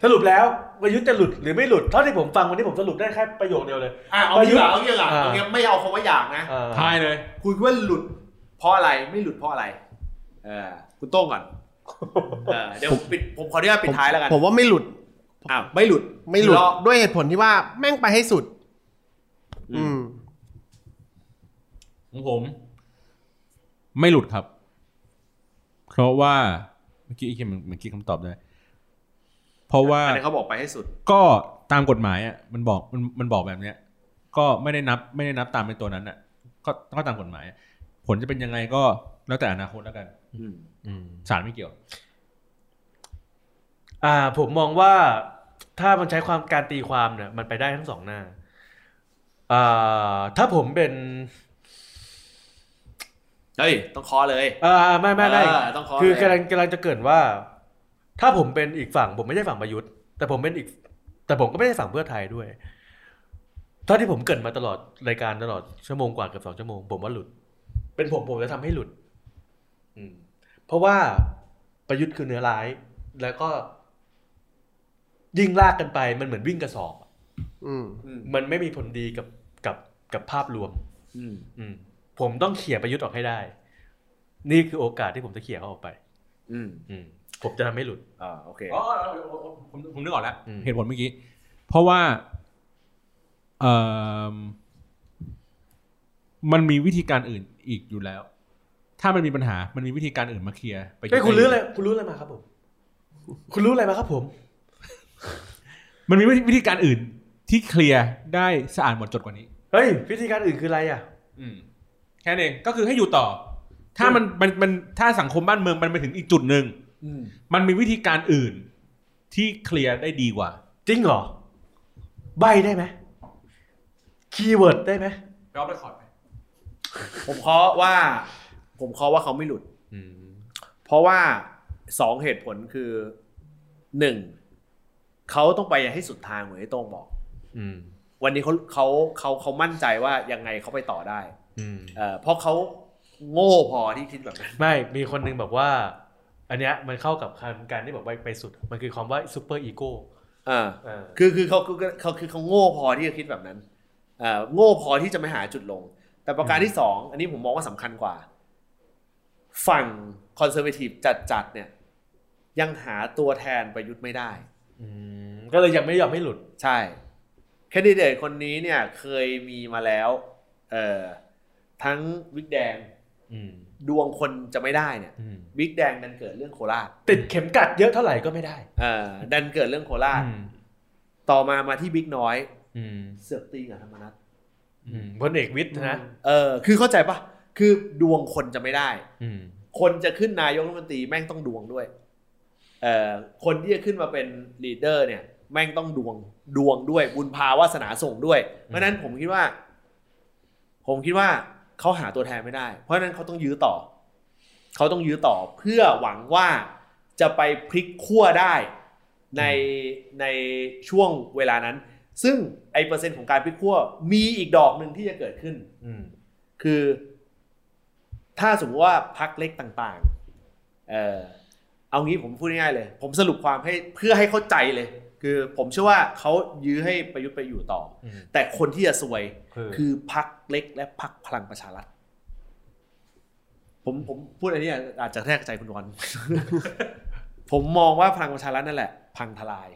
สรุปแล้วประยุทธ์จะหลุดหรือไม่หลุดเท่าที่ผมฟังวันนี้ผมสรุปได้แค่ประโยคเดียวเลย อ่ะเอา ประยุ เงี้ ท ย ธ์ เอาเงี้ยอ่ะ อ่า เอาเงี้ยไม่เอาคำว่าอยากนะ เอ่อ ทายเลย คุณคิดว่าหลุดเพราะอะไรไม่หลุดเพราะอะไรเออคุณโต้งก่อนเออเดี๋ยวผมปิดผมขออนุญาตปิดท้ายแล้วกัน ผมว่าไม่หลุด อ้าวไม่หลุด ไม่หลุด รอ ด้วยเหตุผลที่ว่าแม่งไปให้สุด อืม อืม ของผม ไม่หลุดครับ เพราะว่าเมื่อกี้อีกมันเมื่อกี้คำตอบได้ เพราะว่า อันนี้นเขาบอกไปให้สุด ก็ตามกฎหมายอ่ะมันบอกมันมันบอกแบบเนี้ย ก็ไม่ได้นับ ไม่ได้นับตามเป็นตัวนั้นอ่ะ ก็ก็ตามกฎหมายอะผลจะเป็นยังไงก็แล้วแต่อนาคตแล้วกัน อืม อืม ศาลไม่เกี่ยว อ่าผมมองว่าถ้ามันใช้ความการตีความเนี่ยมันไปได้ทั้งสองหน้าอ่าถ้าผมเป็น เฮ้ยต้องเคอเลย อ่าไม่ไม่ไม่ เออต้องเคอ คือ เลย กำลังกำลังจะเกริดว่า ถ้าผมเป็นอีกฝั่ง ผมไม่ใช่ฝั่งประยุทธ์ แต่ผมเป็นอีก แต่ผมก็ไม่ใช่ฝั่งเพื่อไทยด้วยเท่าที่ผมเกริดมาตลอดรายการตลอดชั่วโมงกว่าเกือบสองชั่วโมงผมว่าหลุด เป็นผมผมจะทำให้หลุด อืมเพราะว่าประยุทธ์คือเนื้อร้าย แล้วก็ ยิ่งลากกันไปมันเหมือนวิ่งกระสอบอะ อืม อืม มันไม่มีผลดีกับกับกับภาพรวม อืม อืม ผมต้องเขี่ยประยุทธ์ออกให้ได้ นี่คือโอกาสที่ผมจะเขี่ยเขาออกไป อืม อืม ผมจะทำให้หลุด อ่าโอเค อ๋อผมผมนึกออกแล้ว อืม เหตุผลเมื่อกี้ เพราะว่าเออมันมีวิธีการอื่นอีกอยู่แล้ว ถ้ามันมีปัญหามันมีวิธีการอื่นมาเคลียร์ไป เฮ้ยคุณรู้อะไรคุณรู้อะไรมาครับผม คุณรู้อะไรมาครับผม มันมีวิธีวิธีการอื่นที่เคลียร์ได้สะอาดหมดจดกว่านี้ เฮ้ย วิธีการอื่นคืออะไรอ่ะ อืมแค่นั้นเองก็คือให้อยู่ต่อ ถ้ามันมันมันถ้าสังคมบ้านเมืองมันไปถึงอีกจุดหนึ่งมันมีวิธีการอื่นที่เคลียร์ได้ดีกว่า จริงเหรอ ใบได้ไหมคีย์เวิร์ดได้ไหม ไปออฟเรคคอร์ดไป ผมเคาะว่า ผมเคาะว่าเขาไม่หลุด เพราะว่าสองเหตุผลคือหนึ่งเขาต้องไปให้สุดทางเหมือนที่โต้งบอก อืม วันนี้เขาเขาเขาเขามั่นใจว่ายังไงเขาไปต่อได้ อืม เอ่อเพราะเขาโง่พอที่คิดแบบนั้น ไม่มีคนหนึงบอกว่า อันเนี้ยมันเข้ากับคำการที่บอกว่าไปสุด มันคือคำว่าซูเปอร์อีโก้ เออ คือคือเขาคือเขาคือเขาโง่พอที่จะคิดแบบนั้นเอ่อโง่พอที่จะไม่หาจุดลง แต่ประการที่สองอันนี้ผมมองว่าสำคัญกว่า ฝั่งคอนเซอร์เวทีฟจัดๆเนี่ย ยังหาตัวแทนประยุทธ์ไม่ได้ ก็เลยยังไม่ยอมให้หลุด ใช่แคนดิเดตคนนี้เนี่ยเคยมีมาแล้วเอ่อทั้งวิกแดง อืม ดวงคนจะไม่ได้เนี่ย อืม วิกแดงดันเกิดเรื่องโคราช ติดเข็มกัดเยอะเท่าไหร่ก็ไม่ได้ เอ่อดันเกิดเรื่องโคราช อืม ต่อมามาที่บิ๊กน้อย อืม เสือกตีกับธรรมนัฐ อืม พลเอกวิทย์นะ เออคือเข้าใจปะคือดวงคนจะไม่ได้ อืม คนจะขึ้นนายกรัฐมนตรีแม่งต้องดวงด้วยเออคนที่จะขึ้นมาเป็นลีดเดอร์เนี่ย แม่งต้องดวงดวงด้วย บุญภาวาสนาส่งด้วย เพราะฉะนั้นผมคิดว่า ผมคิดว่าเขาหาตัวแทนไม่ได้ เพราะฉะนั้นเขาต้องยื้อต่อ เขาต้องยื้อต่อเพื่อหวังว่าจะไปพลิกขั้วได้ในในช่วงเวลานั้น ซึ่งไอเปอร์เซ็นต์ของการพลิกขั้วมีอีกดอกหนึ่งที่จะเกิดขึ้น อืม คือถ้าสมมติว่าพักเล็กต่างๆ เออเอางี้ผมพูดง่ายๆเลย ผมสรุปความให้เพื่อให้เข้าใจเลย คือผมเชื่อว่าเขายื้อให้ประยุทธ์ไปอยู่ต่ออ ม แต่คนที่จะซวย คือ คือพักเล็กและพักพลังประชารัฐผมผมพูดอันนี้อาจจะแทกใจคุณวอน ผมมองว่าพลังประชารัฐนั่นแหละ พังทลาย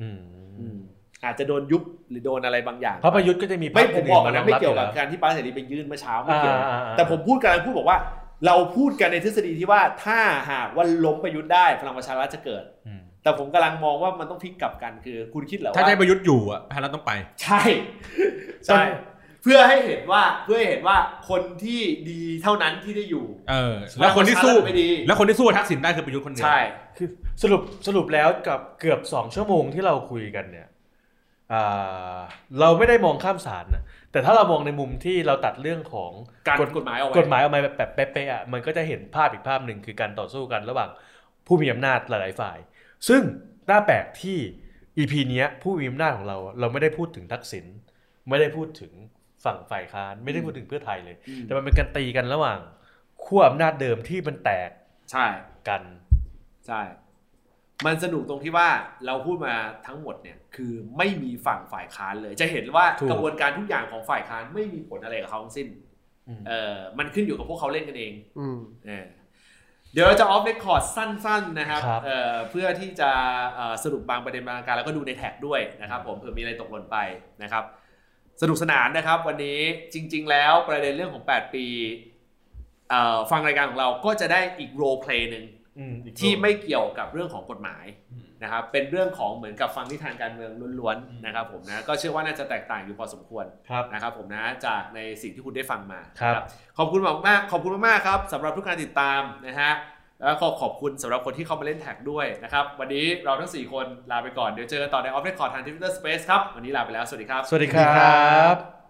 อืม อืมอาจจะโดนยุบหรือโดนอะไรบางอย่าง เพราะประยุทธ์ก็จะมีพร ไม่ รค ผม อื่ๆ บอกก่อนนะ ร ไม่ รับ เกี่ยวกับ อแล้ การที่ป้าเสรีไปยื่นเมื่อเช้าไม่เกี่ยวนะ อ่าอ่าอ่า แต่ผมพูดกำลังพูดบอกว่า เราพูดกันในทฤษฎีที่ว่าถ้าหากว่าล้มประยุทธ์ได้พลังประชารัฐจะเกิด อืม แต่ผมกำลังมองว่ามันต้องพลิกกลับกันคือ คุณคิดเหรอ ถ้า ว่า ได้ประยุทธ์อยู่อ่ะพาเราต้องไป ใช่ใช่เพื่อให้เห็นว่าเพื่อให้เห็นว่าคนที่ดีเท่านั้นที่ได้อยู่ เออ แล้วคนที่สู้ พลังประชารัฐไม่ดี แล้วคนที่สู้กับทักษิณได้คือประยุทธ์คนเดีว ใช่ คือสรุปสรุปแล้วกับเกือบสองชั่วโมงที่เราคุยกันเนี่ยอ่าเราไม่ได้มองข้ามสารนะแต่ถ้าเรามองในมุมที่เราตัดเรื่องของ การ ก กฎหมายเอาไว้ กฎหมายออกมาแบบเป๊ะๆอ่ะมันก็จะเห็นภาพอีกภาพหนึ่งคือการต่อสู้กันระหว่างผู้มีอำนาจหลายๆฝ่าย ซึ่งน่าแปลกที่ EP เนี้ยผู้มีอำนาจของเราเราไม่ได้พูดถึงทักษิณไม่ได้พูดถึงฝั่งฝ่ายค้านไม่ได้พูดถึงเพื่อไทยเลย อืม แต่มันเป็นการตีกันระหว่างขั้วอำนาจเดิมที่มันแตก ใช่ กัน ใช่ มันสนุกตรงที่ว่าเราพูดมาทั้งหมดเนี่ยคือไม่มีฝั่งฝ่ายค้านเลย จะเห็นว่า ถูก กระบวนการทุกอย่างของฝ่ายค้านไม่มีผลอะไรกับเขาทั้งสิ้น เออมันขึ้นอยู่กับพวกเขาเล่นกันเอง อืม เออเดี๋ยวเราจะออฟเรคคอร์ดสั้นๆนะครับ ครับ เอ่อเพื่อที่จะเอ่อสรุปบางประเด็นบางการแล้วก็ดูในแท็กด้วยนะครับผมเผื่อมีอะไรตกหล่นไปนะครับ สนุกสนานนะครับ วันนี้จริง ๆ แล้วประเด็นเรื่องของ 8 ปีเอ่อฟังรายการของเราก็จะได้อีกโรเพลย์หนึ่ง อืมอีก ที่ โลก ไม่เกี่ยวกับเรื่องของกฎหมายนะครับเป็นเรื่องของเหมือนกับฟังนิทานการเมืองล้วนๆนะครับผมนะก็เชื่อว่าน่าจะแตกต่างอยู่พอสมควร ครับ นะครับผมนะจากในสิ่งที่คุณได้ฟังมา ครับ นะขอบคุณมากมากๆขอบคุณมากๆครับสำหรับทุกการติดตามนะฮะแล้วก็ขอบคุณสำหรับคนที่เข้ามาเล่นแท็กด้วยนะครับ วันนี้เราทั้ง 4 คนลาไปก่อน เดี๋ยวเจอกันต่อในออฟเรคคอร์ดทางทวิตเตอร์สเปซครับ วันนี้ลาไปแล้ว สวัสดีครับ สวัสดีครับ